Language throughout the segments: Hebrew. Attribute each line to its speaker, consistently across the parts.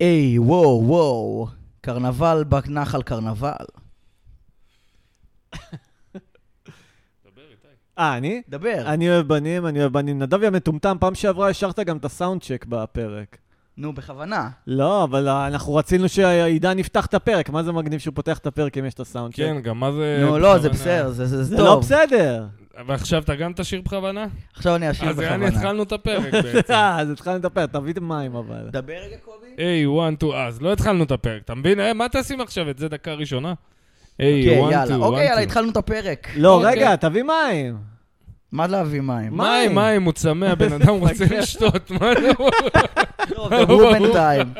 Speaker 1: היי, וואו, וואו, קרנבל בנחל קרנבל.
Speaker 2: דבר איתי.
Speaker 3: אה, אני?
Speaker 1: דבר.
Speaker 3: אני אוהב בנים, אני אוהב בנים. נדב יא מטומטם, פעם שעברה השארת גם את הסאונד צ'ק בפרק.
Speaker 1: נו, בכוונה.
Speaker 3: לא, אבל אנחנו רצינו שעידן יפתח את הפרק. מה זה מגניב שהוא פותח את הפרק אם יש את הסאונד צ'ק?
Speaker 2: כן, גם מה זה...
Speaker 1: נו, לא, זה
Speaker 2: בכוונה?
Speaker 1: בסדר, זה- זה זה
Speaker 3: זה
Speaker 1: טוב.
Speaker 3: לא בסדר.
Speaker 2: ועכשיו אתה גם תשיר בכוונה?
Speaker 1: עכשיו אני אשאיר
Speaker 2: אז יעני
Speaker 1: בכוונה.
Speaker 2: התחלנו את הפרק בעצם.
Speaker 3: אה, אז התחלנו לדבר, תביא מים אבל.
Speaker 1: דבר רגע, קובי.
Speaker 2: היי, 1, 2, אז לא התחלנו את הפרק, אתה מבין? אה, מה תשים עכשיו? את זה דקה ראשונה? היי,
Speaker 1: אוקיי,
Speaker 2: 1, 2, 1,
Speaker 1: יאללה.
Speaker 2: 2.
Speaker 1: אוקיי, יאללה, התחלנו את הפרק.
Speaker 3: לא,
Speaker 2: אוקיי.
Speaker 3: רגע, תביא מים.
Speaker 1: מה להביא מים?
Speaker 3: מים.
Speaker 2: מים, מים, הוא צמא, בן אדם רוצה לשתות, מה לא?
Speaker 1: טוב, דברו בינתיים.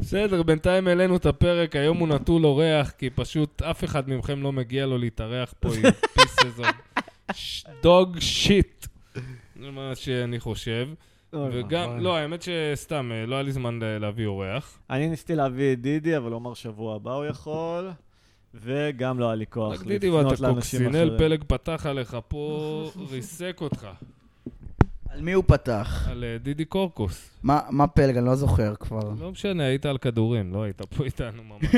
Speaker 2: בסדר, בינתיים העלינו את הפרק, היום הוא נטול אורח, כי פשוט אף אחד מכם לא מגיע לו להתארח פה עם פיסס אוף דוג שיט. זה מה שאני חושב.
Speaker 1: נכון,
Speaker 2: וגם, לא, האמת שסתם, אה, לא היה לי זמן ל- להביא אורח.
Speaker 3: אני ניסיתי להביא את דידי, אבל הוא אמר שבוע הבא הוא יכול, וגם לא היה לי
Speaker 1: אוקיי,
Speaker 3: כוח
Speaker 2: רק דידי
Speaker 3: לפנות
Speaker 2: ואתה
Speaker 3: לאנשים
Speaker 2: קוקסינל,
Speaker 3: אחרים.
Speaker 2: פלג פתח עליך פה, ריסק אותך,
Speaker 1: על מי הוא פתח?
Speaker 2: על אה, דידי קורקוס.
Speaker 1: מה מה פלג? אני לא זוכר כבר.
Speaker 2: לא משנה, היית על כדורים, לא היית פה איתנו ממש.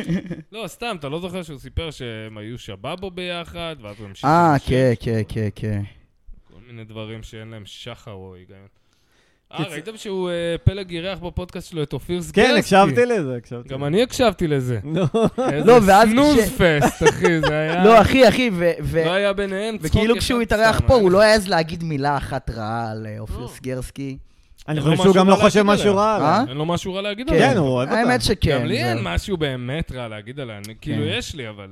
Speaker 2: לא, סתם, אתה לא זוכר שהוא סיפר שהם היו שבאבו ביחד, ואז הוא המשיך...
Speaker 1: אה,
Speaker 2: עם השם.
Speaker 1: כן, כן, כן, כן.
Speaker 2: כל מיני דברים שאין להם שחר או היגיון. אה,
Speaker 3: קיצ-
Speaker 2: ראיתם שהוא אה, פלג אירח בפודקאסט שלו את אופיר סגרסקי?
Speaker 3: כן, הקשבתי לזה, הקשבתי.
Speaker 2: גם אני הקשבתי לזה.
Speaker 3: נו,
Speaker 2: איזה
Speaker 1: לא, ואז
Speaker 2: סנוז
Speaker 1: כש-
Speaker 2: פסט, אחי, זה היה...
Speaker 1: לא, אחי, אחי, ו... ו-
Speaker 2: אה, לא היה ביניהם צחוק
Speaker 1: וכאילו
Speaker 2: אחד
Speaker 1: כשהוא
Speaker 2: סתם,
Speaker 1: התארח פה,
Speaker 2: היה-
Speaker 1: הוא לא העז להגיד מילה אחת רעה על אה, אופיר
Speaker 2: לא.
Speaker 1: סגרסקי.
Speaker 3: אני
Speaker 2: אין
Speaker 3: חושב
Speaker 2: לו
Speaker 3: שהוא
Speaker 2: משהו
Speaker 3: גם
Speaker 2: רע
Speaker 3: לא חושב
Speaker 2: להגיד
Speaker 3: משהו רע.
Speaker 1: עליה.
Speaker 3: עליו.
Speaker 2: אין לו משהו רע להגיד עליו.
Speaker 3: כן, הוא אוהב אותה.
Speaker 1: האמת שכן.
Speaker 2: גם לי
Speaker 1: זה- כן.
Speaker 2: אין משהו באמת רע להגיד עליה, אני- כאילו יש לי, אבל...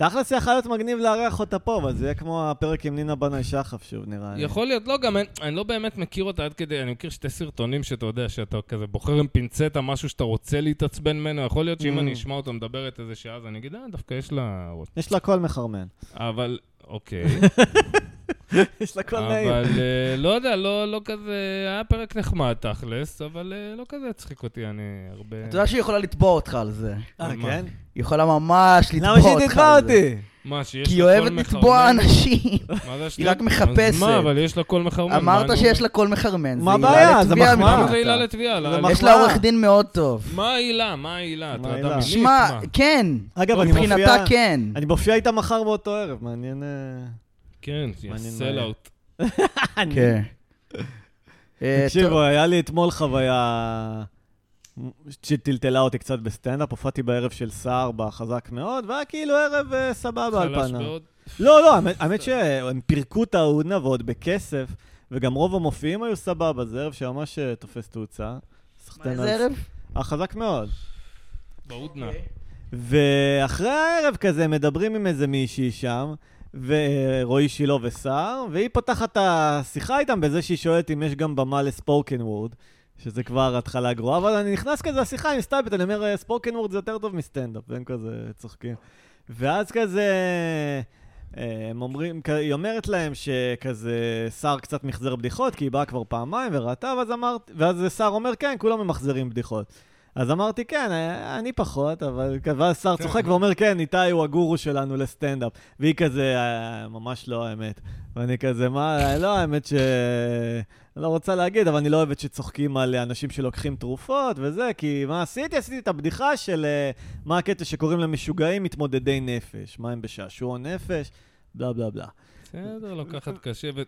Speaker 2: אה,
Speaker 3: תכלס יכול להיות מגניב לארח אותה פה, אבל זה יהיה כמו הפרק עם נינה בנאי שחף שוב,
Speaker 1: אה.
Speaker 3: נראה לי.
Speaker 2: יכול להיות, לא, גם אין- אני לא באמת מכיר אותה עד כדי, אני מכיר שתי סרטונים שאתה יודע, שאתה כזה בוחר עם פינצטה משהו שאתה רוצה להתעצבן ממנו, יכול להיות שאם
Speaker 3: Mm.
Speaker 2: אני אשמע אותה מדברת איזה שעה, אז אני אגיד, אה, דווקא יש לה... ראש."
Speaker 3: יש לה קול מחרמן.
Speaker 2: אבל, אוקיי.
Speaker 3: יש לה קול נעים.
Speaker 2: אבל אה, לא יודע, לא לא כזה, היה פרק נחמד תכלס, אבל אה, לא כזה הצחיק אותי, אני הרבה...
Speaker 1: אתה יודע שהיא יכולה לתבוע אותך על זה.
Speaker 3: אה,
Speaker 2: מה?
Speaker 3: כן?
Speaker 1: היא יכולה ממש לתבוע
Speaker 3: למה
Speaker 1: אותך על זה.
Speaker 3: שהיא תתבע אותי?
Speaker 2: מה, שיש
Speaker 1: כי היא
Speaker 2: לה קול
Speaker 1: אוהבת לתבוע
Speaker 2: מחרמן?
Speaker 1: אנשים.
Speaker 2: מה זה
Speaker 1: היא רק
Speaker 2: השטויות?
Speaker 1: מחפשת.
Speaker 2: אז מה, אבל יש לה קול מחרמן.
Speaker 1: אמרת שיש לה קול מחרמן.
Speaker 3: מה
Speaker 1: זה עילה
Speaker 3: הבעיה? זה
Speaker 1: לתביעה
Speaker 3: מחמאה.
Speaker 2: מה
Speaker 1: מבחינתה.
Speaker 2: זה עילה לתביעה?
Speaker 3: זה
Speaker 2: לא-
Speaker 3: מחמאה.
Speaker 1: יש לה עורך דין מאוד טוב.
Speaker 2: מה העילה? מה העילה?
Speaker 3: מה
Speaker 2: הטרדה
Speaker 3: העילה?
Speaker 2: מינית?
Speaker 1: שמע,
Speaker 2: מה?
Speaker 1: כן.
Speaker 3: אגב, אני מופיע...
Speaker 1: מבחינתה כן.
Speaker 3: אני מופיע איתה מחר באותו ערב, מעניין... אה,
Speaker 2: כן,
Speaker 3: מעניין
Speaker 2: סל
Speaker 3: מה
Speaker 2: אאוט.
Speaker 1: כן. אה, טוב,
Speaker 3: תקשיבו, היה לי אתמול חוויה שטלטלה אותי קצת בסטנדאפ, הופעתי בערב של סער בה חזק מאוד, והיה כאילו ערב אה, סבבה על
Speaker 2: חלש
Speaker 3: פניו.
Speaker 2: מאוד.
Speaker 3: לא, לא, האמת- האמת שהם פירקו את ההודנה ועוד בכסף, וגם רוב המופיעים היו סבבה, זה ערב שממש אה, תופס תאוצה. סחטיין
Speaker 1: מה,
Speaker 3: על-
Speaker 1: איזה ערב?
Speaker 3: אה, חזק מאוד.
Speaker 2: בהודנה.
Speaker 3: אוקיי. ואחרי הערב כזה מדברים עם איזה מישהי שם, ורועי שילה וסער, והיא פותחת את השיחה איתם בזה שהיא שואלת אם יש גם במה לספוקן וורד, שזה כבר התחלה גרועה, אבל אני נכנס כזה לשיחה עם סטייפט, אני אומר, ספוקן וורד זה יותר טוב מסטנדאפ, והם כזה צוחקים. ואז כזה... אה, הם אומרים, כ- היא אומרת להם שכזה סער קצת מחזר בדיחות, כי היא באה כבר פעמיים וראתה, ואז אמרת, ואז סער אומר, כן, כולם ממחזרים בדיחות. אז אמרתי, כן, אה, אני פחות, אבל... כ- ואז סער צוחק ואומר, כן, איתי הוא הגורו שלנו לסטנדאפ. והיא כזה, "אה, ממש לא האמת. ואני כזה, מה, לא, האמת ש... לא רוצה להגיד, אבל אני לא אוהבת שצוחקים על אנשים שלוקחים תרופות וזה, כי מה עשיתי? עשיתי את הבדיחה של אה, מה הקטע שקוראים למשוגעים מתמודדי נפש. מה הם בשעשועון נפש? בלה בלה בלה.
Speaker 2: בסדר, לוקחת קשה ו...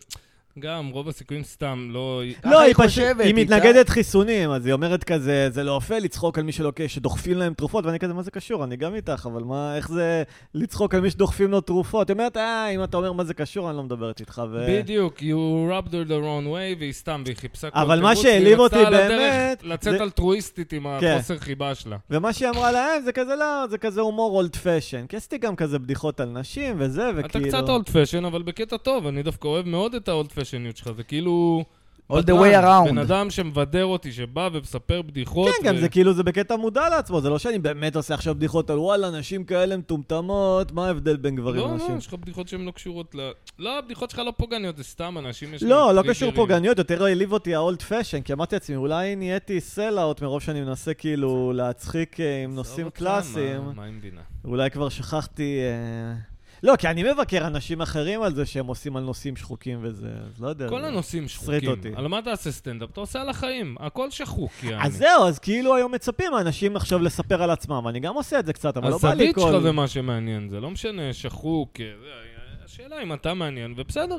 Speaker 2: גם רוב הסיכויים סתם לא...
Speaker 1: ככה
Speaker 3: לא,
Speaker 1: היא
Speaker 3: היא פשוט,
Speaker 1: חושבת,
Speaker 3: היא
Speaker 1: היא
Speaker 3: מתנגדת חיסונים, אז היא אומרת כזה, זה לא יפה לצחוק על מי שלוקח, שדוחפים להם תרופות, ואני כזה, מה זה קשור? אני גם איתך, אבל מה, איך זה לצחוק על מי שדוחפים לו תרופות? היא אומרת, אה, אם אתה אומר מה זה קשור, אני לא מדברת איתך, ו...
Speaker 2: בדיוק, you rubbed her the wrong way, והיא סתם, והיא חיפשה כל
Speaker 3: אבל מה
Speaker 2: תירוץ, והיא
Speaker 3: שהעליב
Speaker 2: רצתה
Speaker 3: אותי
Speaker 2: על הדרך
Speaker 3: באמת,
Speaker 2: לצאת
Speaker 3: זה-
Speaker 2: אלטרואיסטית עם
Speaker 3: כן.
Speaker 2: החוסר חיבה שלה.
Speaker 3: ומה שהיא אמרה להם זה כזה לא, זה כזה הומור אולד פשן. כי עשיתי גם כזה בדיחות על נשים וזה,
Speaker 2: אתה
Speaker 3: וכאילו...
Speaker 2: קצת אולד פשן, אבל בקטע טוב, אני דווקא אוהב מאוד את האולד פשניות שלך, זה כאילו...
Speaker 1: All the
Speaker 2: בטלן,
Speaker 1: way around.
Speaker 2: בן אדם שמבדר אותי, שבא ומספר בדיחות.
Speaker 3: כן, גם
Speaker 2: ו-
Speaker 3: זה כאילו, זה בקטע מודע לעצמו, זה לא שאני באמת עושה עכשיו בדיחות על וואלה, נשים כאלה מטומטמות, מה ההבדל בין גברים
Speaker 2: לא,
Speaker 3: לנשים?
Speaker 2: לא, יש לך בדיחות שהן לא קשורות ל... לא, הבדיחות שלך לא פוגעניות, זה סתם אנשים יש
Speaker 3: לא,
Speaker 2: להם
Speaker 3: לא קשור
Speaker 2: טריגרים.
Speaker 3: פוגעניות, יותר העליב אותי האולד פשן, כי אמרתי לעצמי, אולי נהייתי סל-אאוט מרוב שאני מנסה כאילו להצחיק אה, עם
Speaker 2: עזוב
Speaker 3: נושאים
Speaker 2: אותך,
Speaker 3: קלאסיים.
Speaker 2: מה- מה היא מבינה?
Speaker 3: אולי כבר שכחתי... אה, לא, כי אני מבקר אנשים אחרים על זה שהם עושים על נושאים שחוקים וזה, אז לא יודע.
Speaker 2: כל
Speaker 3: זה-
Speaker 2: הנושאים
Speaker 3: שריד
Speaker 2: שחוקים.
Speaker 3: אותי.
Speaker 2: על מה תעשה סטנדאפ? אתה עושה על החיים, הכל שחוק, יעני.
Speaker 3: אז זהו, אז כאילו היום מצפים מאנשים עכשיו לספר על עצמם, אני גם עושה את זה קצת, אבל לא בא לי
Speaker 2: הזווית
Speaker 3: כל...
Speaker 2: שלך זה מה שמעניין, זה לא משנה, שחוק, אה, זה- השאלה אם אתה מעניין, ובסדר.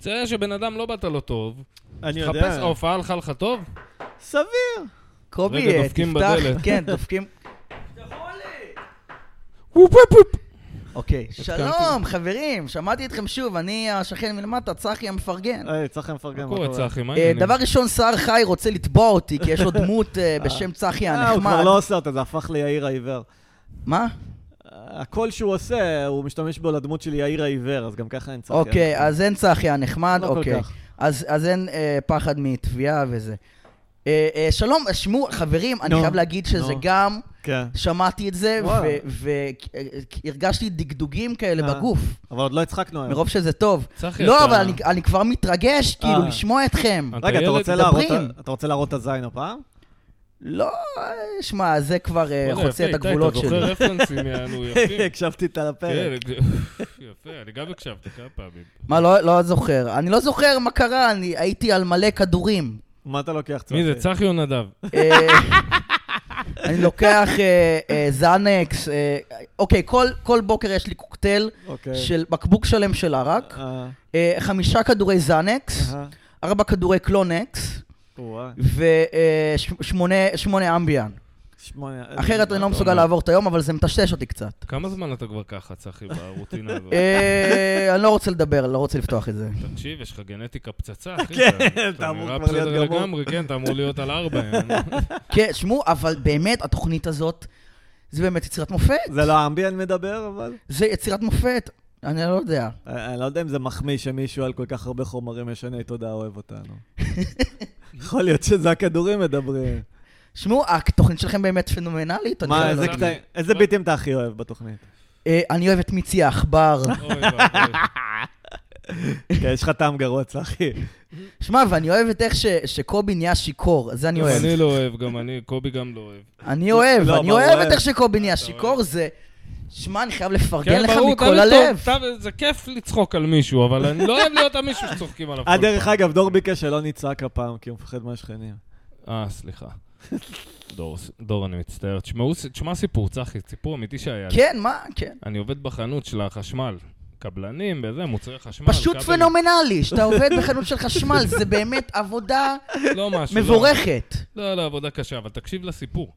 Speaker 2: זה שבן אדם לא באת לו טוב,
Speaker 3: אני
Speaker 2: תחפש,
Speaker 3: יודע.
Speaker 2: ההופעה הלכה לך טוב?
Speaker 3: סביר.
Speaker 1: קובי,
Speaker 2: רגע,
Speaker 1: אה,
Speaker 2: דופקים
Speaker 1: תפתח,
Speaker 2: בדלת.
Speaker 1: כן, דופקים.
Speaker 2: וופ וופ וופ.
Speaker 1: אוקיי.
Speaker 2: התקנתי.
Speaker 1: שלום, חברים, שמעתי אתכם שוב, אני השכן מלמטה, צחי המפרגן.
Speaker 3: היי, אה, צריך לפרגן.
Speaker 2: מה קורה, צחי? מה
Speaker 3: נכון,
Speaker 1: אה,
Speaker 2: העניינים?
Speaker 1: דבר ראשון, סער חי רוצה לתבוע אותי, כי יש לו דמות אה, בשם צחי
Speaker 3: אה, הוא כבר
Speaker 1: הנחמד.
Speaker 3: לא עושה אותה, זה הפך ליאיר העיוור.
Speaker 1: מה?
Speaker 3: אה, הכל שהוא עושה, הוא משתמש בו לדמות של יאיר העיוור, אז גם ככה אין צחי.
Speaker 1: אוקיי, אז אין צחי הנחמד,
Speaker 3: לא כל
Speaker 1: אוקיי.
Speaker 3: כך.
Speaker 1: אז אז אין אה, פחד מתביעה וזה. אה, אה, שלום, שמעו, חברים, אני
Speaker 3: נו,
Speaker 1: חייב להגיד שזה
Speaker 3: נו.
Speaker 1: גם,
Speaker 3: כן.
Speaker 1: שמעתי את זה,
Speaker 3: וואלה.
Speaker 1: והרגשתי דגדוגים כאלה
Speaker 3: אה.
Speaker 1: בגוף,
Speaker 3: אבל עוד לא הצחקנו היום.
Speaker 1: מרוב שזה טוב.
Speaker 2: צחי,
Speaker 1: לא,
Speaker 2: אתה-
Speaker 1: אבל אני- אני כבר מתרגש, כאילו,
Speaker 3: אה.
Speaker 1: לשמוע אתכם.
Speaker 2: אתה
Speaker 3: רגע, אתה
Speaker 2: ילד,
Speaker 3: רוצה
Speaker 1: מדברים.
Speaker 3: להראות- אתה רוצה להראות את הזין הפעם?
Speaker 1: לא, אה, שמע, זה כבר אה,
Speaker 2: וואלה,
Speaker 1: חוצה
Speaker 2: לא, יפה,
Speaker 1: את
Speaker 2: איתי,
Speaker 1: הגבולות
Speaker 2: אתה
Speaker 1: שלי.
Speaker 2: זוכר רפרנסים יענו יפים.
Speaker 3: הקשבתי את הפרק.
Speaker 2: כן, יפה, אני גם הקשבתי כמה פעמים.
Speaker 1: מה, לא- לא זוכר. אני לא זוכר מה קרה, אני הייתי על מלא כדורים.
Speaker 3: מה אתה לוקח צחי?
Speaker 2: מי זה, צחי או נדב?
Speaker 1: אה, אני לוקח אה, אה, זאנקס, אה, אוקיי, כל- כל בוקר יש לי קוקטייל
Speaker 3: אוקיי.
Speaker 1: של בקבוק שלם של ערק,
Speaker 3: אה,
Speaker 1: אה, חמישה כדורי זאנקס,
Speaker 3: אהה.
Speaker 1: ארבע כדורי קלונקס אה,
Speaker 3: וואי.
Speaker 1: ושמונה אמביאן.
Speaker 3: שמונה. אה,
Speaker 1: אחרת אני לא מסוגל לעבור את היום, אבל זה מטשטש אותי קצת.
Speaker 2: כמה זמן אתה כבר ככה, צחי, ברוטינה הזאת?
Speaker 1: אה, אני לא רוצה לדבר, אני לא רוצה לפתוח את זה.
Speaker 2: תקשיב, יש לך גנטיקה פצצה, אחי.
Speaker 3: כן,
Speaker 2: אתה-
Speaker 3: אתה אמור
Speaker 2: נראה
Speaker 3: כבר להיות
Speaker 2: בסדר
Speaker 3: גמור.
Speaker 2: לגמרי, כן, אתה אמור להיות על ארבע. לא יענו.
Speaker 1: כן, שמעו, אבל באמת, התוכנית הזאת, זה באמת יצירת מופת.
Speaker 3: זה לא האמביאן מדבר, אבל...
Speaker 1: זה יצירת מופת. אני לא יודע.
Speaker 3: אני אני לא יודע אם זה מחמיא שמישהו על כל כך הרבה חומרים משני תודעה אוהב אותנו. יכול להיות שזה הכדורים מדברים.
Speaker 1: שמעו, התוכנית שלכם באמת פנומנלית. אני
Speaker 3: מה,
Speaker 1: חייב
Speaker 3: איזה
Speaker 1: להגיד.
Speaker 3: קטעים- איזה ביטים אתה הכי אוהב בתוכנית?
Speaker 1: אה, אני אוהב את מיצי העכבר.
Speaker 2: אוי ואבוי.
Speaker 3: כן, יש לך טעם גרוע, צחי.
Speaker 1: שמע, ואני אוהב את איך ש- שקובי נהיה שיכור, זה אני
Speaker 2: גם
Speaker 1: אוהב.
Speaker 2: אני לא אוהב, גם אני, קובי גם לא אוהב.
Speaker 1: אני אוהב,
Speaker 3: לא,
Speaker 1: אני
Speaker 3: אבל הוא
Speaker 1: אוהב את
Speaker 3: אוהב.
Speaker 1: איך שקובי נהיה
Speaker 2: אתה
Speaker 1: שיכור,
Speaker 2: אוהב.
Speaker 1: זה... שמע, אני חייב
Speaker 2: כן,
Speaker 1: לפרגן לך
Speaker 2: ברור,
Speaker 1: מכל
Speaker 2: תמיד
Speaker 1: הלב.
Speaker 2: טוב, תמיד- זה כיף לצחוק על מישהו, אבל אני לא אוהב להיות המישהו שצוחקים עליו.
Speaker 3: אה,
Speaker 2: כל
Speaker 3: דרך
Speaker 2: פעם.
Speaker 3: אגב, דור ביקש שלא נצעק הפעם, כי הוא מפחד מהשכנים.
Speaker 2: אה, סליחה. דור, דור, אני מצטער. תשמעו, ס- תשמע סיפור, צחי, סיפור אמיתי שהיה. לי.
Speaker 1: כן, מה, כן.
Speaker 2: אני עובד בחנות של החשמל. קבלנים, וזה, מוצרי חשמל.
Speaker 1: פשוט
Speaker 2: כבלים.
Speaker 1: פנומנלי, שאתה עובד בחנות של חשמל, זה באמת עבודה
Speaker 2: לא משהו. לא.
Speaker 1: מבורכת.
Speaker 2: לא, לא, עבודה קשה, אבל תקשיב לסיפור.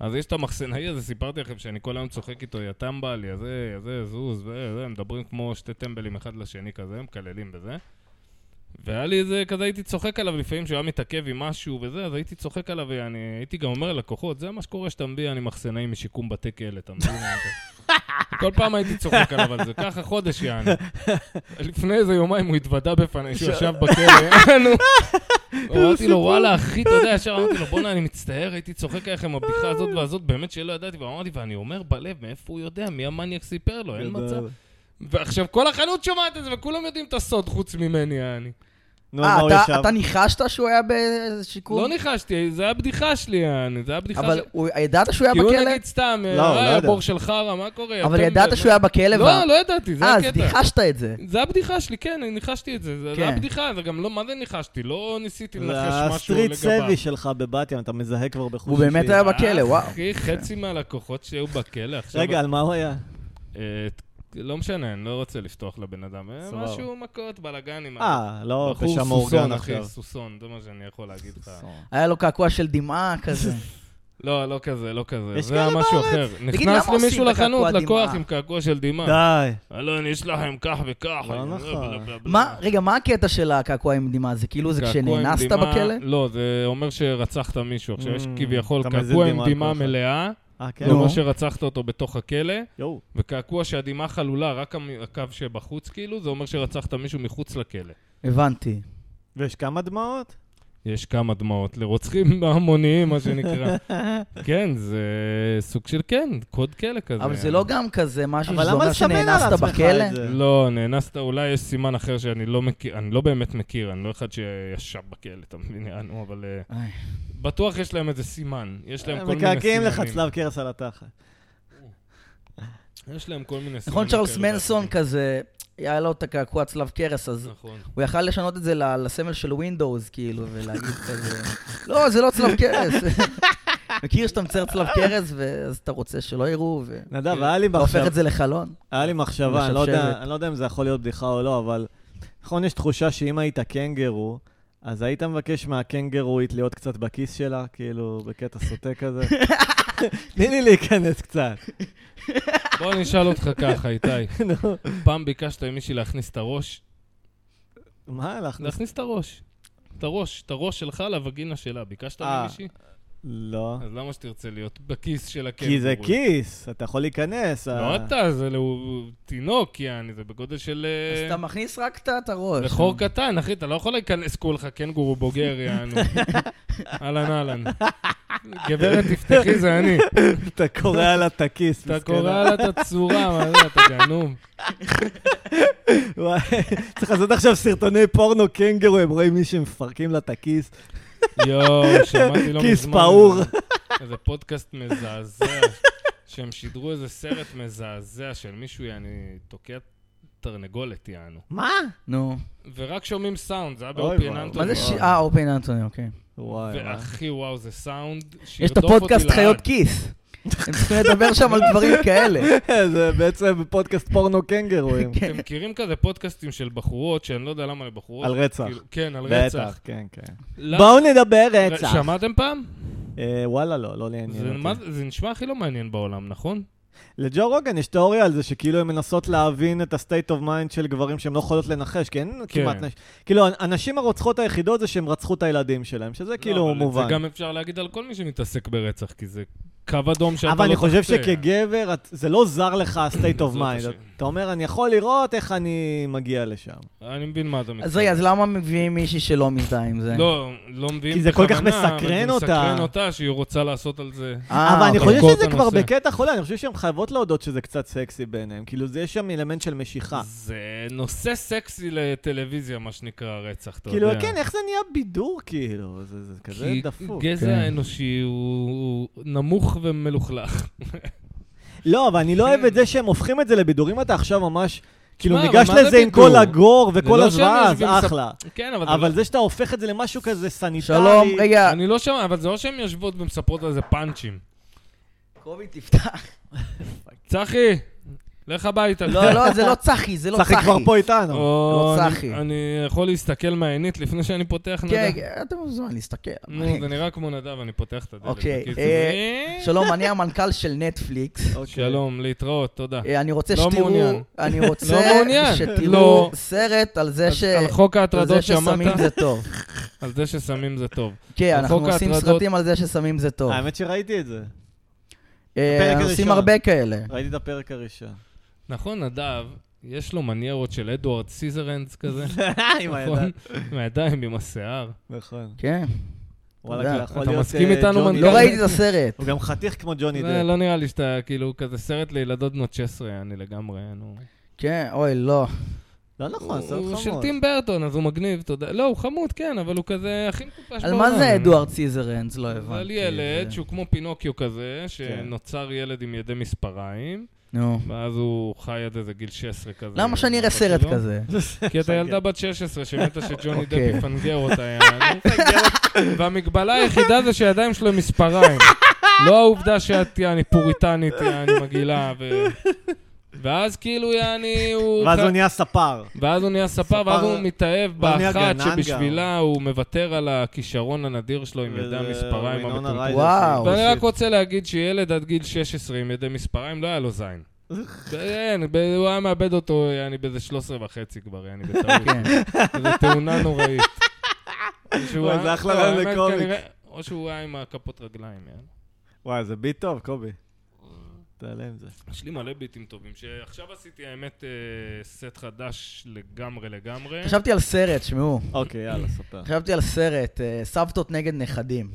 Speaker 2: אז יש את המחסנאי הזה, סיפרתי לכם שאני כל היום צוחק איתו, יא טמבל, יא זה, יא זה, זוז, זה, זה, הם מדברים כמו שתי טמבלים אחד לשני כזה, הם מקללים בזה. והיה לי איזה, כזה הייתי צוחק עליו לפעמים, שהוא היה מתעכב עם משהו וזה, אז הייתי צוחק עליו, ואני הייתי גם אומר ללקוחות, זה מה שקורה שאתה מביא, אני מחסנאי משיקום בתי כלא, אתה מבין? כל פעם הייתי צוחק עליו על זה, ככה חודש יענו. לפני איזה יומיים הוא התוודה בפניי שהוא ישב בכלא, יענו. אמרתי לו, וואלה, אחי, אתה יודע, ישר אמרתי לו, בואנה, אני מצטער, הייתי צוחק עליך עם הבדיחה הזאת והזאת, באמת שלא ידעתי, ואמרתי, ואני אומר בלב, מאיפה הוא יודע? מי המניאק סיפר לו? אין מצב. ועכשיו כל החנות שומעת את זה, וכולם יודעים את הסוד חוץ ממני, יעני.
Speaker 3: נו, מה
Speaker 1: אה,
Speaker 3: הוא
Speaker 1: אתה-
Speaker 3: ישב?
Speaker 1: אתה ניחשת שהוא היה בשיקום?
Speaker 2: לא ניחשתי, זה היה בדיחה שלי, יעני, זה היה בדיחה
Speaker 1: אבל
Speaker 2: שלי.
Speaker 1: הוא- ידעת שהוא היה
Speaker 2: כי הוא
Speaker 1: בכלא?
Speaker 2: נגיד סתם,
Speaker 3: לא, הוא לא
Speaker 2: אה,
Speaker 3: ידע.
Speaker 2: בור של חרא, מה קורה?
Speaker 1: אבל
Speaker 2: אתם
Speaker 1: ידעת
Speaker 2: זה-
Speaker 1: שהוא היה בכלא? וה-
Speaker 2: לא, לא ידעתי, זה
Speaker 1: אה, אז
Speaker 2: הקטע.
Speaker 1: ניחשת את זה.
Speaker 2: זה הבדיחה שלי, כן, אני ניחשתי את זה, זה-
Speaker 1: כן.
Speaker 2: זה הבדיחה, זה גם לא, מה זה ניחשתי? לא ניסיתי
Speaker 3: זה
Speaker 2: לנחש משהו לגביו.
Speaker 3: הסטריט סבי שלך בבת ים, אתה מזהה כבר בחוש.
Speaker 1: הוא באמת
Speaker 3: אישי.
Speaker 1: היה בכלא, וואו.
Speaker 2: אחי, חצי מהלקוחות שהיו בכלא עכשיו...
Speaker 3: רגע, על מה הוא היה?
Speaker 2: אה, לא משנה, אני לא רוצה לפתוח לבן אדם. אה,
Speaker 3: סבבה.
Speaker 2: משהו מכות, בלאגנים.
Speaker 3: אה, לא,
Speaker 2: בחור
Speaker 3: פשע
Speaker 2: סוסון,
Speaker 3: מאורגן
Speaker 2: אחי,
Speaker 3: עכשיו.
Speaker 2: סוסון, זה מה שאני יכול להגיד לך.
Speaker 1: היה לו קעקוע של דמעה כזה.
Speaker 2: לא, לא כזה, לא כזה.
Speaker 3: יש
Speaker 2: זה היה
Speaker 3: כאלה
Speaker 2: משהו אחר. נכנס
Speaker 1: למה עושים
Speaker 2: למישהו
Speaker 1: את הקעקוע
Speaker 2: לחנות,
Speaker 1: דמעה?
Speaker 2: לקוח עם קעקוע של דמעה.
Speaker 3: די.
Speaker 2: אלון, יש לכם כך וכך.
Speaker 3: לא
Speaker 2: אני-
Speaker 3: נכון.
Speaker 2: בלה, בלה, בלה.
Speaker 1: מה, רגע, מה הקטע של הקעקוע עם דמעה? זה כאילו זה
Speaker 2: קעקוע עם
Speaker 1: כשנאנסת
Speaker 2: דמעה-
Speaker 1: בכלא?
Speaker 2: לא, זה אומר שרצחת מישהו. עכשיו יש
Speaker 3: Mm,
Speaker 2: כביכול
Speaker 3: אתה מזיל
Speaker 2: קעקוע עם
Speaker 3: דמעה על
Speaker 2: דמעה
Speaker 3: כל אחד.
Speaker 2: מלאה,
Speaker 3: אה, כן?
Speaker 2: זה אומר
Speaker 1: נו.
Speaker 2: שרצחת אותו בתוך הכלא.
Speaker 3: יואו.
Speaker 2: וקעקוע שהדמעה חלולה, רק המ- הקו שבחוץ, כאילו, זה אומר שרצחת מישהו מחוץ לכלא.
Speaker 1: הבנתי.
Speaker 3: ויש כמה דמעות?
Speaker 2: יש כמה דמעות לרוצחים המוניים, מה שנקרא. כן, זה סוג של כן, קוד כלא כזה.
Speaker 1: אבל זה לא גם כזה משהו
Speaker 3: אבל
Speaker 1: שזה
Speaker 3: למה
Speaker 1: אומר
Speaker 3: לסמן על
Speaker 1: שנאנסת
Speaker 3: עצמך
Speaker 1: בכלא?
Speaker 3: את זה?
Speaker 2: לא, נאנסת, אולי יש סימן אחר שאני לא מכיר, אני לא באמת מכיר, אני לא אחד שישב בכלא, אתה מבין, יענו, אבל... אה,
Speaker 1: איי.
Speaker 2: בטוח
Speaker 3: אה,
Speaker 2: יש להם איזה סימן, יש להם כל מיני סימנים.
Speaker 3: מקעקעים לך צלב קרס על התחת.
Speaker 2: יש להם כל מיני
Speaker 1: נכון,
Speaker 2: סימנים
Speaker 1: צ'ארלס
Speaker 2: כאלה
Speaker 1: מנסון
Speaker 2: ואחרים.
Speaker 1: כזה, היה לו את הקעקוע צלב קרס, אז
Speaker 2: נכון.
Speaker 1: הוא יכל לשנות את זה ל- לסמל של ווינדוס, כאילו, ולהגיד כזה, לא, זה לא צלב קרס. מכיר שאתה מצייר צלב קרס, ואז אתה רוצה שלא יראו, ואתה
Speaker 3: נדב, היה לי
Speaker 1: כן. הופך
Speaker 3: מחשב-
Speaker 1: את זה לחלון.
Speaker 3: היה לי מחשבה, אני לא,
Speaker 1: לשבשבת.
Speaker 3: יודע, אני לא יודע אם זה יכול להיות בדיחה או לא, אבל נכון, יש תחושה שאם היית קנגרו, אז היית מבקש מהקנגרואית להיות קצת בכיס שלה, כאילו, בקטע סוטה כזה. תני לי להיכנס קצת.
Speaker 2: בוא אני אשאל אותך ככה, איתי.
Speaker 3: נו,
Speaker 2: פעם ביקשת ממישהי להכניס את הראש?
Speaker 3: מה הלכת?
Speaker 2: להכניס את הראש. את הראש, את הראש שלך לווגינה שלה. ביקשת
Speaker 3: אה.
Speaker 2: ממישהי?
Speaker 3: לא.
Speaker 2: אז למה שתרצה להיות בכיס של הקנגורו?
Speaker 3: כי זה כיס, אה. אתה יכול להיכנס.
Speaker 2: לא
Speaker 3: ה-
Speaker 2: אתה, זה לא- הוא תינוק, יעני, זה בגודל של...
Speaker 1: אז
Speaker 2: אה,
Speaker 1: אתה מכניס רק את את הראש.
Speaker 2: לחור קטן, אחי, אתה לא יכול להיכנס כולך קנגורו בוגר, יענו. אהלן אהלן. גברת, תפתחי, זה אני.
Speaker 3: אתה קורע לה את הכיס,
Speaker 2: אתה
Speaker 3: מסכנה.
Speaker 2: קורע לה את הצורה, מה זה, אתה גנום.
Speaker 3: וואי, צריך לעשות עכשיו סרטוני פורנו קנגרו, הם רואים מישהו מפרקים לה את הכיס.
Speaker 2: יואו, שמעתי לא מזמן.
Speaker 3: כיס פעור.
Speaker 2: איזה פודקאסט מזעזע, שהם שידרו איזה סרט מזעזע של מישהו, יעני, תוקע תרנגולת, יענו.
Speaker 3: מה?
Speaker 1: נו.
Speaker 2: ורק שומעים סאונד, זה היה
Speaker 3: אוי,
Speaker 2: באופי
Speaker 3: וואו.
Speaker 1: מה
Speaker 2: אננטון.
Speaker 1: זה ש... אה, אופן אנטוני, אוקיי.
Speaker 3: וואי, וואי.
Speaker 2: ואחי, וואו, זה סאונד שירדוף
Speaker 1: יש את
Speaker 2: אותי
Speaker 1: הפודקאסט
Speaker 2: לעד.
Speaker 1: חיות כיס. הם צריכים לדבר שם על דברים כאלה.
Speaker 3: זה בעצם פודקאסט פורנו קנגרואים.
Speaker 2: אתם מכירים כזה פודקאסטים של בחורות, שאני לא יודע למה לבחורות.
Speaker 3: על רצח.
Speaker 2: כאילו, כן, על
Speaker 3: בטח,
Speaker 2: רצח.
Speaker 3: כן, כן.
Speaker 2: למה-
Speaker 3: בואו נדבר
Speaker 2: ר-
Speaker 3: רצח.
Speaker 2: שמעתם פעם?
Speaker 3: אה, וואלה, לא, לא לעניין
Speaker 2: זה
Speaker 3: אותי.
Speaker 2: מה- זה נשמע הכי לא מעניין בעולם, נכון?
Speaker 3: לג'ו רוגן יש תיאוריה על זה שכאילו הן מנסות להבין את ה-state of mind של גברים שהן לא יכולות לנחש, כי אין
Speaker 2: כן.
Speaker 3: כמעט נשים. כאילו, הנשים הרוצחות היחידות זה שהן רצחו את הילדים שלהם, שזה
Speaker 2: לא,
Speaker 3: כאילו
Speaker 2: אבל
Speaker 3: מובן.
Speaker 2: זה גם אפשר להגיד על כל מי שמתעסק ברצח, כי זה קו אדום שאתה לא
Speaker 3: אבל אני חושב
Speaker 2: תחצה.
Speaker 3: שכגבר, את- זה לא זר לך ה-state
Speaker 2: זאת
Speaker 3: of mind.
Speaker 2: השאלה.
Speaker 3: אתה אומר, אני יכול לראות איך אני מגיע לשם.
Speaker 2: אני מבין מה אתה מתכוון.
Speaker 1: אז רגע, אז למה מביאים מישהי שלא מזדהה עם זה?
Speaker 2: אוקיי. לא, לא מביאים
Speaker 3: כי זה כל כך
Speaker 2: בכוונה, אבל
Speaker 3: מסקרן
Speaker 2: זה
Speaker 3: אותה.
Speaker 2: מסקרן אותה שהיא רוצה לעשות על זה.
Speaker 1: אה,
Speaker 3: אבל אני
Speaker 1: אוקיי.
Speaker 3: חושב
Speaker 2: חוקות
Speaker 3: שזה כבר
Speaker 2: הנושא.
Speaker 3: בקטע חולה, אני חושב שהן חייבות להודות שזה קצת סקסי בעיניהן. כאילו, זה- יש שם אלמנט של משיכה.
Speaker 2: זה נושא סקסי לטלוויזיה, מה שנקרא רצח, אתה
Speaker 3: כאילו,
Speaker 2: יודע.
Speaker 3: כן, איך זה נהיה בידור, כאילו? זה זה כזה דפוק.
Speaker 2: כי גזע
Speaker 1: כן.
Speaker 2: האנושי הוא הוא נמוך ומלוכלך.
Speaker 3: לא, אבל אני לא אוהב את זה שהם הופכים את זה לבידור. אם אתה עכשיו ממש, כאילו,
Speaker 2: כן. אבל
Speaker 3: ניגש
Speaker 2: מה זה
Speaker 3: לזה עם
Speaker 2: בידור?
Speaker 3: כל הגור וכל
Speaker 2: לא
Speaker 3: הזוועה,
Speaker 2: שהם
Speaker 3: אז
Speaker 2: יושבים ספ-
Speaker 3: אחלה.
Speaker 2: כן, אבל...
Speaker 3: אבל זה שאתה הופך את זה למשהו כזה סניטרי...
Speaker 1: שלום, רגע,
Speaker 2: אני לא שומע, אבל זה לא שהן יושבות ומספרות על זה פאנצ'ים.
Speaker 1: קובי תפתח.
Speaker 2: צחי, לך הביתה.
Speaker 1: לא, לא, זה לא צחי, זה לא צחי.
Speaker 3: צחי כבר פה איתנו.
Speaker 2: או,
Speaker 1: לא
Speaker 2: אני-
Speaker 1: צחי.
Speaker 2: אני יכול להסתכל מהעינית לפני שאני פותח
Speaker 1: כן,
Speaker 2: נדב?
Speaker 1: כן, אתם מוזמן להסתכל.
Speaker 2: נו, זה נראה כמו נדב, אני פותח את הדלת.
Speaker 1: אוקיי,
Speaker 2: בקיצור,
Speaker 1: אה,
Speaker 2: אה,
Speaker 1: שלום, אני המנכ"ל של נטפליקס.
Speaker 3: אוקיי.
Speaker 2: שלום, להתראות, תודה.
Speaker 1: אה, אני רוצה
Speaker 2: לא
Speaker 1: שתראו,
Speaker 2: מעוניין.
Speaker 1: אני רוצה
Speaker 2: לא מעוניין.
Speaker 1: שתראו
Speaker 2: לא.
Speaker 1: סרט על זה
Speaker 2: אז
Speaker 1: ש...
Speaker 2: על חוק
Speaker 1: על זה
Speaker 2: ההטרדות
Speaker 1: ששמים
Speaker 2: שמעת?
Speaker 1: זה טוב.
Speaker 2: על זה ששמים זה טוב.
Speaker 1: כן,
Speaker 2: על
Speaker 1: אנחנו
Speaker 2: חוק
Speaker 1: עושים
Speaker 2: ההטרדות.
Speaker 1: סרטים על זה ששמים זה טוב.
Speaker 3: האמת שראיתי את זה.
Speaker 1: אה,
Speaker 3: הפרק
Speaker 1: אנחנו עושים
Speaker 3: הראשון.
Speaker 1: הרבה כאלה.
Speaker 3: ראיתי את הפרק הראשון.
Speaker 2: נכון, נדב, יש לו מניירות של אדוארד סיזרנדס כזה.
Speaker 3: עם
Speaker 2: נכון?
Speaker 3: הידיים.
Speaker 2: עם הידיים, עם השיער.
Speaker 3: נכון.
Speaker 1: כן.
Speaker 3: וואלה,
Speaker 1: יודע,
Speaker 3: אתה יכול
Speaker 2: אתה
Speaker 3: להיות...
Speaker 2: מסכים
Speaker 3: אה,
Speaker 2: איתנו,
Speaker 3: ג'וני
Speaker 2: מנכ"ל?
Speaker 1: לא
Speaker 3: דפ.
Speaker 1: ראיתי את הסרט.
Speaker 3: הוא גם חתיך כמו ג'וני
Speaker 2: זה
Speaker 3: דפ.
Speaker 2: לא נראה לי שאתה, כאילו, כזה סרט לילדות בנות 16, אני לגמרי, נו.
Speaker 1: כן, אוי, לא.
Speaker 3: לא נכון, סרט
Speaker 2: הוא של
Speaker 3: חמור.
Speaker 2: טים ברטון, אז הוא מגניב, אתה יודע. לא, הוא חמוד, כן, אבל הוא כזה הכי מטופש
Speaker 1: על
Speaker 2: בעולם.
Speaker 1: מה זה אדוארד סיזרנס? לא הבנתי. כן.
Speaker 2: אבל ילד שהוא כמו פינוקיו כזה, שנוצר ילד עם ידי מספריים,
Speaker 1: נו.
Speaker 2: ואז הוא חי עד איזה גיל 16 כזה.
Speaker 1: למה שאני אראה סרט
Speaker 2: שלו?
Speaker 1: כזה?
Speaker 2: כי אתה ילדה בת 16 שמתה שג'וני דפ
Speaker 1: אוקיי.
Speaker 2: יפנגר אותה, יענו. והמגבלה היחידה זה שהידיים שלו הם מספריים. לא העובדה שאת, יעני, פוריטנית, יעני, מגעילה, ו... ואז כאילו, יעני, הוא...
Speaker 3: ואז הוא נהיה ספר.
Speaker 2: ואז הוא נהיה ספר, ואז
Speaker 3: ספר-
Speaker 2: הוא מתאהב
Speaker 3: ואז נהיה
Speaker 2: באחת
Speaker 3: גנן גם.
Speaker 2: שבשבילה הוא מוותר על הכישרון הנדיר שלו עם ידי
Speaker 3: וזה
Speaker 2: המספריים
Speaker 3: מנונה
Speaker 2: המטורפים.
Speaker 3: ריידר
Speaker 1: וואו.
Speaker 2: ואני רק
Speaker 3: שהיא-
Speaker 2: רוצה להגיד שילד עד גיל 16 עם ידי מספריים, לא היה לו זין. כן, ב- הוא היה מאבד אותו, אני באיזה 13 וחצי כבר, אני בטעות.
Speaker 1: כן.
Speaker 2: זו תאונה נוראית. שהוא
Speaker 3: וואי,
Speaker 2: היה-
Speaker 3: זה אחלה
Speaker 2: לא,
Speaker 3: רעיון
Speaker 2: האמת,
Speaker 3: לקומיקס.
Speaker 2: כנראה- או שהוא היה עם הכפות רגליים, יאללה.
Speaker 3: וואי, זה ביט טוב, קובי. תעלה עם זה.
Speaker 2: יש לי מלא ביטים טובים, שעכשיו עשיתי, האמת, אה, סט חדש לגמרי לגמרי.
Speaker 1: חשבתי על סרט, שמעו.
Speaker 3: אוקיי, יאללה, ספר.
Speaker 1: חשבתי על סרט, אה, סבתות נגד נכדים.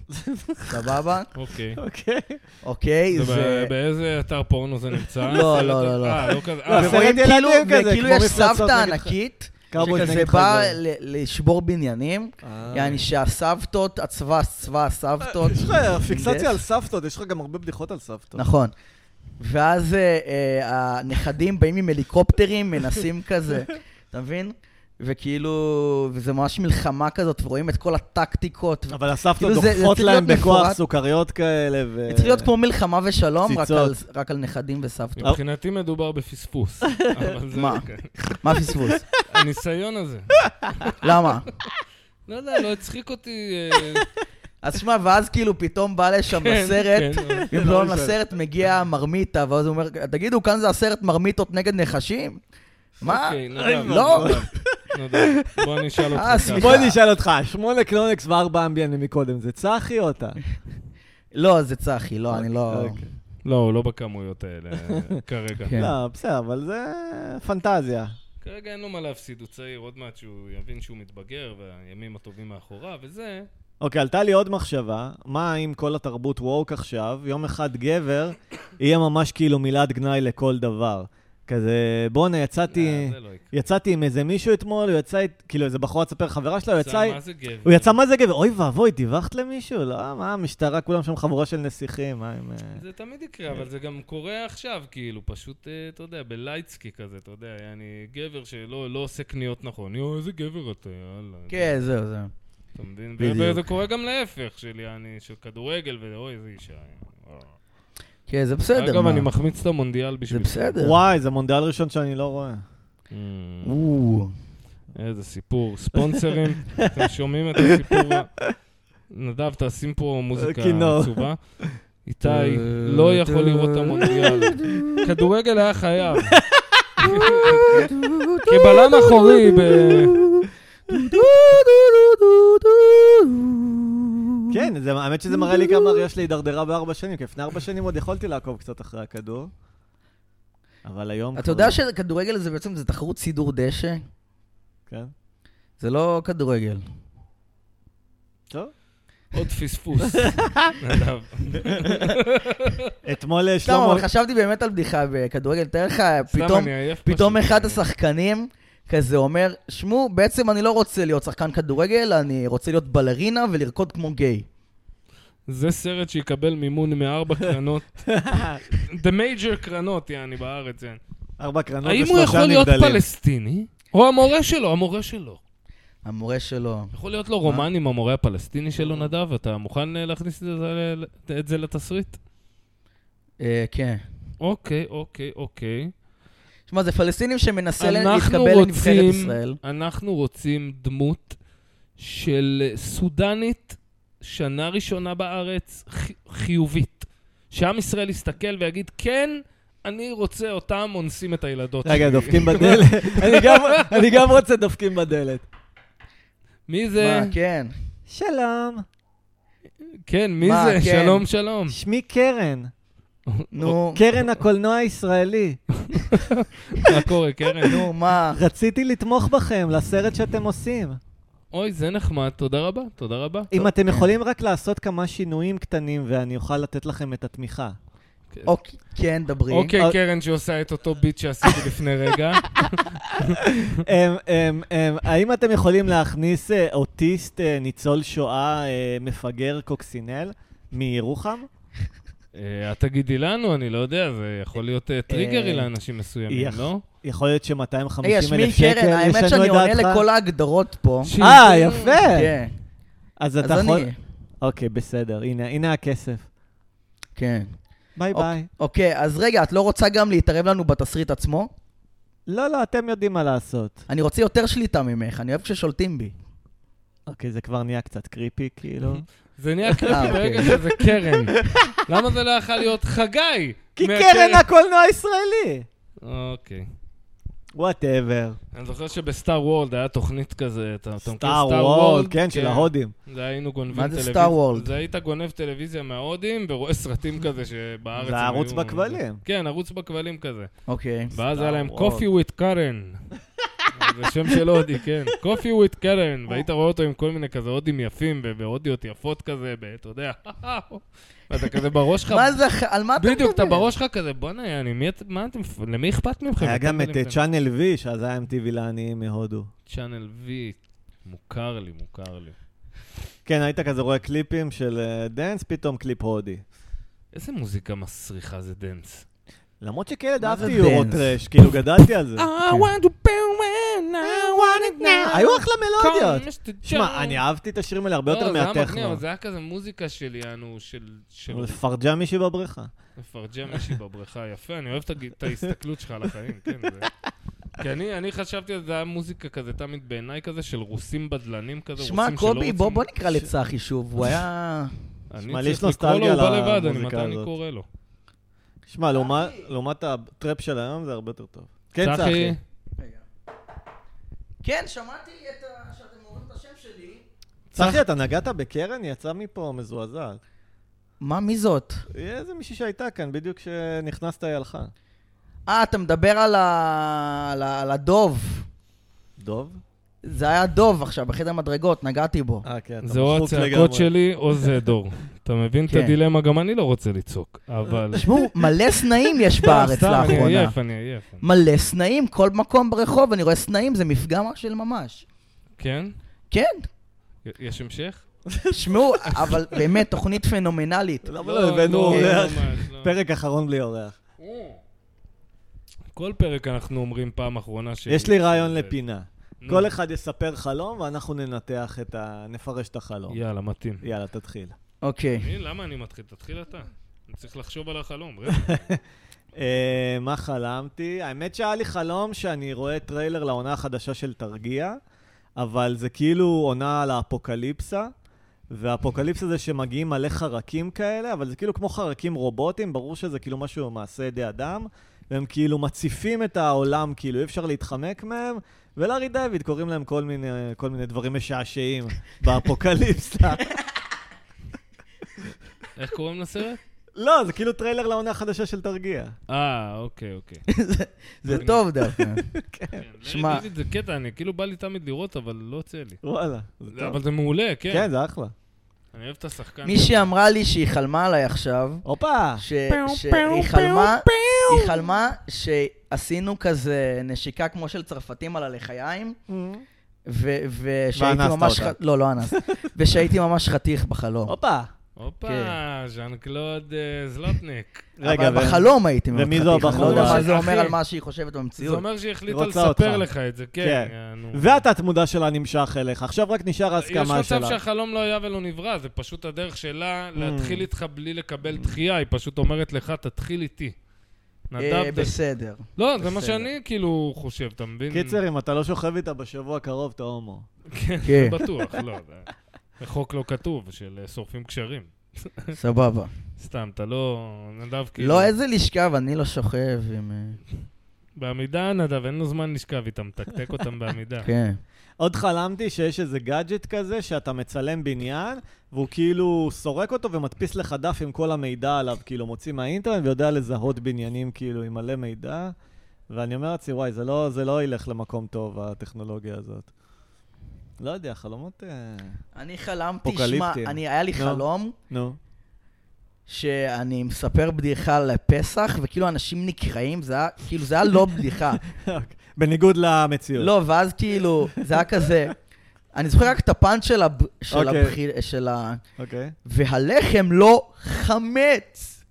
Speaker 1: סבבה?
Speaker 2: אוקיי.
Speaker 3: אוקיי.
Speaker 1: אוקיי, זה...
Speaker 2: זה... באיזה אתר פורנו זה נמצא?
Speaker 1: לא,
Speaker 2: הסרט
Speaker 1: לא,
Speaker 2: הזה?
Speaker 1: לא, לא.
Speaker 2: אה, לא כזה.
Speaker 3: לא,
Speaker 2: אה,
Speaker 3: זה
Speaker 2: זה-
Speaker 1: ורואים
Speaker 3: סרט
Speaker 1: כאילו-
Speaker 3: ילדים כזה,
Speaker 1: וכאילו
Speaker 3: כמו
Speaker 1: יש
Speaker 3: מפלצות
Speaker 1: סבתא
Speaker 3: נגד ח-
Speaker 1: ענקית,
Speaker 3: קאובויז
Speaker 1: שכזה
Speaker 3: נגד
Speaker 1: בא
Speaker 3: חייזרים.
Speaker 1: ל- לשבור בניינים,
Speaker 3: אה.
Speaker 1: יעני שהסבתות, הצבא, צבא הסבתות.
Speaker 3: יש לך פיקסציה על סבתות, יש לך גם הרבה בדיחות על סבתות.
Speaker 1: נכון. ואז אה, אה, הנכדים באים עם הליקופטרים, מנסים כזה, אתה מבין? וכאילו, וזה ממש מלחמה כזאת, ורואים את כל הטקטיקות. ו-
Speaker 3: אבל הסבתות
Speaker 1: כאילו זה- זה
Speaker 3: דוחפות
Speaker 1: צריך
Speaker 3: להם
Speaker 1: להיות
Speaker 3: בכוח
Speaker 1: מפורט.
Speaker 3: סוכריות כאלה, ו...
Speaker 1: זה צריך להיות כמו מלחמה ושלום, רק על,
Speaker 3: ציצות.
Speaker 1: רק על נכדים וסבתות.
Speaker 2: מבחינתי מדובר בפספוס. אבל זה-
Speaker 1: אה, מה? מה הפספוס?
Speaker 2: הניסיון הזה.
Speaker 1: למה?
Speaker 2: לא יודע, לא הצחיק אותי. אה,
Speaker 1: אז שמע, ואז כאילו פתאום בא לשם
Speaker 2: כן,
Speaker 1: לסרט,
Speaker 2: כן, אבל-
Speaker 1: במלון לסרט מגיע מרמיתה, ואז הוא אומר, תגידו, כאן זה הסרט מרמיתות נגד נחשים? מה?
Speaker 2: אוקיי, נדב,
Speaker 1: לא.
Speaker 2: נדב, נדב, בוא נשאל אותך.
Speaker 1: אה,
Speaker 2: ככה.
Speaker 1: סליחה.
Speaker 3: בוא נשאל אותך, שמונה קלונקס וארבע אמביאנים מקודם, זה צחי או אתה?
Speaker 1: לא, זה צחי, לא, אני לא...
Speaker 3: אוקיי.
Speaker 2: לא, הוא לא בכמויות האלה אה, כרגע.
Speaker 1: כן.
Speaker 3: לא, בסדר, אבל זה פנטזיה.
Speaker 2: כרגע אין לו מה להפסיד, הוא צעיר, עוד מעט שהוא יבין שהוא מתבגר, והימים הטובים מאחוריו, וזה...
Speaker 3: אוקיי, עלתה לי עוד מחשבה, מה אם כל התרבות ווק עכשיו, יום אחד גבר יהיה ממש כאילו מילת גנאי לכל דבר. כזה, בואנה, יצאתי...
Speaker 2: אה, זה לא יקרה.
Speaker 3: יצאתי עם איזה מישהו אתמול, הוא יצא, אית- כאילו איזה בחורה תספר חברה שלה, הוא יצא,
Speaker 2: מה זה גבר?
Speaker 3: הוא יצא מה זה גבר, אוי ואבוי, דיווחת למישהו? לא, מה, המשטרה, כולם שם חבורה של נסיכים, מה הם... אה?
Speaker 2: זה תמיד יקרה, אבל זה גם קורה עכשיו, כאילו, פשוט, אה, אתה יודע, בלייצקי כזה, אתה יודע, אני גבר שלא לא עושה קניות נכון. יואו, איזה גבר אתה, יאללה.
Speaker 1: כן, זהו, זהו.
Speaker 2: אתה מבין?
Speaker 3: בדיוק.
Speaker 2: וזה קורה גם להפך שלי, אני, של כדורגל, ואוי, איזה אישה.
Speaker 1: כן, זה בסדר.
Speaker 2: אגב,
Speaker 1: מה?
Speaker 2: אני מחמיץ את המונדיאל
Speaker 1: זה
Speaker 2: בשביל...
Speaker 1: בסדר.
Speaker 3: וואי, זה מונדיאל ראשון שאני לא רואה.
Speaker 2: Mm,
Speaker 1: וואו.
Speaker 2: איזה סיפור. ספונסרים, אתם שומעים את הסיפור? ה- נדב, תשים פה
Speaker 1: אה,
Speaker 2: מוזיקה
Speaker 3: כינור.
Speaker 2: עצובה. איתי לא יכול לראות את המונדיאל. כדורגל היה חייב.
Speaker 1: לא,
Speaker 2: כבלם אחורי ב-
Speaker 3: כן, זה- האמת שזה מראה לי כמה יש לי הידרדרה בארבע שנים, כי לפני ארבע שנים עוד יכולתי לעקוב קצת אחרי הכדור. אבל היום...
Speaker 1: אתה
Speaker 3: כבר-
Speaker 1: יודע שכדורגל זה בעצם זה תחרות סידור דשא?
Speaker 3: כן.
Speaker 1: זה לא כדורגל.
Speaker 3: טוב.
Speaker 2: עוד פספוס. נדב.
Speaker 3: אתמול אה,
Speaker 1: סתם,
Speaker 3: שלמה...
Speaker 1: אבל חשבתי באמת על בדיחה בכדורגל. תאר לך,
Speaker 2: סתם,
Speaker 1: פתאום
Speaker 2: אני עייף
Speaker 1: פתאום
Speaker 2: פשוט.
Speaker 1: אחד השחקנים כזה אומר, שמעו, בעצם אני לא רוצה להיות שחקן כדורגל, אני רוצה להיות בלרינה ולרקוד כמו גיי.
Speaker 2: זה סרט שיקבל מימון מארבע קרנות. The major קרנות, יעני, בארץ. יעני.
Speaker 3: ארבע
Speaker 1: לא,
Speaker 3: קרנות
Speaker 2: האם הוא
Speaker 3: ושלושה
Speaker 2: יכול להיות
Speaker 3: נבדלים.
Speaker 2: פלסטיני? או המורה שלו, המורה שלו.
Speaker 1: המורה שלו,
Speaker 2: יכול להיות לו רומן עם המורה הפלסטיני שלו, נדב? אתה מוכן אה, להכניס את זה ל- את זה לתסריט?
Speaker 1: אה, כן.
Speaker 2: אוקיי, אוקיי, אוקיי.
Speaker 1: שמע, זה פלסטינים שמנסה לה-
Speaker 2: אנחנו
Speaker 1: להתקבל לנבחרת
Speaker 2: רוצים,
Speaker 1: ישראל.
Speaker 2: אנחנו רוצים דמות של אה, סודנית, שנה ראשונה בארץ, חי- חיובית. שעם ישראל יסתכל ויגיד, כן, אני רוצה אותם אונסים את הילדות
Speaker 3: רגע,
Speaker 2: שלי."
Speaker 3: דופקים בדלת. אני גם- אני גם רוצה דופקים בדלת.
Speaker 2: מי זה?
Speaker 1: מה, כן.
Speaker 3: שלום,
Speaker 2: כן, מי
Speaker 1: מה,
Speaker 2: זה?
Speaker 1: כן.
Speaker 2: שלום, שלום.
Speaker 3: שמי קרן.
Speaker 1: נו,
Speaker 3: קרן הקולנוע הישראלי.
Speaker 2: מה קורה, קרן?
Speaker 1: נו, מה?
Speaker 3: רציתי לתמוך בכם לסרט שאתם עושים.
Speaker 2: אוי, זה נחמד, תודה רבה, תודה רבה.
Speaker 3: אם אתם יכולים רק לעשות כמה שינויים קטנים ואני אוכל לתת לכם את התמיכה.
Speaker 1: אוקיי, כן, דברי.
Speaker 2: אוקיי,
Speaker 3: אה,
Speaker 2: קרן שעושה את אותו ביט שעשיתי לפני רגע.
Speaker 3: אמ, אמ, אמ, האם אתם יכולים להכניס אה, אוטיסט, אה, ניצול שואה, אה, מפגר קוקסינל מירוחם?
Speaker 2: אה, את תגידי לנו, אני לא יודע, זה יכול להיות אה, טריגרי
Speaker 3: אה,
Speaker 2: לאנשים מסוימים,
Speaker 3: יח-
Speaker 2: לא?
Speaker 3: יכול להיות ש-250
Speaker 1: רגע,
Speaker 3: אלף
Speaker 1: שמי
Speaker 3: שקל
Speaker 1: קרן, האמת
Speaker 3: ישנו
Speaker 1: שאני
Speaker 3: את
Speaker 1: עונה
Speaker 3: דעתך?
Speaker 1: לכל ההגדרות פה.
Speaker 3: אה, יפה.
Speaker 1: כן,
Speaker 3: אז
Speaker 1: אז
Speaker 3: אתה יכול...
Speaker 1: אני.
Speaker 3: אוקיי, בסדר, הנה, הנה הכסף.
Speaker 1: כן.
Speaker 3: ביי
Speaker 1: אוק-
Speaker 3: ביי.
Speaker 1: אוקיי, אז רגע, את לא רוצה גם להתערב לנו בתסריט עצמו?
Speaker 3: לא, לא, אתם יודעים מה לעשות.
Speaker 1: אני רוצה יותר שליטה ממך, אני אוהב כששולטים בי.
Speaker 3: אוקיי, זה כבר נהיה קצת קריפי, כאילו.
Speaker 2: זה נהיה קריפי
Speaker 1: אה,
Speaker 2: ברגע
Speaker 1: אוקיי.
Speaker 2: שזה קרן. למה זה לא יכול להיות חגי?
Speaker 3: כי
Speaker 2: מהקרן?
Speaker 3: קרן הקולנוע הישראלי!
Speaker 2: אוקיי.
Speaker 3: וואטאבר.
Speaker 2: אני זוכר שבסטאר וולד היה תוכנית כזה, אתה אתה מכיר
Speaker 3: סטאר וולד, כן, של ההודים.
Speaker 2: זה היינו גונבים
Speaker 1: מה זה
Speaker 2: טלוויזיה.
Speaker 1: Star World?
Speaker 2: זה היית גונב טלוויזיה מההודים ורואה סרטים כזה שבארץ
Speaker 3: זה
Speaker 2: הם
Speaker 3: ערוץ
Speaker 2: היו-
Speaker 3: בכבלים.
Speaker 2: כן, ערוץ בכבלים כזה.
Speaker 1: אוקיי.
Speaker 2: ואז
Speaker 3: Star
Speaker 2: היה להם
Speaker 3: World.
Speaker 2: קופי וויט קארן. זה שם של הודי, כן. קופי וויט קארן. והיית רואה אותו עם כל מיני כזה הודים יפים ו- והודיות יפות כזה, ב- אתה יודע. ואתה כזה בראש שלך,
Speaker 1: מה זה, הח- על מה אתה מדבר?
Speaker 2: בדיוק, אתה בראש שלך כזה, בואנה, יעני, מי את- מה אתם, למי אכפת מכם?
Speaker 3: היה גם את
Speaker 2: אתם-
Speaker 3: אה, צ'אנל V, שאז היה MTV לעניים מהודו.
Speaker 2: צ'אנל וי, מוכר לי, מוכר לי.
Speaker 3: כן, היית כזה רואה קליפים של אה, דנס, פתאום קליפ הודי.
Speaker 2: איזה מוזיקה מסריחה זה דנס.
Speaker 3: למרות שכילד
Speaker 1: מה זה
Speaker 3: אהבתי יורו
Speaker 1: dance? אה,
Speaker 3: טרש, כאילו גדלתי על זה.
Speaker 2: I want to pay when I want it now.
Speaker 3: היו אחלה מלודיות.
Speaker 2: Come, Mr.
Speaker 3: שמע,
Speaker 2: Jones.
Speaker 3: אני אהבתי את השירים האלה הרבה
Speaker 2: לא,
Speaker 3: יותר
Speaker 2: זה היה מגניב,
Speaker 3: מהטכנו.
Speaker 2: אבל זה היה כזה מוזיקה של יענו, של... של
Speaker 3: אבל פרג'ה מישהי בבריכה.
Speaker 2: לפרג'ם מישהי בבריכה. יפה, אני אוהב את הג- את ההסתכלות שלך על החיים, כן. זה- כי אני, אני חשבתי על זה, היה מוזיקה כזה, תמיד בעיניי כזה, של רוסים בדלנים כזה,
Speaker 1: שמע,
Speaker 2: רוסים שלא
Speaker 1: קובי,
Speaker 2: רוצים...
Speaker 1: בוא בוא נקרא לצחי שוב, הוא היה...
Speaker 3: שמע, לי
Speaker 2: אני
Speaker 3: יש
Speaker 2: צריך לקרוא לו, הוא
Speaker 3: נוסטלגיה
Speaker 2: בא לבד, אני
Speaker 3: למוזיקה
Speaker 2: מתי אני
Speaker 3: הזאת.
Speaker 2: קורא לו.
Speaker 3: שמע, לעומת- לעומת הטראפ של היום זה הרבה יותר טוב. כן, צחי.
Speaker 2: צחי,
Speaker 1: כן, שמעתי את ה... שאתם אומרים את השם שלי.
Speaker 3: צחי, אתה נגעת בקרן? היא יצאה מפה מזועזעת.
Speaker 1: מה, מי זאת?
Speaker 3: היא איזה מישהי שהייתה כאן, בדיוק כשנכנסת היא הלכה.
Speaker 1: אה, אתה מדבר על ה... על ה- על הדוב.
Speaker 3: דוב?
Speaker 1: זה היה דוב עכשיו, בחדר מדרגות, נגעתי בו.
Speaker 3: אה, כן, אתה
Speaker 2: זה או
Speaker 3: מחוק
Speaker 2: הצעקות
Speaker 3: לגמרי.
Speaker 2: שלי או זה דור. אתה מבין את
Speaker 1: כן.
Speaker 2: הדילמה? גם אני לא רוצה לצעוק, אבל...
Speaker 1: תשמעו, מלא סנאים
Speaker 3: לא,
Speaker 1: יש בארץ
Speaker 2: סתם, אני
Speaker 1: לאחרונה.
Speaker 2: עייף, אני עייף.
Speaker 1: מלא סנאים, כל מקום ברחוב, אני רואה סנאים, זה מפגע של ממש.
Speaker 2: כן?
Speaker 1: כן,
Speaker 2: י- יש המשך?
Speaker 1: תשמעו, אבל באמת, תוכנית פנומנלית.
Speaker 3: למה לא הבאנו אורח?
Speaker 2: ממש לא.
Speaker 3: פרק אחרון בלי אורח.
Speaker 2: כל פרק אנחנו אומרים פעם אחרונה ש...
Speaker 3: יש לי רעיון לפינה.
Speaker 2: נו.
Speaker 3: כל אחד יספר חלום, ואנחנו ננתח את ה... נפרש את החלום.
Speaker 2: יאלה, מתאים.
Speaker 3: יאללה, תתחיל.
Speaker 1: אוקיי.
Speaker 2: מי? למה אני מתחיל? תתחיל אתה. אני צריך לחשוב על החלום. רגע.
Speaker 3: אה, מה חלמתי? האמת שהיה לי חלום שאני רואה טריילר לעונה החדשה של תרגיע, אבל זה כאילו עונה על האפוקליפסה, והאפוקליפסה זה שמגיעים מלא חרקים כאלה, אבל זה כאילו כמו חרקים רובוטים, ברור שזה כאילו משהו מעשה ידי אדם, והם כאילו מציפים את העולם, כאילו אי אפשר להתחמק מהם, ולארי דיוויד קוראים להם כל מיני, כל מיני דברים משעשעים באפוקליפסה.
Speaker 2: איך קוראים לסרט?
Speaker 3: לא, זה כאילו טריילר לעונה החדשה של תרגיע.
Speaker 2: אה, אוקיי, אוקיי.
Speaker 1: זה-
Speaker 3: אוקיי.
Speaker 1: זה טוב דווקא.
Speaker 2: כן,
Speaker 1: שמע-
Speaker 2: לארי דיוויד זה קטע, אני כאילו בא לי תמיד לראות, אבל לא יוצא לי.
Speaker 3: וואלה, זה טוב.
Speaker 2: לא, אבל זה מעולה, כן.
Speaker 3: כן, זה אחלה.
Speaker 2: אני אוהב את
Speaker 3: כן.
Speaker 2: השחקן.
Speaker 1: מישהי אמ- אמרה לי שהיא חלמה עליי עכשיו,
Speaker 3: הופה!
Speaker 1: ש- שהיא חלמה, היא חלמה שעשינו כזה נשיקה כמו של צרפתים על הלחיים, ו- ושהייתי
Speaker 3: Mm. ואנסת
Speaker 1: ממש...
Speaker 3: אותה.
Speaker 1: ח- לא, לא אנס. ושהייתי ממש חתיך בחלום.
Speaker 3: הופה!
Speaker 2: הופה, ז'אן קלוד אה, זלוטניק.
Speaker 3: רגע,
Speaker 1: אבל
Speaker 3: ו-
Speaker 1: בחלום הייתי מאוד
Speaker 3: ומי
Speaker 1: חתיך,
Speaker 3: זו
Speaker 1: אני לא יודע
Speaker 2: הבחורה?
Speaker 1: מה זה אומר
Speaker 2: אחי.
Speaker 1: על מה שהיא חושבת
Speaker 2: זה
Speaker 1: במציאות.
Speaker 2: אומר שהיא החליטה
Speaker 3: היא רוצה
Speaker 2: לספר
Speaker 3: אותך.
Speaker 2: לך את זה, כן.
Speaker 3: כן.
Speaker 2: אה, נו.
Speaker 3: והתת-מודע שלה נמשך אליך, עכשיו רק נשאר ההסכמה
Speaker 2: יש מצב
Speaker 3: שלה.
Speaker 2: שהחלום לא היה ולא נברא, זה פשוט הדרך שלה להתחיל איתך בלי לקבל דחייה, היא פשוט אומרת לך, תתחיל איתי.
Speaker 1: אה,
Speaker 2: נדב, ת-
Speaker 1: בסדר.
Speaker 2: לא, זה מה
Speaker 1: בסדר.
Speaker 2: שאני כאילו חושב, אתה מבין?
Speaker 3: קיצר, אם אתה לא שוכב איתה בשבוע הקרוב, אתה הומו.
Speaker 2: כן,
Speaker 1: כן.
Speaker 2: זה בטוח, לא. זה- זה חוק לא כתוב של אה, שורפים קשרים.
Speaker 1: סבבה.
Speaker 2: סתם, אתה לא... נדב כאילו...
Speaker 1: לא, איזה לשכב, אני לא שוכב עם... אה,
Speaker 2: בעמידה, נדב, אין לו זמן לשכב איתם, תקתק אותם בעמידה.
Speaker 1: כן.
Speaker 3: עוד חלמתי שיש איזה גאדג'ט כזה שאתה מצלם בניין, והוא כאילו סורק אותו ומדפיס לך דף עם כל המידע עליו, כאילו מוציא מהאינטרנט ויודע לזהות בניינים כאילו עם מלא מידע. ואני אומר לעצמי, וואי, זה לא, זה לא ילך למקום טוב, הטכנולוגיה הזאת. לא יודע, חלומות... אה,
Speaker 1: אני חלמתי, שמע,
Speaker 3: אפוקליפטיים.
Speaker 1: אני- היה לי
Speaker 3: נו.
Speaker 1: חלום
Speaker 3: נו.
Speaker 1: שאני מספר בדיחה לפסח, וכאילו אנשים נקרעים, זה היה, כאילו, זה היה לא בדיחה.
Speaker 3: אוקיי. בניגוד למציאות.
Speaker 1: לא, ואז כאילו, זה היה כזה, אני זוכר רק את הפאנץ' של, הב... של,
Speaker 3: אוקיי.
Speaker 1: הבחיר... של ה...
Speaker 3: אוקיי.
Speaker 1: והלחם לא חמץ.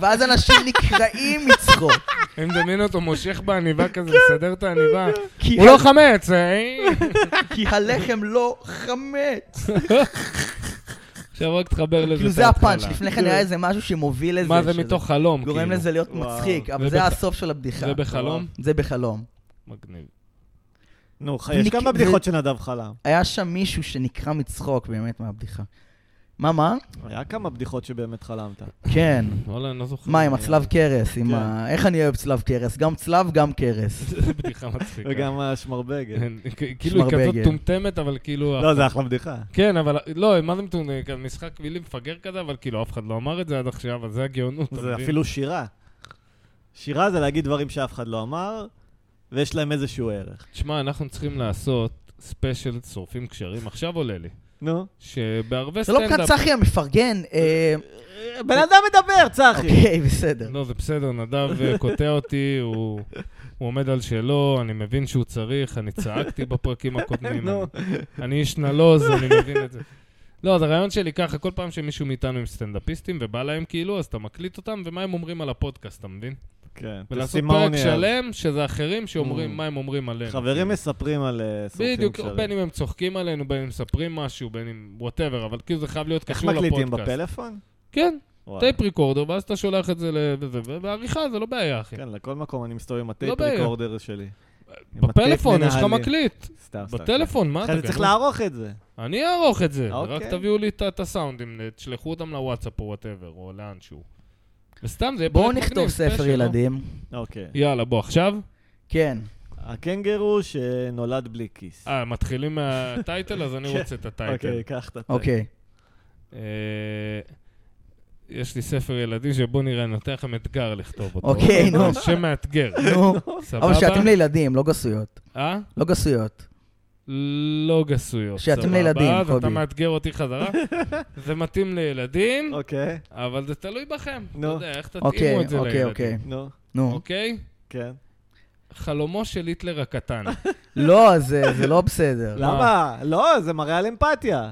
Speaker 1: ואז אנשים נקרעים מצחוק.
Speaker 2: אני מדמיין אותו מושך בעניבה כזה, מסדר את העניבה.
Speaker 1: כי,
Speaker 2: הוא לא חמץ, אה?
Speaker 1: כי הלחם לא חמץ.
Speaker 2: עכשיו רק תחבר לזה
Speaker 1: כאילו
Speaker 2: את
Speaker 1: זה הפאנץ',
Speaker 2: ההתחלה.
Speaker 1: לפני כן נראה איזה משהו שמוביל לזה.
Speaker 2: מה זה
Speaker 1: שזה
Speaker 2: מתוך חלום, כאילו?
Speaker 1: גורם לזה להיות
Speaker 3: וואו.
Speaker 1: מצחיק, אבל
Speaker 2: זה
Speaker 1: זה
Speaker 2: בח-
Speaker 1: הסוף של הבדיחה.
Speaker 2: זה בחלום?
Speaker 1: זה בחלום.
Speaker 2: מגניב.
Speaker 3: נו, יש
Speaker 1: ניק-
Speaker 3: כמה בדיחות
Speaker 1: ו-
Speaker 3: שנדב חלם.
Speaker 1: היה שם מישהו שנקרע מצחוק באמת מהבדיחה. מה, מה?
Speaker 2: נכון.
Speaker 3: היה כמה בדיחות שבאמת חלמת.
Speaker 1: כן.
Speaker 2: וואלה, אני לא זוכר.
Speaker 1: מה, עם הצלב קרס? עם
Speaker 3: כן.
Speaker 1: ה... איך אני אוהב צלב קרס? גם צלב, גם קרס.
Speaker 2: זה בדיחה מצחיקה.
Speaker 3: וגם השמרבגת.
Speaker 2: כן, כ- כאילו היא כזאת
Speaker 1: שמרבגת.
Speaker 2: מטומטמת, אבל כאילו...
Speaker 3: לא, זה אחלה בדיחה.
Speaker 2: כן, אבל... לא, מה זה מטומטמת? כזה משחק מילים מפגר כזה, אבל כאילו אף אחד לא אמר את זה עד עכשיו, אז זה הגאונות. אתה
Speaker 3: זה
Speaker 2: מבין?
Speaker 3: אפילו שירה. שירה זה להגיד דברים שאף אחד לא אמר, ויש להם איזשהו ערך.
Speaker 2: תשמע, אנחנו צריכים לעשות ספיישל שורפים קשרים. עכשיו עולה לי.
Speaker 3: נו.
Speaker 2: שבהרבה
Speaker 1: זה לא כאן
Speaker 2: סטנדאפ...
Speaker 1: צחי המפרגן. אה,
Speaker 3: בן
Speaker 2: אוקיי.
Speaker 3: אדם מדבר, צחי!
Speaker 1: אוקיי, בסדר.
Speaker 2: לא, זה בסדר, נדב אה, קוטע אותי, הוא הוא עומד על שלו, אני מבין שהוא צריך, אוקיי. אני צעקתי בפרקים הקודמים.
Speaker 3: נו.
Speaker 2: אני איש נלוז, אני מבין את זה. לא, אז הרעיון שלי ככה, כל פעם שמישהו מאיתנו עם סטנדאפיסטים ובא להם כאילו, אז אתה מקליט אותם, ומה הם אומרים על הפודקאסט, אתה מבין?
Speaker 3: כן.
Speaker 2: ולעשות פרק
Speaker 3: תסימוניאל.
Speaker 2: שלם, שזה אחרים שאומרים
Speaker 3: Mm.
Speaker 2: מה הם אומרים עלינו.
Speaker 3: חברים
Speaker 2: כאילו.
Speaker 3: מספרים על אה, שורפים
Speaker 2: בדיוק, אוקיי,
Speaker 3: קשרים.
Speaker 2: בין אם הם צוחקים עלינו, בין אם מספרים משהו, בין אם וואטאבר, אבל כאילו זה חייב להיות
Speaker 3: איך
Speaker 2: קשור לפודקאסט.
Speaker 3: מקליטים בפלאפון?
Speaker 2: כן,
Speaker 3: וואלה.
Speaker 2: טייפ ריקורדר, ואז אתה שולח את זה ל... וזה, ו- ועריכה זה לא בעיה, אחי.
Speaker 3: כן, לכל מקום אני מסתובב עם הטייפ
Speaker 2: לא בעיה.
Speaker 3: ריקורדר שלי. עם
Speaker 2: בפלאפון
Speaker 3: הטייפ
Speaker 2: יש לך
Speaker 3: מנהלי.
Speaker 2: מקליט.
Speaker 3: סתם, סתם.
Speaker 2: בטלפון, מה אתה...
Speaker 3: אחרי זה צריך
Speaker 2: גנוב?
Speaker 3: לערוך את זה.
Speaker 2: אני אערוך את זה,
Speaker 3: אוקיי.
Speaker 2: רק תביאו לי את- את הסאונדים, תשלחו אותם לוואטסאפ או וואטאבר, או לאנשהו. וסתם, זה יהיה
Speaker 1: בואו
Speaker 2: פרק
Speaker 1: נכתוב
Speaker 2: מגניב,
Speaker 1: ספר
Speaker 2: ספיישל,
Speaker 1: ילדים.
Speaker 3: אוקיי.
Speaker 2: לא? יאללה, בוא, עכשיו?
Speaker 1: כן.
Speaker 3: הקנגרו שנולד בלי כיס.
Speaker 2: אה, מתחילים מהטייטל, אז אני
Speaker 3: כן.
Speaker 2: רוצה את הטייטל.
Speaker 3: אוקיי, קח את הטייפ.
Speaker 1: אוקיי.
Speaker 2: אה, יש לי ספר ילדים שבוא נראה, אני נותן לכם אתגר לכתוב אותו.
Speaker 1: אוקיי, נו.
Speaker 2: זה שם מאתגר,
Speaker 1: נו.
Speaker 2: סבבה?
Speaker 1: אבל שאתם לילדים, לא גסויות.
Speaker 2: אה?
Speaker 1: לא גסויות.
Speaker 2: לא גסויות,
Speaker 1: שאתם לילדים,
Speaker 2: אז אתה
Speaker 1: קובי.
Speaker 2: מאתגר אותי חזרה. זה מתאים לילדים,
Speaker 3: אוקיי,
Speaker 2: אבל זה תלוי בכם. אתה
Speaker 3: נו.
Speaker 2: יודע, איך תתאימו
Speaker 1: אוקיי,
Speaker 2: את זה
Speaker 1: אוקיי,
Speaker 2: לילדים.
Speaker 1: אוקיי.
Speaker 3: נו,
Speaker 1: נו.
Speaker 2: אוקיי?
Speaker 3: כן.
Speaker 2: חלומו של היטלר הקטן.
Speaker 1: לא, זה זה לא בסדר.
Speaker 3: למה? לא, זה מראה על אמפתיה.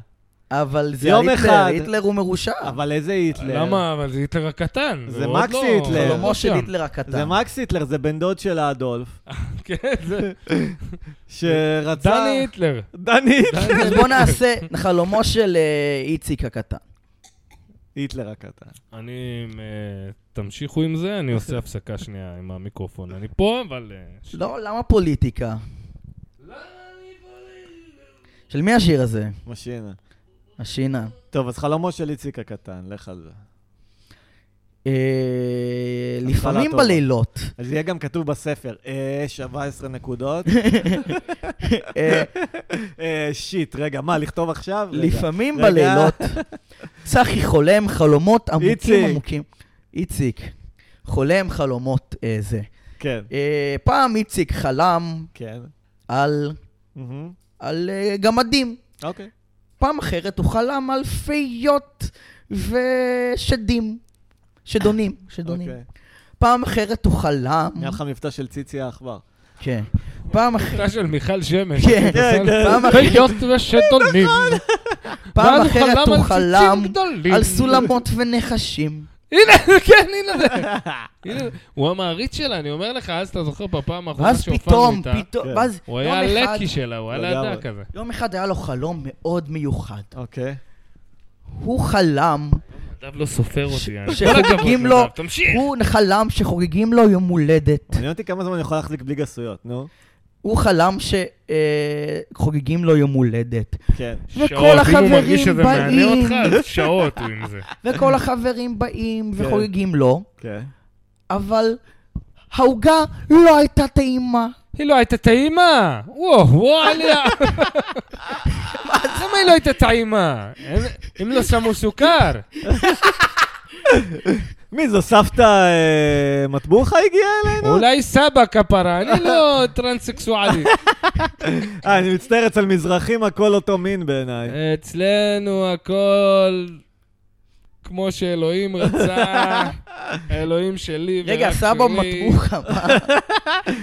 Speaker 1: אבל זה
Speaker 3: יום
Speaker 1: היטלר,
Speaker 3: אחד.
Speaker 1: היטלר הוא מרושע.
Speaker 3: אבל איזה היטלר?
Speaker 2: למה? אבל זה היטלר הקטן.
Speaker 3: זה
Speaker 2: עוד
Speaker 3: מקסי
Speaker 2: לא-
Speaker 3: היטלר.
Speaker 2: עוד לא
Speaker 1: חלומו של
Speaker 2: שם.
Speaker 1: היטלר
Speaker 3: זה
Speaker 1: הקטן.
Speaker 3: מקס היטלר, זה בן דוד של האדולף,
Speaker 2: כן, זה
Speaker 3: שרצה...
Speaker 2: דני היטלר.
Speaker 3: דני היטלר.
Speaker 2: דני
Speaker 1: אז
Speaker 2: היטלר.
Speaker 1: בוא נעשה חלומו של אה, איציק הקטן.
Speaker 3: היטלר הקטן.
Speaker 2: אני... אה, תמשיכו עם זה, אני עושה הפסקה שנייה עם המיקרופון. אני פה, אבל... אה, ש-
Speaker 1: לא, למה פוליטיקה? של מי השיר הזה?
Speaker 3: משינה.
Speaker 1: השינה.
Speaker 3: טוב, אז חלומו של איציק הקטן, לך על זה.
Speaker 1: אה, לפעמים
Speaker 3: טובה.
Speaker 1: בלילות.
Speaker 3: אז יהיה גם כתוב בספר, אה, 17 נקודות.
Speaker 1: אה,
Speaker 3: אה, שיט, רגע, מה, לכתוב עכשיו? רגע.
Speaker 1: לפעמים
Speaker 3: רגע.
Speaker 1: בלילות צחי חולם חלומות עמוקים
Speaker 3: איציק.
Speaker 1: עמוקים. איציק. חולם חלומות אה, זה.
Speaker 3: כן,
Speaker 1: אה, פעם איציק חלם
Speaker 3: כן.
Speaker 1: על
Speaker 3: מהמם.
Speaker 1: על אה, גמדים.
Speaker 3: אוקיי.
Speaker 1: פעם אחרת הוא חלם על פיות ושדים. שדונים, שדונים.
Speaker 3: אוקיי.
Speaker 1: פעם אחרת הוא חלם...
Speaker 3: נהיה לך מבטא של ציצי העכבר.
Speaker 1: כן. פעם אחרת...
Speaker 2: אתה של מיכל שמש.
Speaker 1: כן,
Speaker 3: כן, כן.
Speaker 1: פעם אחרת- נכון.
Speaker 2: חיות ושתונים.
Speaker 1: פעם אחרת הוא חלם
Speaker 2: גדולים.
Speaker 1: על סולמות ונחשים.
Speaker 2: הנה, כן, הנה זה. הנה, הוא המעריץ שלה, אני אומר לך, אז אתה זוכר בפעם האחרונה
Speaker 1: ואז
Speaker 2: שהופענו
Speaker 1: פתאום,
Speaker 2: איתה.
Speaker 1: פתאום,
Speaker 3: כן.
Speaker 1: ואז
Speaker 2: הוא
Speaker 1: יום
Speaker 2: היה
Speaker 1: אחד-
Speaker 2: הלקי שלה, הוא היה לידה
Speaker 3: לגמרי.
Speaker 2: כזה.
Speaker 1: יום אחד היה לו חלום מאוד מיוחד.
Speaker 3: אוקיי.
Speaker 1: הוא חלם,
Speaker 2: נדב לא סופר
Speaker 1: ש-
Speaker 2: אותי. אני-
Speaker 1: שחוגגים
Speaker 2: כל הכבוד,
Speaker 1: לו-
Speaker 2: נדב, תמשיך.
Speaker 1: הוא חלם שחוגגים לו יום הולדת.
Speaker 3: מעניין אותי כמה זמן אני יכול להחזיק בלי גסויות, נו.
Speaker 1: הוא חלם שחוגגים לו יום הולדת.
Speaker 3: כן.
Speaker 1: וכל
Speaker 2: שעות, אם הוא
Speaker 1: החברים
Speaker 2: מרגיש שזה מעניין
Speaker 1: באים.
Speaker 2: אותך, אז שעות הוא עם זה.
Speaker 1: וכל החברים באים
Speaker 3: כן.
Speaker 1: וחוגגים לו,
Speaker 3: כן.
Speaker 1: אבל העוגה לא הייתה טעימה.
Speaker 2: היא לא הייתה טעימה! וואו, וואו, עליה! למה היא לא הייתה טעימה? אם לא שמו סוכר.
Speaker 3: מי זו, סבתא אה, מטבוחה הגיעה אלינו?
Speaker 2: אולי סבא כפרה, אני לא טרנסקסואלי.
Speaker 3: אה, אני מצטער, אצל מזרחים הכל אותו מין בעיניי.
Speaker 2: אצלנו הכל כמו שאלוהים רצה, אלוהים שלי ורק שלי.
Speaker 1: רגע, סבא מטבוחה, מה?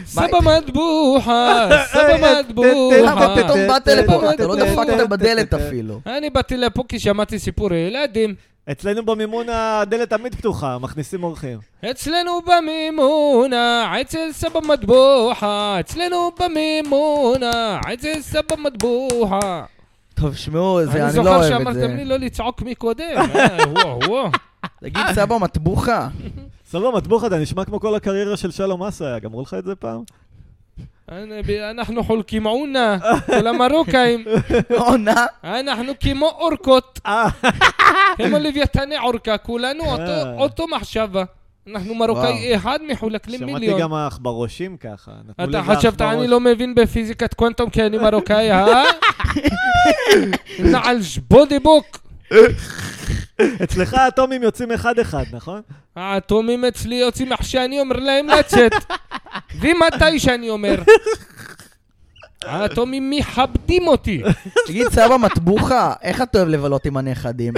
Speaker 2: סבא מטבוחה, סבא
Speaker 1: למה
Speaker 2: מטבוחה.
Speaker 1: פתאום באת לפה? אתה לא
Speaker 2: אה, אה,
Speaker 1: דפקת בדלת אפילו.
Speaker 2: אני באתי לפה כי שמעתי סיפורי ילדים.
Speaker 3: אצלנו במימון הדלת תמיד פתוחה, מכניסים אורחים.
Speaker 2: אצלנו במימונה, אצל סבא מטבוחה, אצלנו במימונה, אצל סבא מטבוחה.
Speaker 1: טוב, שמעו, זה-
Speaker 2: אני
Speaker 1: אני לא
Speaker 2: זוכר
Speaker 1: אוהב את
Speaker 2: שאמרתם
Speaker 1: זה.
Speaker 2: לי לא לצעוק מקודם. אה, וואו, וואו.
Speaker 1: תגיד, סבא מטבוחה?
Speaker 3: סבבה, מטבוחה, אתה נשמע כמו כל הקריירה של שלום אסייג, אמרו לך את זה פעם?
Speaker 2: أنا ب... אנחנו חולקים עונה, של המרוקאים.
Speaker 1: עונה?
Speaker 2: אנחנו כמו אורקות,
Speaker 3: אה,
Speaker 2: כמו לוויתני עורקה, כולנו אותו,
Speaker 3: אה.
Speaker 2: אותו מחשבה. אנחנו מרוקאי אחד מחולק
Speaker 3: שמעתי
Speaker 2: למיליון.
Speaker 3: גם העכברושים ככה. נתנו
Speaker 2: אתה
Speaker 3: לזה
Speaker 2: חשבת אני
Speaker 3: עכברוש.
Speaker 2: לא מבין בפיזיקת קוונטום כי אני מרוקאי, אה? נעל שבודי בוק.
Speaker 3: אצלך האטומים יוצאים אחד-אחד, נכון?
Speaker 2: האטומים אצלי יוצאים איך שאני אומר להם לצאת. ומתי שאני אומר. האטומים מכבדים אותי.
Speaker 1: תגיד, סבא מטבוחה, איך אתה אוהב לבלות עם הנכדים?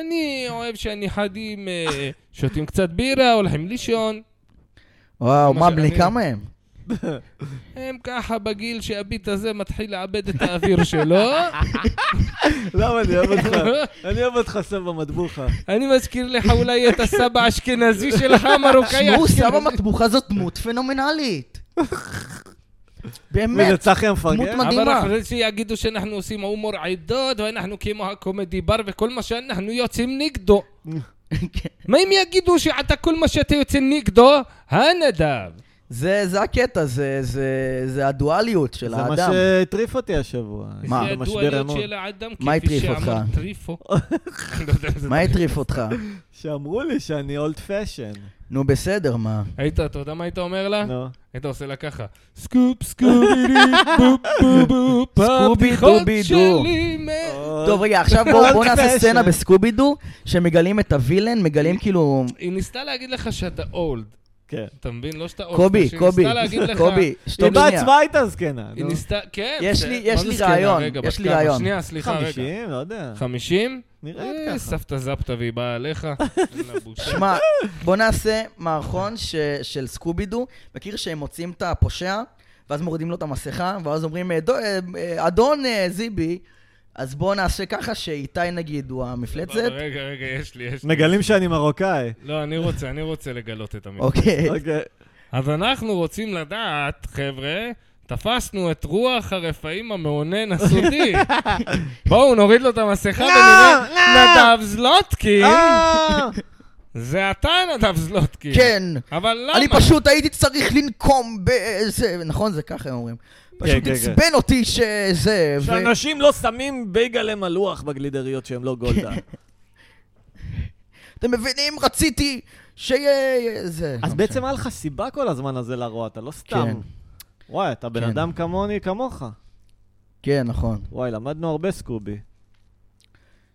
Speaker 2: אני אוהב שהנכדים אה, שותים קצת בירה, הולכים לישון.
Speaker 1: וואו,
Speaker 2: מה
Speaker 1: מה,
Speaker 2: שאני-
Speaker 1: בני כמה הם?
Speaker 2: הם ככה בגיל שהביט הזה מתחיל לאבד את האוויר שלו.
Speaker 3: למה אני אוהב אותך? אני אוהב אותך סבא מטבוחה.
Speaker 2: אני מזכיר לך אולי את הסבא האשכנזי שלך, המרוקאי
Speaker 1: שמעו,
Speaker 2: האשכנזי.
Speaker 1: סבא מטבוחה זו דמות פנומנלית.
Speaker 3: וזה
Speaker 1: באמת.
Speaker 3: צחי
Speaker 1: דמות
Speaker 3: המפרגן?
Speaker 1: מג-
Speaker 2: אבל
Speaker 1: מדהימה.
Speaker 2: אחרי שיגידו שאנחנו עושים הומור עדות, ואנחנו כמו הקומדי בר, וכל מה שאנחנו יוצאים נגדו.
Speaker 1: כן.
Speaker 2: מה אם יגידו שאתה כל מה שאתה יוצא נגדו, הנדב?
Speaker 1: זה זה הקטע, זה- זה- זה הדואליות של
Speaker 3: זה מה
Speaker 1: האדם.
Speaker 3: שהטריף אותי השבוע.
Speaker 1: מה?
Speaker 3: זה
Speaker 2: זה
Speaker 3: משבר
Speaker 2: הדואליות
Speaker 3: אמון.
Speaker 2: של האדם,
Speaker 1: מה
Speaker 2: כפי
Speaker 1: הטריף אותך?
Speaker 2: שאמר טריפו. אני לא יודע אם זה-
Speaker 1: מה הטריף אותך?
Speaker 3: שאמרו לי שאני אולד פאשן.
Speaker 1: נו בסדר, מה?
Speaker 2: היית, אתה יודע מה היית אומר לה?
Speaker 3: נו.
Speaker 2: היית עושה לה ככה, סקופ סקובי די בופ בופ בופ,
Speaker 1: סקובי
Speaker 2: הבדיחות
Speaker 1: דובי דו.
Speaker 2: שלי מ...
Speaker 1: טוב, רגע, עכשיו בואו בואו נעשה
Speaker 3: פאשן.
Speaker 1: סצנה בסקובידו, שמגלים את הווילן, מגלים כאילו...
Speaker 2: היא ניסתה להגיד לך שאתה אולד,
Speaker 3: כן.
Speaker 2: אתה מבין? לא שאתה אולד.
Speaker 1: קובי,
Speaker 2: שהיא
Speaker 1: קובי,
Speaker 2: ניסתה להגיד לך-
Speaker 1: קובי,
Speaker 3: היא
Speaker 1: שתום שנייה.
Speaker 3: בעצמה הייתה זקנה.
Speaker 2: היא
Speaker 3: אה, נו.
Speaker 2: ניסתה, כן.
Speaker 1: יש
Speaker 2: זה-
Speaker 1: לי-
Speaker 2: מה
Speaker 1: יש
Speaker 2: זה
Speaker 1: לי
Speaker 2: זקנה?
Speaker 1: רעיון,
Speaker 2: רגע,
Speaker 1: יש
Speaker 2: בת
Speaker 1: לי
Speaker 2: כמה?
Speaker 1: רעיון.
Speaker 2: שנייה, סליחה, רגע.
Speaker 3: 50? לא יודע.
Speaker 2: 50?
Speaker 3: נראית
Speaker 2: אה,
Speaker 3: ככה.
Speaker 2: סבתא זפתא והיא באה אליך. אין לה בושה.
Speaker 1: שמע, בוא נעשה מערכון ש- של סקובידו, מכיר שהם מוצאים את הפושע, ואז מורידים לו את המסכה, ואז אומרים, "אה, דו- אה, אה, אדון אה, זיבי, אז בוא נעשה ככה שאיתי נגיד הוא המפלצת.
Speaker 2: לא, רגע, רגע, יש לי, יש לי.
Speaker 3: מגלים שאני מרוקאי.
Speaker 2: לא, אני רוצה, אני רוצה לגלות את המקרה.
Speaker 1: אוקיי.
Speaker 3: אוקיי.
Speaker 2: אז אנחנו רוצים לדעת, חבר'ה, תפסנו את רוח הרפאים המאונן הסודי. בואו נוריד לו את המסכה
Speaker 3: לא,
Speaker 2: ונראה,
Speaker 3: לא.
Speaker 2: נדב זלוטקין,
Speaker 3: אה!
Speaker 2: זה אתה נדב זלוטקין.
Speaker 1: כן.
Speaker 2: אבל למה?
Speaker 1: אני פשוט הייתי צריך לנקום באיזה... נכון, זה ככה הם אומרים.
Speaker 3: כן,
Speaker 1: פשוט
Speaker 3: כן, כן.
Speaker 1: עצבן אותי שזה... ו-
Speaker 3: שאנשים לא שמים בייגלה מלוח בגלידריות שהם לא גולדה.
Speaker 1: כן. אתם מבינים? רציתי שיהיה... זה...
Speaker 3: אז
Speaker 1: לא
Speaker 3: בעצם היה לך סיבה כל הזמן הזה לרוע, אתה לא
Speaker 1: כן.
Speaker 3: סתם. וואי, אתה בן
Speaker 1: כן.
Speaker 3: אדם כמוני, כמוך.
Speaker 1: משנה. כן, נכון.
Speaker 3: וואי, למדנו הרבה סקובי.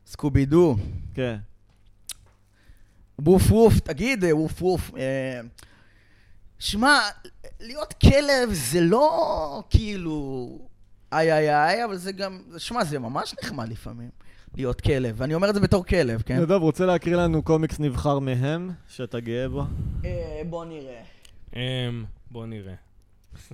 Speaker 1: סקובידו.
Speaker 3: כן.
Speaker 1: ווף ווף, תגיד, אה, ווף ווף. אה, שמע, להיות כלב זה לא כאילו איי איי איי, אבל זה גם, שמע, זה ממש נחמד לפעמים, להיות כלב. ואני אומר את זה בתור כלב, כן?
Speaker 3: נדב, רוצה להקריא לנו קומיקס נבחר מהם, שאתה גאה בו?
Speaker 1: אה, בוא נראה.
Speaker 2: אמ, בוא נראה.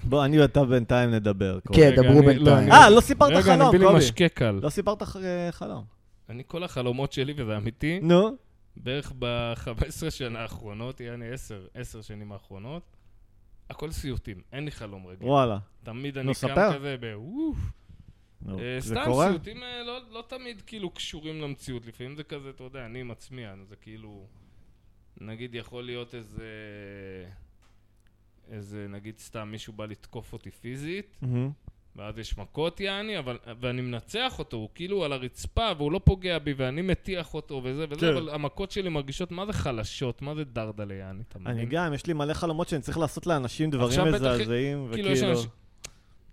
Speaker 3: בוא, אני ואתה בינתיים נדבר. קובי.
Speaker 1: כן,
Speaker 2: רגע,
Speaker 1: דברו
Speaker 2: אני- לא,
Speaker 1: בינתיים.
Speaker 2: אני-
Speaker 3: אה, לא סיפרת
Speaker 2: רגע, אני
Speaker 3: חלום,
Speaker 2: מביא לי
Speaker 3: קובי.
Speaker 2: משקה קל.
Speaker 3: לא סיפרת ח- אה, חלום.
Speaker 2: אני, כל החלומות שלי, וזה אמיתי,
Speaker 3: נו.
Speaker 2: בערך ב-15 שנה האחרונות, יעני 10, 10 שנים האחרונות, הכל סיוטים, אין לי חלום רגיל.
Speaker 3: וואלה.
Speaker 2: תמיד
Speaker 3: נו,
Speaker 2: אני קם
Speaker 3: לא ספר.
Speaker 2: כזה בווף.
Speaker 3: נו,
Speaker 2: אה,
Speaker 3: זה
Speaker 2: סתם
Speaker 3: קורה?
Speaker 2: סיוטים אה, לא, לא תמיד כאילו קשורים למציאות, לפעמים זה כזה, אתה יודע, אני עם עצמי, אני- זה כאילו, נגיד יכול להיות איזה, איזה, נגיד סתם מישהו בא לתקוף אותי פיזית,
Speaker 3: מהמם.
Speaker 2: ואז יש מכות יעני, אבל, ואני מנצח אותו, הוא כאילו על הרצפה והוא לא פוגע בי ואני מטיח אותו וזה וזה,
Speaker 3: כן.
Speaker 2: אבל המכות שלי מרגישות מה זה חלשות, מה זה דרדלה יעני, אתה מבין?
Speaker 3: אני גם, יש לי מלא חלומות שאני צריך לעשות לאנשים דברים
Speaker 2: עכשיו בטח-
Speaker 3: מזעזעים,
Speaker 2: כאילו, יש
Speaker 3: וכאילו...
Speaker 2: אנשים...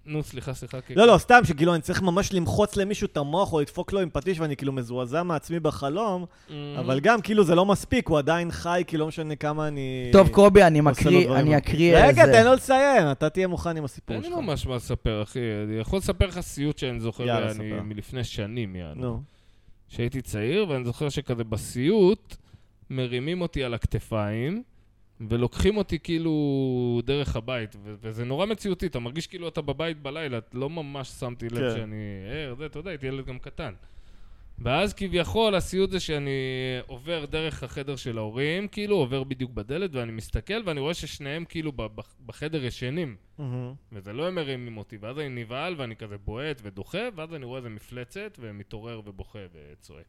Speaker 2: נו, סליחה, סליחה, כן.
Speaker 3: לא, לא, סתם שכאילו אני צריך ממש למחוץ למישהו את המוח או לדפוק לו עם פטיש ואני כאילו מזועזע מעצמי בחלום,
Speaker 2: אמ,
Speaker 3: אבל גם כאילו זה לא מספיק, הוא עדיין חי, כאילו לא משנה כמה אני...
Speaker 1: טוב, קובי, אני
Speaker 3: עושה לו
Speaker 1: מקריא,
Speaker 3: דברים. לא-
Speaker 1: אני אקריא איזה...
Speaker 3: רגע, תן לו לסיים, אתה תהיה מוכן עם הסיפור
Speaker 2: אין
Speaker 3: שלך.
Speaker 2: לי ממש מה לספר, אחי. אני יכול לספר לך סיוט שאני זוכר
Speaker 3: יאללה,
Speaker 2: אני
Speaker 3: ספר.
Speaker 2: מלפני שנים, יענו.
Speaker 3: נו.
Speaker 2: כשהייתי צעיר, ואני זוכר שכזה בסיוט, מרימים אותי על הכתפיים, ולוקחים אותי כאילו דרך הבית, ו- וזה נורא מציאותי, אתה מרגיש כאילו אתה בבית בלילה, את לא ממש שמתי לב
Speaker 3: כן.
Speaker 2: שאני ער, זה, אתה יודע, הייתי ילד גם קטן. ואז כביכול הסיוט זה שאני עובר דרך החדר של ההורים, כאילו עובר בדיוק בדלת, ואני מסתכל ואני רואה ששניהם כאילו ב- בח- בחדר ישנים.
Speaker 3: מהמם.
Speaker 2: וזה לא הם מרימים אותי, ואז אני נבהל ואני כזה בועט ודוחה, ואז אני רואה איזה מפלצת ומתעורר ובוכה וצועק.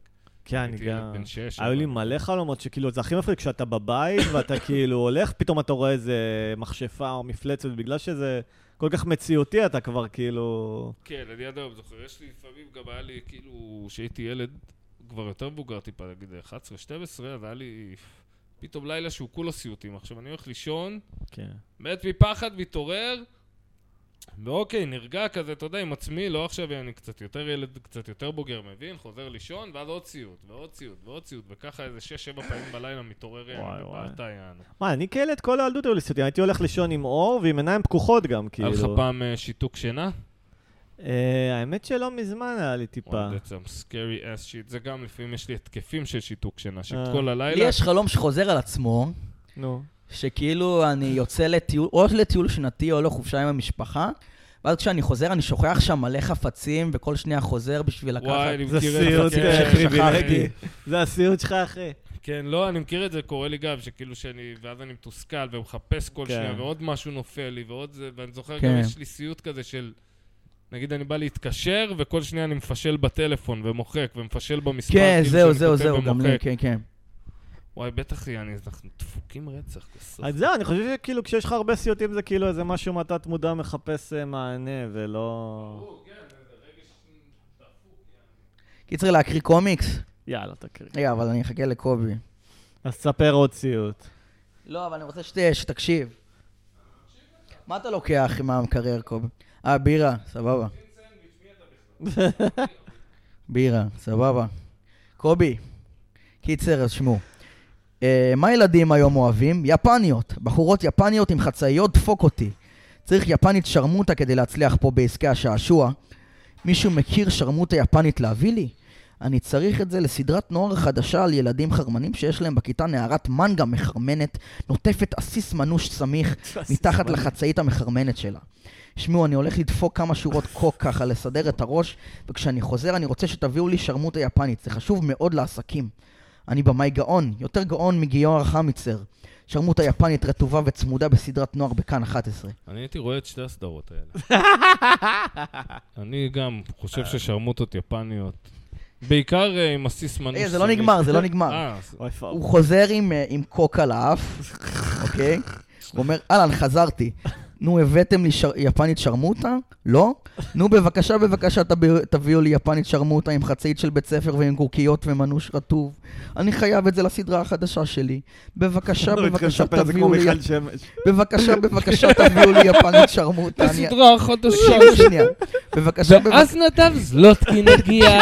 Speaker 3: כן, אני
Speaker 2: הייתי ילד
Speaker 3: גם...
Speaker 2: בן שש.
Speaker 3: היו לי
Speaker 2: אבל-
Speaker 3: מלא חלומות שכאילו, זה הכי מפחיד כשאתה בבית ואתה כאילו הולך, פתאום אתה רואה איזה מכשפה או מפלצת, ובגלל שזה כל כך מציאותי, אתה כבר כאילו...
Speaker 2: כן, אני עד היום זוכר. יש לי לפעמים גם היה לי, כאילו, כשהייתי ילד, כבר יותר מבוגר טיפה, נגיד 11-12, אז היה לי פתאום לילה שהוא כולו סיוטים. עכשיו אני הולך לישון,
Speaker 3: כן.
Speaker 2: מת מפחד, מתעורר, ואוקיי, נרגע כזה, אתה יודע, עם עצמי, לא עכשיו, אני קצת יותר ילד, קצת יותר בוגר, מבין? חוזר לישון, ואז עוד סיוט, ועוד סיוט, ועוד סיוט, וככה איזה שש-שבע פעמים בלילה מתעורר,
Speaker 3: וואי,
Speaker 2: יעני,
Speaker 3: וואי.
Speaker 2: בבעתה יענו.
Speaker 3: מה, אני כילד כל הילדות היו לי סרטים, הייתי הולך לישון עם אור ועם עיניים פקוחות גם,
Speaker 2: היה לך
Speaker 3: כאילו.
Speaker 2: פעם אה, שיתוק שינה?
Speaker 3: אה, האמת שלא מזמן היה לי טיפה.
Speaker 2: וואי, that's some scary ass shit. זה גם, לפעמים יש לי התקפים של שיתוק שינה,
Speaker 3: אה.
Speaker 2: שכל
Speaker 1: לי
Speaker 2: הלילה...
Speaker 1: יש חלום שחוזר על עצמו,
Speaker 3: נו.
Speaker 1: שכאילו אני יוצא לטיול, או לטיול שנתי או לחופשה עם המשפחה, ואז כשאני חוזר אני שוכח שם מלא חפצים, וכל שנייה חוזר בשביל לקחת.
Speaker 2: וואי, אני
Speaker 3: זה
Speaker 2: מכיר
Speaker 3: סיוט
Speaker 2: את זה.
Speaker 3: אה,
Speaker 2: כן,
Speaker 3: פריבילגי.
Speaker 2: שכחתי.
Speaker 3: זה הסיוט שלך, אחי.
Speaker 2: כן, לא, אני מכיר את זה, קורה לי גם, שכאילו שאני, ואז אני מתוסכל ומחפש כל
Speaker 3: כן.
Speaker 2: שנייה, ועוד משהו נופל לי, ועוד זה, ואני זוכר
Speaker 1: כן.
Speaker 2: גם יש לי סיוט כזה של, נגיד אני בא להתקשר, וכל שנייה אני מפשל בטלפון ומוחק, ומפשל במספר,
Speaker 1: כן,
Speaker 2: כאילו
Speaker 1: זהו,
Speaker 2: שאני
Speaker 1: זהו,
Speaker 2: כותב
Speaker 1: זהו, גם לי,
Speaker 2: ומוחק.
Speaker 1: כן, כן.
Speaker 2: וואי, בטח, יעני, אנחנו דפוקים רצח בסוף.
Speaker 3: אז זהו, אני חושב שכאילו כשיש לך הרבה סיוטים זה כאילו איזה משהו מהתת מודע מחפש אה, מענה, ולא...
Speaker 1: קיצר, להקריא קומיקס?
Speaker 3: יאללה, תקריא.
Speaker 1: רגע, אבל אני אחכה לקובי.
Speaker 3: אז תספר עוד סיוט.
Speaker 1: לא, אבל אני רוצה שת, שתקשיב. מה אתה לוקח עם המקרר, קובי? אה, בירה, סבבה. בירה, סבבה. קובי, קיצר, אז שמעו. אה, מה ילדים היום אוהבים? יפניות. בחורות יפניות עם חצאיות, דפוק אותי. צריך יפנית שרמוטה כדי להצליח פה בעסקי השעשוע. מישהו מכיר שרמוטה יפנית להביא לי? אני צריך את זה לסדרת נוער חדשה על ילדים חרמנים שיש להם בכיתה נערת מנגה מחרמנת, נוטפת עסיס מנוש סמיך מתחת לחצאית המחרמנת שלה. שמעו, אני הולך לדפוק כמה שורות קוק ככה, לסדר את הראש, וכשאני חוזר אני רוצה שתביאו לי שרמוטה יפנית, זה חשוב מאוד לעסקים. אני במאי גאון, יותר גאון מגיורא חמיצר. שרמוטה יפנית רטובה וצמודה בסדרת נוער בכאן 11.
Speaker 2: אני הייתי רואה את שתי הסדרות האלה. אני גם חושב ששרמוטות יפניות, בעיקר אה, עם הסיס מנוס.
Speaker 1: אה, זה לא נגמר, זה לא נגמר.
Speaker 2: אה, אז-
Speaker 3: אוי פאב.
Speaker 1: הוא חוזר עם, אה, עם קוק על האף, אוקיי? הוא אומר, אהלן, חזרתי. נו, הבאתם לי שר... יפנית שרמוטה? לא? נו, בבקשה, בבקשה, תביאו, תביאו לי יפנית שרמוטה עם חצאית של בית ספר ועם גורקיות ומנוש רטוב. אני חייב את זה לסדרה החדשה שלי. בבקשה,
Speaker 3: הוא התחיל
Speaker 1: בבקשה,
Speaker 3: לא, לספר את זה כמו
Speaker 1: תביאו לי...
Speaker 3: מיכל שמש.
Speaker 1: בבקשה, בבקשה, תביאו לי יפנית שרמוטה. אני...
Speaker 2: הסדרה החדשה.
Speaker 1: שנייה, שנייה. בבקשה, בבקשה.
Speaker 2: ואז נדב זלוטקין הגיע.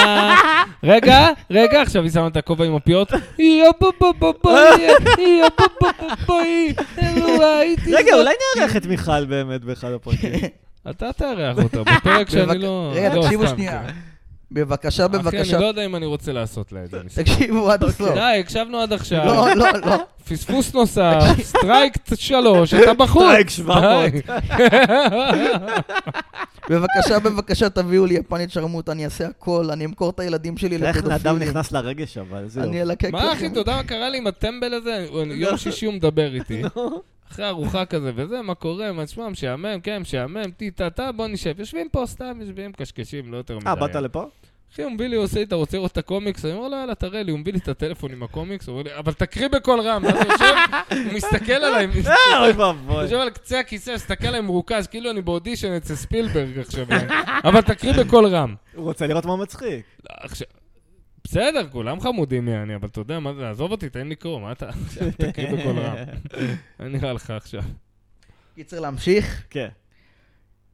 Speaker 2: רגע, רגע, עכשיו היא שמה את הכובע עם הפיות. יו בו בו בו בואי, יו בו בו בו בואי, אלו אה, הייתי
Speaker 3: רגע,
Speaker 2: זאת.
Speaker 3: אולי נארח את מיכל באמת באחד הפרקים.
Speaker 1: כן,
Speaker 2: אתה תארח אותה בפרק שאני לא...
Speaker 1: רגע,
Speaker 2: לא,
Speaker 1: תקשיבו
Speaker 2: סתם,
Speaker 1: שנייה.
Speaker 2: כן.
Speaker 1: בבקשה,
Speaker 2: אחי,
Speaker 1: בבקשה.
Speaker 2: אני לא אוקיי. יודע אם אני רוצה לעשות לה את זה. אני מסתכל.
Speaker 1: תקשיבו עד הסוף.
Speaker 2: די, הקשבנו עד עכשיו.
Speaker 1: לא, לא, לא.
Speaker 2: פספוס נוסף, סטרייק שלוש, אתה בחוץ.
Speaker 3: סטרייק 700.
Speaker 1: בבקשה, בבקשה, תביאו לי יפנית שרמוט, אני אעשה הכל, אני אמכור את הילדים שלי
Speaker 3: איך
Speaker 1: לפדופילים.
Speaker 3: נדם נכנס לרגש אבל, זהו.
Speaker 1: אני אלקק
Speaker 2: מה
Speaker 1: לכם.
Speaker 2: אחי, אתה יודע מה קרה לי עם הטמבל הזה? הוא- יום שישי הוא מדבר איתי. אחרי ארוחה כזה וזה, מה קורה? מה תשמע, משעמם, כן, משעמם, טי-טה-טה, בוא נשב. יושבים פה סתם, יושבים קשקשים, לא יותר מדי.
Speaker 3: אה, באת לפה?
Speaker 2: אחי, הוא מביא לי, הוא עושה לי, אתה רוצה לראות את הקומיקס? אני אומר לו, יאללה, תראה לי. הוא מביא לי את הטלפון עם הקומיקס, הוא אומר לי, אבל תקריא בקול רם. ואז הוא יושב, הוא מסתכל עליי,
Speaker 3: אה, אוי
Speaker 2: הוא
Speaker 3: ואבוי.
Speaker 2: יושב על קצה הכיסא, מסתכל עליי מרוכז, כאילו אני באודישן אצל ספילברג עכשיו. אבל תקריא בקול רם. לא,
Speaker 3: הוא רוצה לראות מה מצחיק.
Speaker 2: עכשיו, בסדר, כולם חמודים יעני, אבל אתה יודע מה זה, עזוב אותי, תן לי קרוא, מה אתה, עכשיו, תקריא בקול רם. מה נראה לך עכשיו?
Speaker 1: קיצר, להמשיך.
Speaker 3: כן.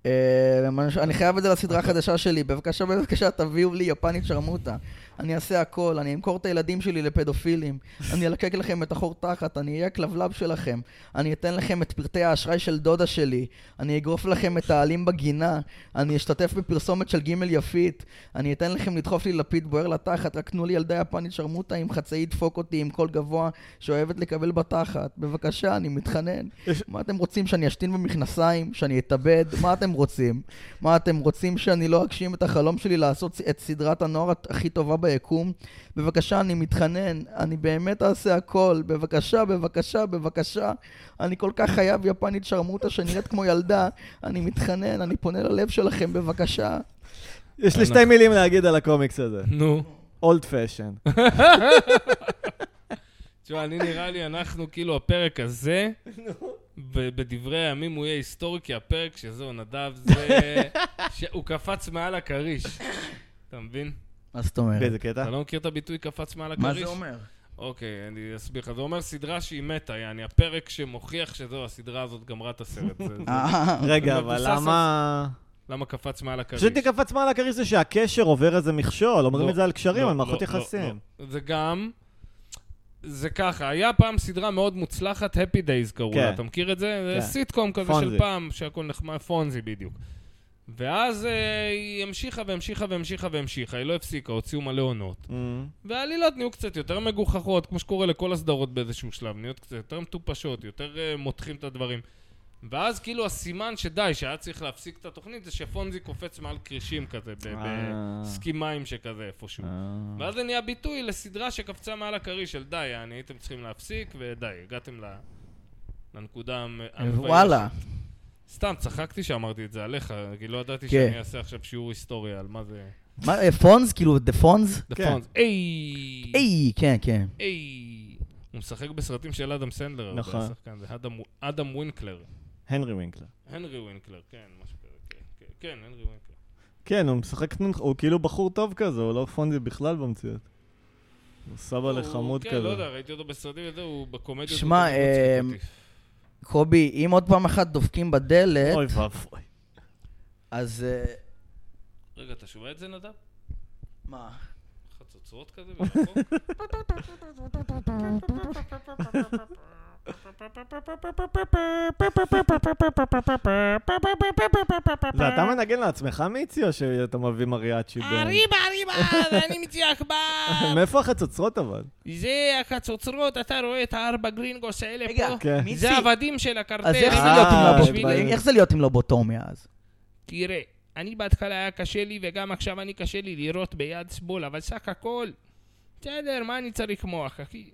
Speaker 1: אה, ממש- אני חייב את זה לסדרה החדשה שלי. בבקשה, בבקשה, תביאו לי יפנית שרמוטה. אני אעשה הכל, אני אמכור את הילדים שלי לפדופילים. אני אלקק לכם את החור תחת, אני אהיה הכלבלב שלכם. אני אתן לכם את פרטי האשראי של דודה שלי. אני אגרוף לכם את העלים בגינה. אני אשתתף בפרסומת של גימל יפית. אני אתן לכם לדחוף לי לפיד בוער לתחת, רק תנו לי ילדה יפנית שרמוטה עם חצאי דפוק אותי עם קול גבוה שאוהבת לקבל בתחת. בבקשה, אני מתחנן.
Speaker 3: יש-
Speaker 1: מה אתם רוצים, שאני אשתין במכנסיים? שאני אתאבד? מה אתם רוצים? מה אתם רוצים, שאני לא אגשים את החלום שלי לעשות את סדרת הנוער הכי טובה ביקום? בבקשה, אני מתחנן, אני באמת אעשה הכל. בבקשה, בבקשה, בבקשה. אני כל כך חייב יפנית שרמוטה שנראית כמו ילדה. אני מתחנן, אני פונה ללב שלכם, בבקשה.
Speaker 3: יש לי שתי מילים להגיד על הקומיקס הזה.
Speaker 2: נו.
Speaker 3: אולד פשן.
Speaker 1: אה.
Speaker 2: תשמע, אני נראה לי, אנחנו כאילו הפרק הזה, ב- בדברי הימים הוא יהיה היסטורי, כי הפרק שזהו, נדב, זה... הוא קפץ מעל הכריש. אתה מבין?
Speaker 1: מה זאת אומרת?
Speaker 3: באיזה קטע?
Speaker 2: אתה לא מכיר את הביטוי קפץ מעל הכריש?
Speaker 1: מה זה אומר?
Speaker 2: אוקיי, אני אסביר לך. זה אומר סדרה שהיא מתה, יעני, הפרק שמוכיח שזהו, הסדרה הזאת גמרה את הסרט. זה- זה-
Speaker 1: אה,
Speaker 3: רגע,
Speaker 2: זה
Speaker 3: אבל
Speaker 2: מבוסס
Speaker 3: למה...
Speaker 2: למה קפץ מעל הכריש?
Speaker 3: פשוט תקפץ מעל הכריש זה שהקשר עובר איזה מכשול, אומרים
Speaker 2: לא,
Speaker 3: את זה על קשרים,
Speaker 2: לא,
Speaker 3: על מערכות
Speaker 2: לא, לא,
Speaker 3: יחסים.
Speaker 2: לא. זה גם... זה ככה, היה פעם סדרה מאוד מוצלחת, Happy Days קראו לה,
Speaker 3: כן.
Speaker 2: אתה מכיר את זה? זה
Speaker 3: כן.
Speaker 2: סיטקום כזה
Speaker 3: פונזי.
Speaker 2: של פעם, שהכל נחמד, פונזי בדיוק. ואז אה, היא המשיכה והמשיכה והמשיכה והמשיכה, היא לא הפסיקה, הוציאו מלא עונות.
Speaker 3: אמ,
Speaker 2: והעלילות נהיו קצת יותר מגוחכות, כמו שקורה לכל הסדרות באיזשהו שלב, נהיות קצת יותר מטופשות, יותר uh, מותחים את הדברים. ואז כאילו הסימן שדי, שהיה צריך להפסיק את התוכנית, זה שפונזי קופץ מעל כרישים כזה, ב-
Speaker 3: אה.
Speaker 2: בסקי מים שכזה איפשהו.
Speaker 3: אה.
Speaker 2: ואז זה נהיה ביטוי לסדרה שקפצה מעל הכריש של די, יעני, הייתם צריכים להפסיק, ודי, הגעתם ל... לנקודה המ-
Speaker 1: אה,
Speaker 2: המביישת.
Speaker 1: וואלה.
Speaker 2: סתם, צחקתי שאמרתי את זה עליך, כי לא ידעתי
Speaker 1: כן.
Speaker 2: שאני אעשה עכשיו שיעור היסטוריה על מה זה...
Speaker 1: מה, אה, פונז? כאילו, דה פונז?
Speaker 2: The
Speaker 3: כן.
Speaker 2: Fonz. היי!
Speaker 1: איי, כן, כן.
Speaker 2: היי. הוא משחק בסרטים של אדם סנדלר. הרבה,
Speaker 3: נכון.
Speaker 2: השחקן זה אדם- אדם ווינקלר.
Speaker 3: הנרי וינקלר.
Speaker 2: הנרי ווינקלר, כן, משהו כזה. כן, כן, כן, הנרי ווינקלר.
Speaker 3: כן, הוא משחק, תנוח- הוא כאילו בחור טוב כזה, הוא לא פונזי בכלל במציאות. הוא סבא לחמוד
Speaker 2: הוא- כן, לא יודע,
Speaker 3: כזה.
Speaker 2: ראיתי אותו בסרטים וזה, הוא בקומדיות.
Speaker 1: שמע,
Speaker 2: הוא תמיד מצחיק
Speaker 1: אמ,
Speaker 2: אותי.
Speaker 1: קובי, אם עוד פעם אחת דופקים בדלת,
Speaker 3: אוי ואבוי.
Speaker 1: אז... אה,
Speaker 2: רגע, אתה שומע את זה, נדב?
Speaker 1: מה?
Speaker 2: חצוצרות כזה מרחוק?
Speaker 3: זה אתה מנגן לעצמך מיצי, או שאתה מביא מריאצ'י? ב-
Speaker 2: אריבה, אריבה, ואני מציח בה.
Speaker 3: מאיפה החצוצרות אבל?
Speaker 2: זה החצוצרות, אתה רואה את הארבע גרינגוס האלה פה?
Speaker 1: רגע,
Speaker 3: כן.
Speaker 1: מיצי,
Speaker 2: זה עבדים של הקרטל.
Speaker 1: אז איך זה לא
Speaker 3: אה,
Speaker 1: להיות עם
Speaker 3: אה,
Speaker 1: לובוטומיה? איך זה להיות עם לובוטומיה אז?
Speaker 2: תראה, אני בהתחלה היה קשה לי, וגם עכשיו אני קשה לי לראות ביד שמאל, אבל סך הכל, בסדר, מה אני צריך מוח, אחי?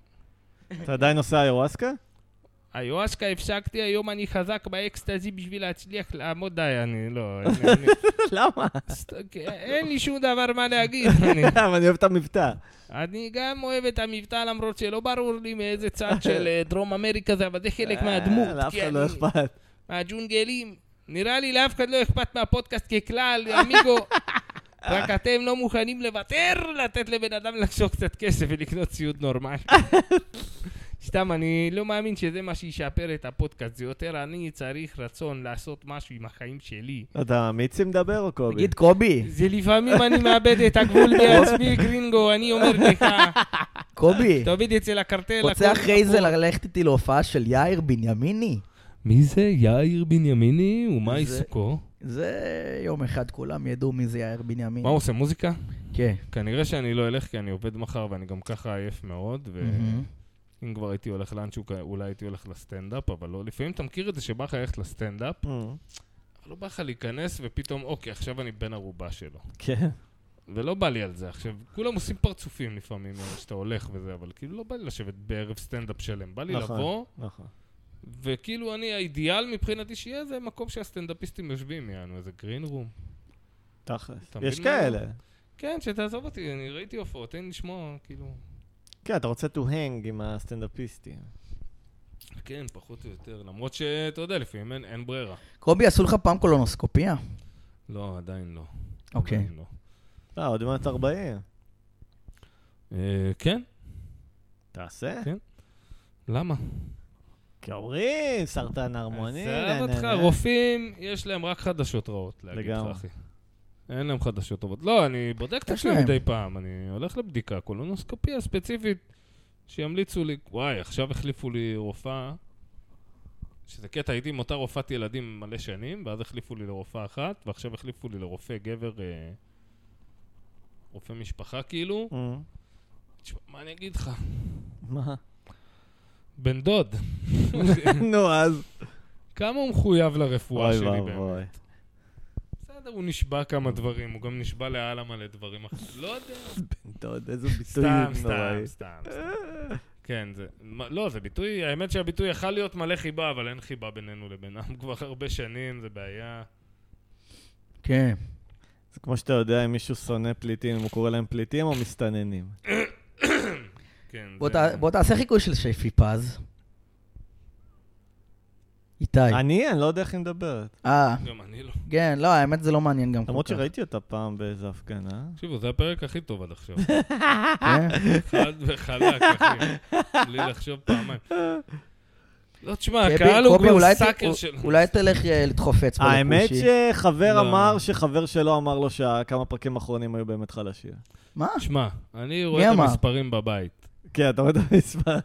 Speaker 3: אתה עדיין עושה איוואסקה?
Speaker 2: היואסקה הפסקתי, היום אני חזק באקסטזי בשביל להצליח לעמוד די, אני לא... אני- אני-
Speaker 3: למה?
Speaker 2: סת- אין לי שום דבר מה להגיד. אני-
Speaker 3: אבל אני אוהב את המבטא.
Speaker 2: אני גם אוהב את המבטא, למרות שלא ברור לי מאיזה צד של אה, דרום אמריקה זה, אבל זה חלק מהדמות.
Speaker 3: אה, לאף
Speaker 2: כי
Speaker 3: אחד לא
Speaker 2: אני-
Speaker 3: אכפת.
Speaker 2: מהג'ונגלים. נראה לי לאף אחד לא אכפת מהפודקאסט ככלל, אמיגו. רק אתם לא מוכנים לוותר, לתת לבן אדם לחסוך קצת כסף ולקנות ציוד נורמלי. סתם, אני לא מאמין שזה מה שישפר את הפודקאסט, זה יותר אני צריך רצון לעשות משהו עם החיים שלי.
Speaker 3: אתה מיצי מדבר או קובי?
Speaker 1: תגיד, קובי,
Speaker 2: זה לפעמים אני מאבד את הגבול בעצמי, גרינגו, אני אומר לך,
Speaker 1: קובי,
Speaker 2: תעביד אצל הקרטל.
Speaker 1: רוצה
Speaker 2: הכל
Speaker 1: אחרי זה
Speaker 2: תפור.
Speaker 1: ללכת איתי להופעה של יאיר בנימיני?
Speaker 2: מי זה יאיר בנימיני ומה
Speaker 1: זה-
Speaker 2: עיסוקו?
Speaker 1: זה יום אחד כולם ידעו מי זה יאיר בנימין.
Speaker 2: מה הוא עושה, מוזיקה?
Speaker 1: כן.
Speaker 2: כנראה שאני לא אלך, כי אני עובד מחר ואני גם ככה עייף מאוד,
Speaker 1: מהמם.
Speaker 2: ואם כבר הייתי הולך לאנשהו, כ- אולי הייתי הולך לסטנדאפ, אבל לא. לפעמים אתה מכיר את זה שבא לך ללכת לסטנדאפ,
Speaker 3: אמ,
Speaker 2: אבל לא בא לך להיכנס, ופתאום, אוקיי, עכשיו אני בן ערובה שלו.
Speaker 3: כן.
Speaker 2: ולא בא לי על זה עכשיו. כולם עושים פרצופים לפעמים, אה, כשאתה הולך וזה, אבל כאילו לא בא לי לשבת בערב סטנדאפ שלם. בא לי
Speaker 3: נכון.
Speaker 2: לבוא,
Speaker 3: נכון.
Speaker 2: וכאילו אני, האידיאל מבחינתי שיהיה איזה מקום שהסטנדאפיסטים יושבים, יענו, איזה גרין רום.
Speaker 3: תכלס.
Speaker 2: אתה
Speaker 3: יש
Speaker 2: מבין מה אני
Speaker 3: כאלה.
Speaker 2: כן, שתעזוב אותי, אני ראיתי הופעות, תן לי לשמוע, כאילו...
Speaker 3: כן, אתה רוצה to hang עם הסטנדאפיסטים.
Speaker 2: כן, פחות או יותר, למרות שאתה יודע, לפעמים אין, אין ברירה.
Speaker 1: קובי, עשו לך פעם קולונוסקופיה?
Speaker 2: לא, עדיין לא.
Speaker 1: אוקיי.
Speaker 2: עדיין לא.
Speaker 3: אה, עוד מעט 40.
Speaker 2: אה, כן?
Speaker 3: תעשה.
Speaker 2: למה?
Speaker 3: כי אומרים, סרטן הרמוני. נה,
Speaker 2: עזב
Speaker 3: נה,
Speaker 2: אותך,
Speaker 3: נה.
Speaker 2: רופאים, יש להם רק חדשות רעות להגיד לך,
Speaker 3: לגמרי.
Speaker 2: אחי. אין להם חדשות טובות. לא, אני בודק את
Speaker 1: יש
Speaker 2: עצמי
Speaker 1: להם.
Speaker 2: מדי פעם, אני הולך לבדיקה קולונוסקופיה ספציפית, שימליצו לי, וואי, עכשיו החליפו לי רופאה, שזה קטע, הייתי עם אותה רופאת ילדים מלא שנים, ואז החליפו לי לרופאה אחת, ועכשיו החליפו לי לרופא גבר, אה, רופא משפחה כאילו.
Speaker 3: אמ,
Speaker 2: תשמע, מה אני אגיד לך?
Speaker 3: מה?
Speaker 2: בן דוד,
Speaker 3: נו, אז...
Speaker 2: כמה הוא מחויב לרפואה
Speaker 3: אוי
Speaker 2: שלי באמת.
Speaker 3: ואבוי.
Speaker 2: בסדר, הוא נשבע כמה דברים, הוא גם נשבע לאללה מלא דברים אחרים. לא יודע.
Speaker 3: בן דוד, איזה ביטוי
Speaker 2: סתם, סתם,
Speaker 3: נוראי.
Speaker 2: סתם. סתם. כן, זה... מה- לא, זה ביטוי... האמת שהביטוי יכל להיות מלא חיבה, אבל אין חיבה בינינו לבינם כבר הרבה שנים, זה בעיה.
Speaker 1: כן.
Speaker 3: זה כמו שאתה יודע אם מישהו שונא פליטים, אם הוא קורא להם פליטים או מסתננים.
Speaker 2: כן,
Speaker 1: בוא
Speaker 2: זה...
Speaker 1: ת- בוא תעשה חיקוי של שפי פז. איתי.
Speaker 3: אני, אני לא יודע איך היא מדברת.
Speaker 1: אה,
Speaker 2: גם אני לא.
Speaker 1: כן, לא, האמת זה לא מעניין גם כל כך.
Speaker 3: למרות שראיתי אותה פעם באיזה הפגנה.
Speaker 2: תקשיבו, זה הפרק הכי טוב עד עכשיו.
Speaker 1: כן?
Speaker 2: חד וחלק, אחי. בלי לחשוב פעמיים. לא, תשמע,
Speaker 1: קובי,
Speaker 2: הקהל הוא
Speaker 1: קובי,
Speaker 2: כבר
Speaker 1: אולי ת-
Speaker 2: סאקר של...
Speaker 1: אולי תלך אה, לדחוף אצבע לכושי.
Speaker 3: האמת שחבר
Speaker 2: לא.
Speaker 3: אמר שחבר שלו אמר לו שכמה פרקים אחרונים היו באמת חלשים.
Speaker 1: מה?
Speaker 2: תשמע, אני רואה את
Speaker 1: אמר?
Speaker 2: המספרים בבית.
Speaker 3: כן, אתה רואה את המספרים.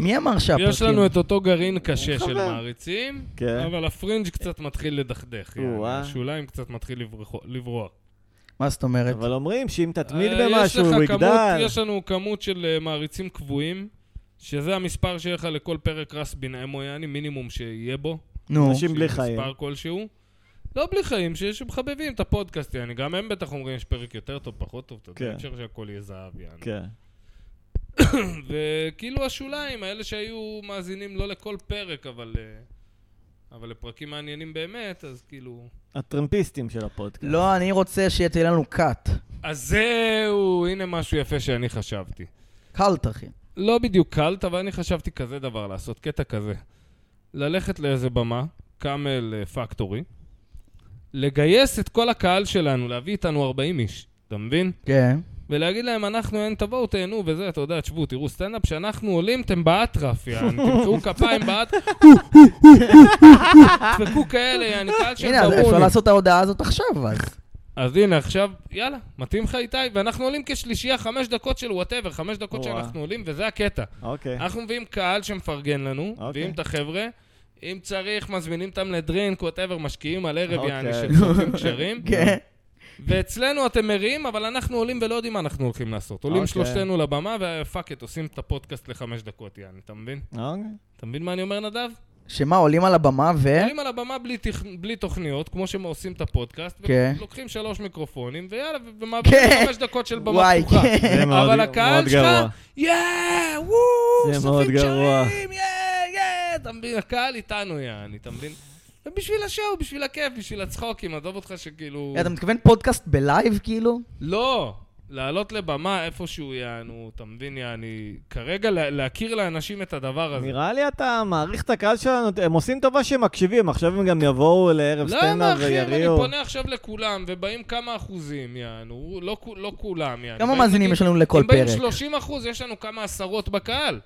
Speaker 1: מי אמר שהפרקים...
Speaker 2: יש לנו את אותו גרעין קשה
Speaker 3: הוא
Speaker 2: של
Speaker 3: חבר.
Speaker 2: מעריצים,
Speaker 3: כן.
Speaker 2: אבל הפרינג' קצת מתחיל לדכדך. יעני.
Speaker 3: או-אה.
Speaker 2: השוליים קצת מתחיל לברוח- לברוח.
Speaker 1: מה זאת אומרת?
Speaker 3: אבל אומרים שאם תתמיד
Speaker 2: אה, יש
Speaker 3: במשהו,
Speaker 2: לך
Speaker 3: הוא
Speaker 2: כמות-
Speaker 3: יגדל.
Speaker 2: יש לנו כמות של אה, מעריצים קבועים, שזה המספר שיהיה לך לכל פרק רסבין אמו, יעני מינימום שיהיה בו.
Speaker 1: נו,
Speaker 3: אנשים בלי
Speaker 2: שיהיה מספר
Speaker 3: חיים.
Speaker 2: כלשהו. לא בלי חיים, שיש- שמחבבים את הפודקאסט, יעני. גם הם בטח אומרים יש פרק יותר טוב, פחות טוב, אתה יודע,
Speaker 3: כן.
Speaker 2: אי אפשר שהכל יהיה זהב, יעני.
Speaker 3: כן.
Speaker 2: וכאילו השוליים, האלה שהיו מאזינים לא לכל פרק, אבל... אה, אבל לפרקים מעניינים באמת, אז כאילו...
Speaker 3: הטרמפיסטים של הפודקאסט.
Speaker 1: לא, אני רוצה שתהיה לנו קאט.
Speaker 2: אז זהו, הנה משהו יפה שאני חשבתי.
Speaker 1: קלט, אחי.
Speaker 2: לא בדיוק קלט, אבל אני חשבתי כזה דבר לעשות, קטע כזה. ללכת לאיזה במה, קאמל אה, פקטורי, לגייס את כל הקהל שלנו, להביא איתנו 40 איש, אתה מבין?
Speaker 1: כן.
Speaker 2: ולהגיד להם, אנחנו אין, תבואו, תהנו, וזה, אתה יודע, תשבו, תראו סטנדאפ, כשאנחנו עולים, אתם באטרף, יעני, תמחאו כפיים באטרף, דפקו כאלה, יעני, קהל של
Speaker 1: הנה, אז אפשר
Speaker 2: זבונים.
Speaker 1: לעשות את ההודעה הזאת עכשיו, אז.
Speaker 2: אז הנה, עכשיו, יאללה, מתאים לך איתי, ואנחנו עולים כשלישייה, חמש דקות של וואטאבר, חמש דקות
Speaker 3: וואו.
Speaker 2: שאנחנו עולים, וזה הקטע.
Speaker 3: אוקיי.
Speaker 2: אנחנו מביאים קהל שמפרגן לנו,
Speaker 3: אוקיי.
Speaker 2: מביאים את החבר'ה. אם צריך, מזמינים אותם לדרינק, וואטאבר, משקיעים על ערב
Speaker 3: אוקיי.
Speaker 2: יעני של חופים קשרים.
Speaker 1: כן.
Speaker 2: ואצלנו אתם מריעים, אבל אנחנו עולים ולא יודעים מה אנחנו הולכים לעשות. עולים
Speaker 3: אוקיי.
Speaker 2: שלושתנו לבמה, ופאק את, עושים את הפודקאסט לחמש דקות, יעני, אתה מבין?
Speaker 3: אוקיי.
Speaker 2: אתה מבין מה אני אומר, נדב?
Speaker 1: שמה, עולים על הבמה ו...
Speaker 2: עולים על הבמה בלי תכ- בלי תוכניות, כמו שהם עושים את הפודקאסט,
Speaker 1: כן.
Speaker 2: ולוקחים שלוש מיקרופונים, ויאללה, ו- ומעבירים
Speaker 1: כן.
Speaker 2: חמש דקות של במה
Speaker 1: וואי,
Speaker 2: פתוחה.
Speaker 1: כן.
Speaker 3: זה מאוד-
Speaker 2: אבל
Speaker 3: מאוד
Speaker 2: הקהל שלך,
Speaker 3: גרוע.
Speaker 2: יאה, וואו,
Speaker 3: זה מאוד
Speaker 2: סופים
Speaker 3: גרוע.
Speaker 2: שרים, יאה, יאה, אתה מבין, הקהל איתנו, יעני, אתה מבין? ובשביל השואו, בשביל הכיף, בשביל הצחוקים, עזוב אותך שכאילו...
Speaker 1: אתה מתכוון פודקאסט בלייב, כאילו?
Speaker 2: לא, לעלות לבמה איפשהו יענו, אתה מבין, יעני, כרגע לה- להכיר לאנשים את הדבר הזה.
Speaker 3: נראה לי אתה מעריך את הקהל שלנו, הם עושים טובה שהם מקשיבים, עכשיו הם גם יבואו לערב
Speaker 2: למה
Speaker 3: סטנדאפ
Speaker 2: אחי, לא, אני
Speaker 3: ויריעו.
Speaker 2: פונה עכשיו לכולם, ובאים כמה אחוזים, יענו, לא, כו- לא כולם, יענו.
Speaker 1: כמה
Speaker 2: באים,
Speaker 1: מאזינים
Speaker 2: נגיד,
Speaker 1: יש לנו לכל
Speaker 2: אם באים
Speaker 1: פרק?
Speaker 2: 30 אחוז, יש לנו כמה עשרות בקהל,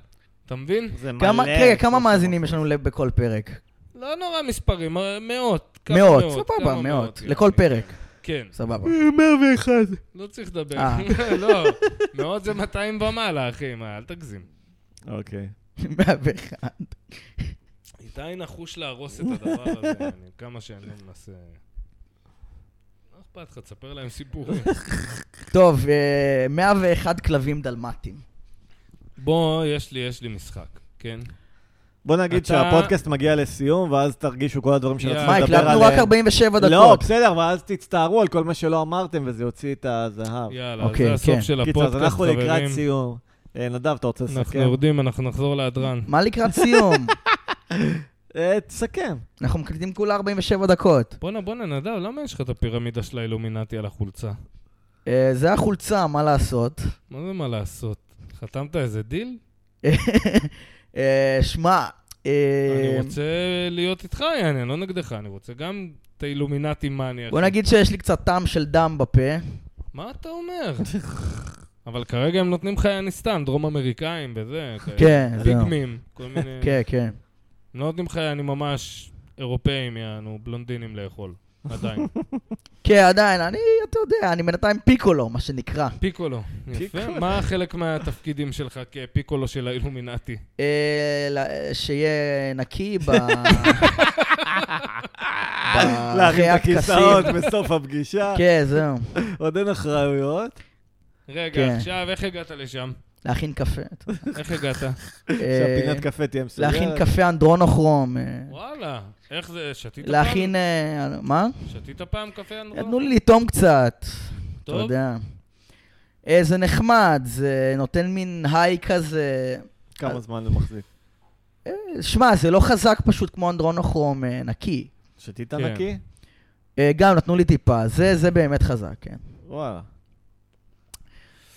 Speaker 2: אתה מבין?
Speaker 3: זה מלא.
Speaker 1: כמה- רגע, כמה מאזינים יש לנו ל- בכל פרק?
Speaker 2: לא נורא מספרים, אה, מאות. כמה
Speaker 1: מאות,
Speaker 2: כמה
Speaker 1: סבבה, מאות.
Speaker 2: יעני.
Speaker 1: לכל פרק,
Speaker 2: כן,
Speaker 1: סבבה.
Speaker 3: 101.
Speaker 2: לא צריך לדבר.
Speaker 1: אה.
Speaker 2: לא, מאות זה 200 ומעלה, אחי, מה, אל תגזים.
Speaker 3: אוקיי.
Speaker 1: 101.
Speaker 2: איתי נחוש להרוס את הדבר הזה, אני, כמה שאני לא מנסה... מה אכפת לך, תספר להם סיפורים.
Speaker 1: טוב, אה, 101 כלבים דלמטים.
Speaker 2: בוא, יש לי, יש לי משחק, כן?
Speaker 3: בוא נגיד
Speaker 2: אתה-
Speaker 3: שהפודקאסט מגיע לסיום, ואז תרגישו כל הדברים
Speaker 2: יאללה.
Speaker 3: שרציתם
Speaker 1: מה,
Speaker 3: לדבר עליהם.
Speaker 1: הקלטנו רק 47 דקות.
Speaker 3: לא, בסדר, ואז תצטערו על כל מה שלא אמרתם, וזה יוציא את הזהב.
Speaker 2: יאללה,
Speaker 1: אוקיי,
Speaker 2: זה הסוף
Speaker 1: כן.
Speaker 2: של
Speaker 3: קיצר, אז
Speaker 2: הפודקאסט,
Speaker 3: אנחנו לקראת
Speaker 2: חברים.
Speaker 3: סיום. אה, נדב, אתה רוצה
Speaker 1: כן.
Speaker 2: אנחנו
Speaker 3: לסכם?
Speaker 2: יורדים, אנחנו נחזור להדרן.
Speaker 1: מה לקראת סיום?
Speaker 3: אה, תסכם.
Speaker 1: אנחנו מקליטים כולה 47 דקות.
Speaker 2: בואנה, בואנה, נדב, למה יש לך את הפירמידה של האילומינטי על החולצה?
Speaker 1: אה, זה החולצה, מה לעשות?
Speaker 2: מה זה מה לעשות? חתמת איזה דיל?
Speaker 1: אה, שמע, אה,
Speaker 2: אני רוצה להיות איתך, יעני, אני לא נגדך, אני רוצה גם את האילומינטי מאני.
Speaker 1: בוא
Speaker 2: אחי.
Speaker 1: נגיד שיש לי קצת טעם של דם בפה.
Speaker 2: מה אתה אומר? אבל כרגע הם נותנים לך, אני סתם, דרום אמריקאים וזה. כאלה.
Speaker 1: כן, זהו.
Speaker 2: פיגמים, כל מיני...
Speaker 1: כן, כן.
Speaker 2: הם לא נותנים לך, אני ממש אירופאים, יענו, בלונדינים לאכול. עדיין.
Speaker 1: כן, עדיין, אני, אתה יודע, אני בינתיים פיקולו, מה שנקרא.
Speaker 2: פיקולו. יפה.
Speaker 3: פיקולו.
Speaker 2: מה חלק מהתפקידים שלך כפיקולו של האילומינטי?
Speaker 1: אה, ל- שיהיה נקי ב...
Speaker 3: להרים
Speaker 1: אחרי
Speaker 3: את הכיסאות
Speaker 1: הטקסים.
Speaker 3: בסוף הפגישה,
Speaker 1: אה, כן, זהו.
Speaker 3: עוד אין אחריויות.
Speaker 2: רגע,
Speaker 1: כן.
Speaker 2: עכשיו, איך הגעת לשם?
Speaker 1: להכין קפה. אתה יודע.
Speaker 2: איך הגעת?
Speaker 1: אה,
Speaker 3: שהפינת קפה תהיה מסוגרת.
Speaker 1: להכין קפה אנדרונוכרום. אה,
Speaker 2: וואלה, איך זה, שתית פעם?
Speaker 1: להכין... אה, מה?
Speaker 2: שתית פעם קפה אנדרו?
Speaker 1: תנו לי לטעום קצת. אתה
Speaker 2: טוב.
Speaker 1: יודע. אה, זה נחמד, זה נותן מין היי כזה.
Speaker 3: כמה זמן זה מחזיק?
Speaker 1: אה, שמע, זה לא חזק פשוט כמו אנדרונוכרום אה, נקי.
Speaker 3: שתית
Speaker 2: כן.
Speaker 3: נקי?
Speaker 1: אה, גם נתנו לי טיפה, זה, זה באמת חזק, כן.
Speaker 3: וואלה.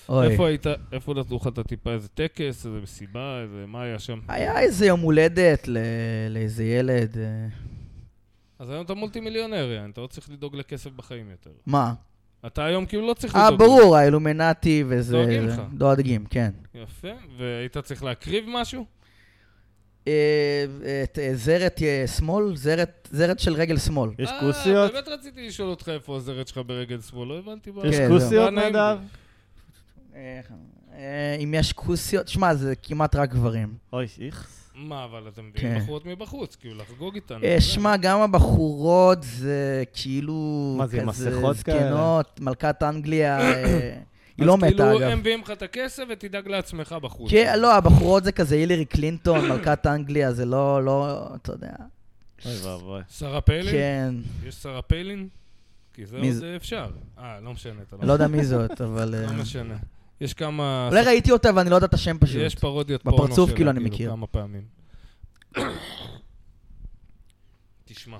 Speaker 1: אוי.
Speaker 2: איפה היית, איפה נתנו לך את הטיפה? איזה טקס, איזה מסיבה, איזה, מה היה שם?
Speaker 1: היה איזה יום הולדת ל- לאיזה ילד. אה,
Speaker 2: אז היום אתה מולטי מיליונר, יעני, אתה לא צריך לדאג לכסף בחיים יותר.
Speaker 1: מה?
Speaker 2: אתה היום כאילו לא צריך
Speaker 1: אה,
Speaker 2: לדאוג.
Speaker 1: ברור, האילומנטי וזה...
Speaker 2: דואגים לך.
Speaker 1: דואגים, כן.
Speaker 2: יפה, והיית צריך להקריב משהו?
Speaker 1: אה, את אה, זרת אה, שמאל, זרת זרת של רגל שמאל.
Speaker 3: יש
Speaker 2: אה,
Speaker 3: כוסיות?
Speaker 2: באמת רציתי לשאול אותך איפה הזרת שלך ברגל שמאל, לא הבנתי מה...
Speaker 3: יש
Speaker 1: כן,
Speaker 3: כוסיות,
Speaker 2: לא נעים לי.
Speaker 3: נדב?
Speaker 1: אה, אה, אם יש כוסיות, שמע, זה כמעט רק גברים.
Speaker 3: אוי, איכס.
Speaker 2: מה, אבל אתם
Speaker 1: כן.
Speaker 2: מביאים בחורות מבחוץ, כאילו לחגוג איתנו.
Speaker 1: אה,
Speaker 2: זה.
Speaker 1: שמע, גם הבחורות זה כאילו...
Speaker 3: מה זה,
Speaker 1: כזה
Speaker 3: מסכות
Speaker 1: זקנות, מלכת אנגליה. אה, היא
Speaker 2: אז
Speaker 1: לא מתה,
Speaker 2: כאילו,
Speaker 1: אגב.
Speaker 2: הם מביאים לך את הכסף ותדאג לעצמך בחוץ.
Speaker 1: כן, לא, הבחורות זה כזה הילרי קלינטון, מלכת אנגליה, זה לא, לא, אתה יודע.
Speaker 3: אוי ואבוי.
Speaker 2: שרה פיילין?
Speaker 1: כן,
Speaker 2: יש שרה פיילין? כי זה
Speaker 1: מי
Speaker 2: עוד
Speaker 1: זה?
Speaker 2: אפשר. אה, לא משנה, אתה
Speaker 1: לא יודע מי זאת, אבל... אה,
Speaker 2: לא משנה. יש כמה...
Speaker 1: אולי ראיתי אותה ואני לא יודע את השם פשוט.
Speaker 2: יש פרודיות פורנו
Speaker 1: בפרצוף,
Speaker 2: שלה,
Speaker 1: כאילו, אני מכיר.
Speaker 2: כמה פעמים. תשמע,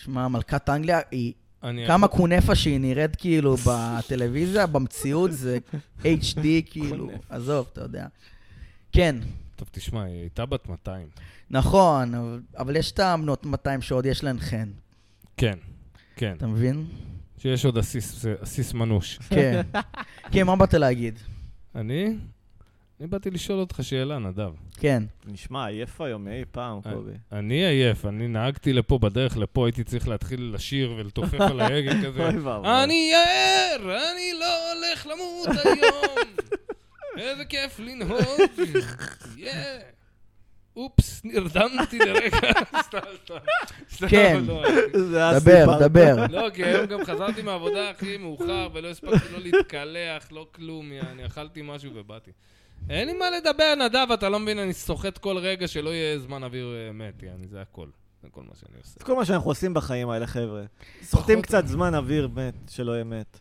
Speaker 1: שמע, מלכת אנגליה, היא...
Speaker 2: אני...
Speaker 1: כמה קונפה שהיא נראית כאילו בטלוויזיה, במציאות זה HD כאילו, עזוב, אתה יודע. כן,
Speaker 2: טוב, תשמע, היא הייתה בת 200.
Speaker 1: נכון, אבל- אבל יש את האמנות 200 שעוד יש להן חן,
Speaker 2: כן, כן.
Speaker 1: אתה מבין?
Speaker 2: שיש עוד עסיס- עסיס מנוש.
Speaker 1: כן. כן, מה באת להגיד?
Speaker 2: אני? אני באתי לשאול אותך שאלה, נדב.
Speaker 1: כן.
Speaker 3: נשמע עייף היום מאי פעם,
Speaker 2: אה.
Speaker 3: קובי.
Speaker 2: אני עייף, אני נהגתי לפה, בדרך לפה הייתי צריך להתחיל לשיר ולתופף על ההגה כזה.
Speaker 3: אוי ואבוי.
Speaker 2: אה, אני יער, אני לא הולך למות היום. איזה כיף לנהוג. יא. אופס, נרדמתי לרגע. סתם, סתם. סתם,
Speaker 1: כן.
Speaker 2: לא.
Speaker 3: זה
Speaker 1: דבר,
Speaker 3: הסיפור.
Speaker 1: דבר.
Speaker 2: לא, כי היום גם חזרתי מהעבודה הכי מאוחר, ולא הספקתי לא להתקלח, לא כלום, אני אכלתי משהו ובאתי. אין לי מה לדבר, נדב, אתה לא מבין, אני סוחט כל רגע שלא יהיה זמן אוויר אה, מת, יעני, זה הכל. זה כל מה שאני עושה.
Speaker 3: זה כל מה שאנחנו עושים בחיים האלה, חבר'ה. סוחטים
Speaker 2: פחות-
Speaker 3: קצת זמן אוויר מת, שלא יהיה מת.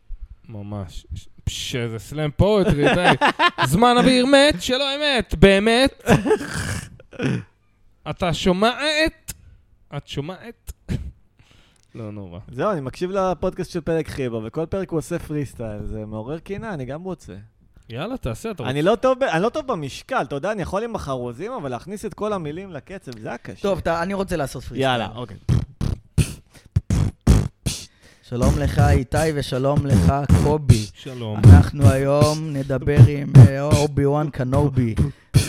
Speaker 2: ממש. פש, איזה סלאם פואטרי, די. זמן אוויר מת, שלא אמת, באמת. אתה שומעת? את שומעת? לא נורא.
Speaker 3: זהו, אני מקשיב לפודקאסט של פרק חיבה, וכל פרק הוא עושה פרי סטייל, זה מעורר קינה, אני גם רוצה.
Speaker 2: יאללה, תעשה, אתה רוצה.
Speaker 3: אני לא טוב ב- אני לא טוב במשקל, אתה יודע, אני יכול עם החרוזים, אבל להכניס את כל המילים לקצב, זה היה קשה.
Speaker 1: טוב, אתה- אני רוצה לעשות פריסטייל.
Speaker 3: יאללה, אוקיי.
Speaker 1: שלום לך איתי ושלום לך קובי.
Speaker 2: שלום.
Speaker 1: אנחנו היום נדבר עם אובי וואן קנובי.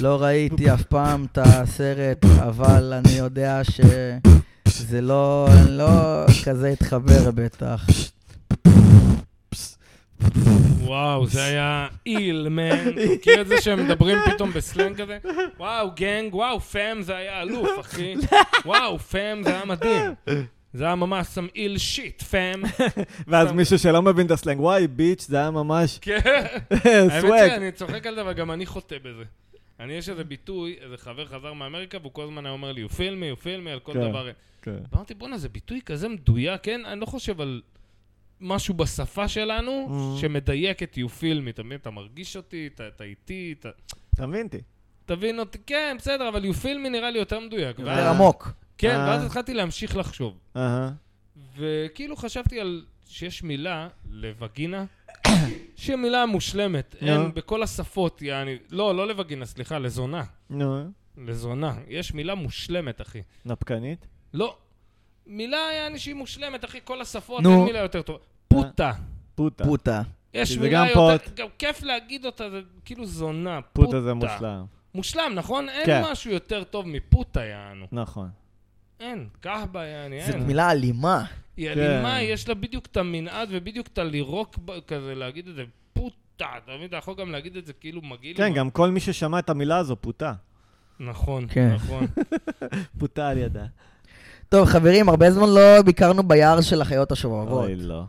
Speaker 1: לא ראיתי אף פעם את הסרט, אבל אני יודע שזה לא, לא כזה התחבר בטח.
Speaker 2: וואו, זה היה איל, מן. אתה מכיר את זה שהם מדברים פתאום בסלנג כזה? וואו, גנג, וואו, פאם זה היה אלוף, אחי. וואו, פאם זה היה מדהים. זה היה ממש some איל שיט, פאם.
Speaker 3: ואז מישהו שלא מבין את הסלנג, וואי, ביץ', זה היה ממש
Speaker 2: כן. האמת
Speaker 3: סוואג.
Speaker 2: שאני צוחק על זה, אבל גם אני חוטא בזה. אני, יש איזה ביטוי, איזה חבר חזר מאמריקה, והוא כל הזמן היה אומר לי, you feel me, you feel me, על כל
Speaker 3: כן.
Speaker 2: דבר. אמרתי, בואנה, זה ביטוי כזה מדויק, כן? אני לא חושב על משהו בשפה שלנו
Speaker 3: Mhm.
Speaker 2: שמדייק את you feel me, אתה מבין? אתה מרגיש אותי, אתה אתה איתי, אתה...
Speaker 3: אתה מבין אותי?
Speaker 2: תבין אותי, כן, בסדר, אבל you feel me נראה לי יותר מדויק. ואז-
Speaker 1: יותר עמוק.
Speaker 2: כן,
Speaker 3: אה.
Speaker 2: ואז התחלתי להמשיך לחשוב.
Speaker 3: אהה.
Speaker 2: וכאילו חשבתי על שיש מילה לווגינה, שהיא מילה מושלמת.
Speaker 3: נו.
Speaker 2: אין, בכל השפות, יעני... לא, לא לווגינה, סליחה, לזונה.
Speaker 3: נו,
Speaker 2: לזונה. יש מילה מושלמת, אחי.
Speaker 3: נפקנית?
Speaker 2: לא. מילה, יעני, שהיא מושלמת, אחי, כל השפות,
Speaker 1: נו.
Speaker 2: אין מילה יותר טובה. פוטה.
Speaker 3: פוטה.
Speaker 1: פוטה.
Speaker 2: יש
Speaker 3: שזה
Speaker 2: מילה
Speaker 3: אה. גם
Speaker 2: יותר...
Speaker 3: פוט.
Speaker 2: גם כיף להגיד אותה, זה כאילו זונה.
Speaker 3: פוטה זה מושלם.
Speaker 2: מושלם, נכון?
Speaker 3: כן.
Speaker 2: אין משהו יותר טוב מפוטה, יענו.
Speaker 3: נכון.
Speaker 2: אין, כהבה, יעני,
Speaker 1: זאת
Speaker 2: אין.
Speaker 1: מילה אלימה.
Speaker 2: היא
Speaker 3: כן.
Speaker 2: אלימה, יש לה בדיוק את המנעד ובדיוק את הלירוק ב- כזה, להגיד את זה פוטה. אתה מבין, אתה יכול גם להגיד את זה כאילו מגעיל.
Speaker 3: כן,
Speaker 2: עם ה-
Speaker 3: גם כל מי ששמע את המילה הזו, פוטה.
Speaker 2: נכון,
Speaker 1: כן.
Speaker 2: נכון.
Speaker 3: פוטה על ידה.
Speaker 1: טוב, חברים, הרבה זמן לא ביקרנו ביער של החיות השובבות.
Speaker 3: אוי, לא.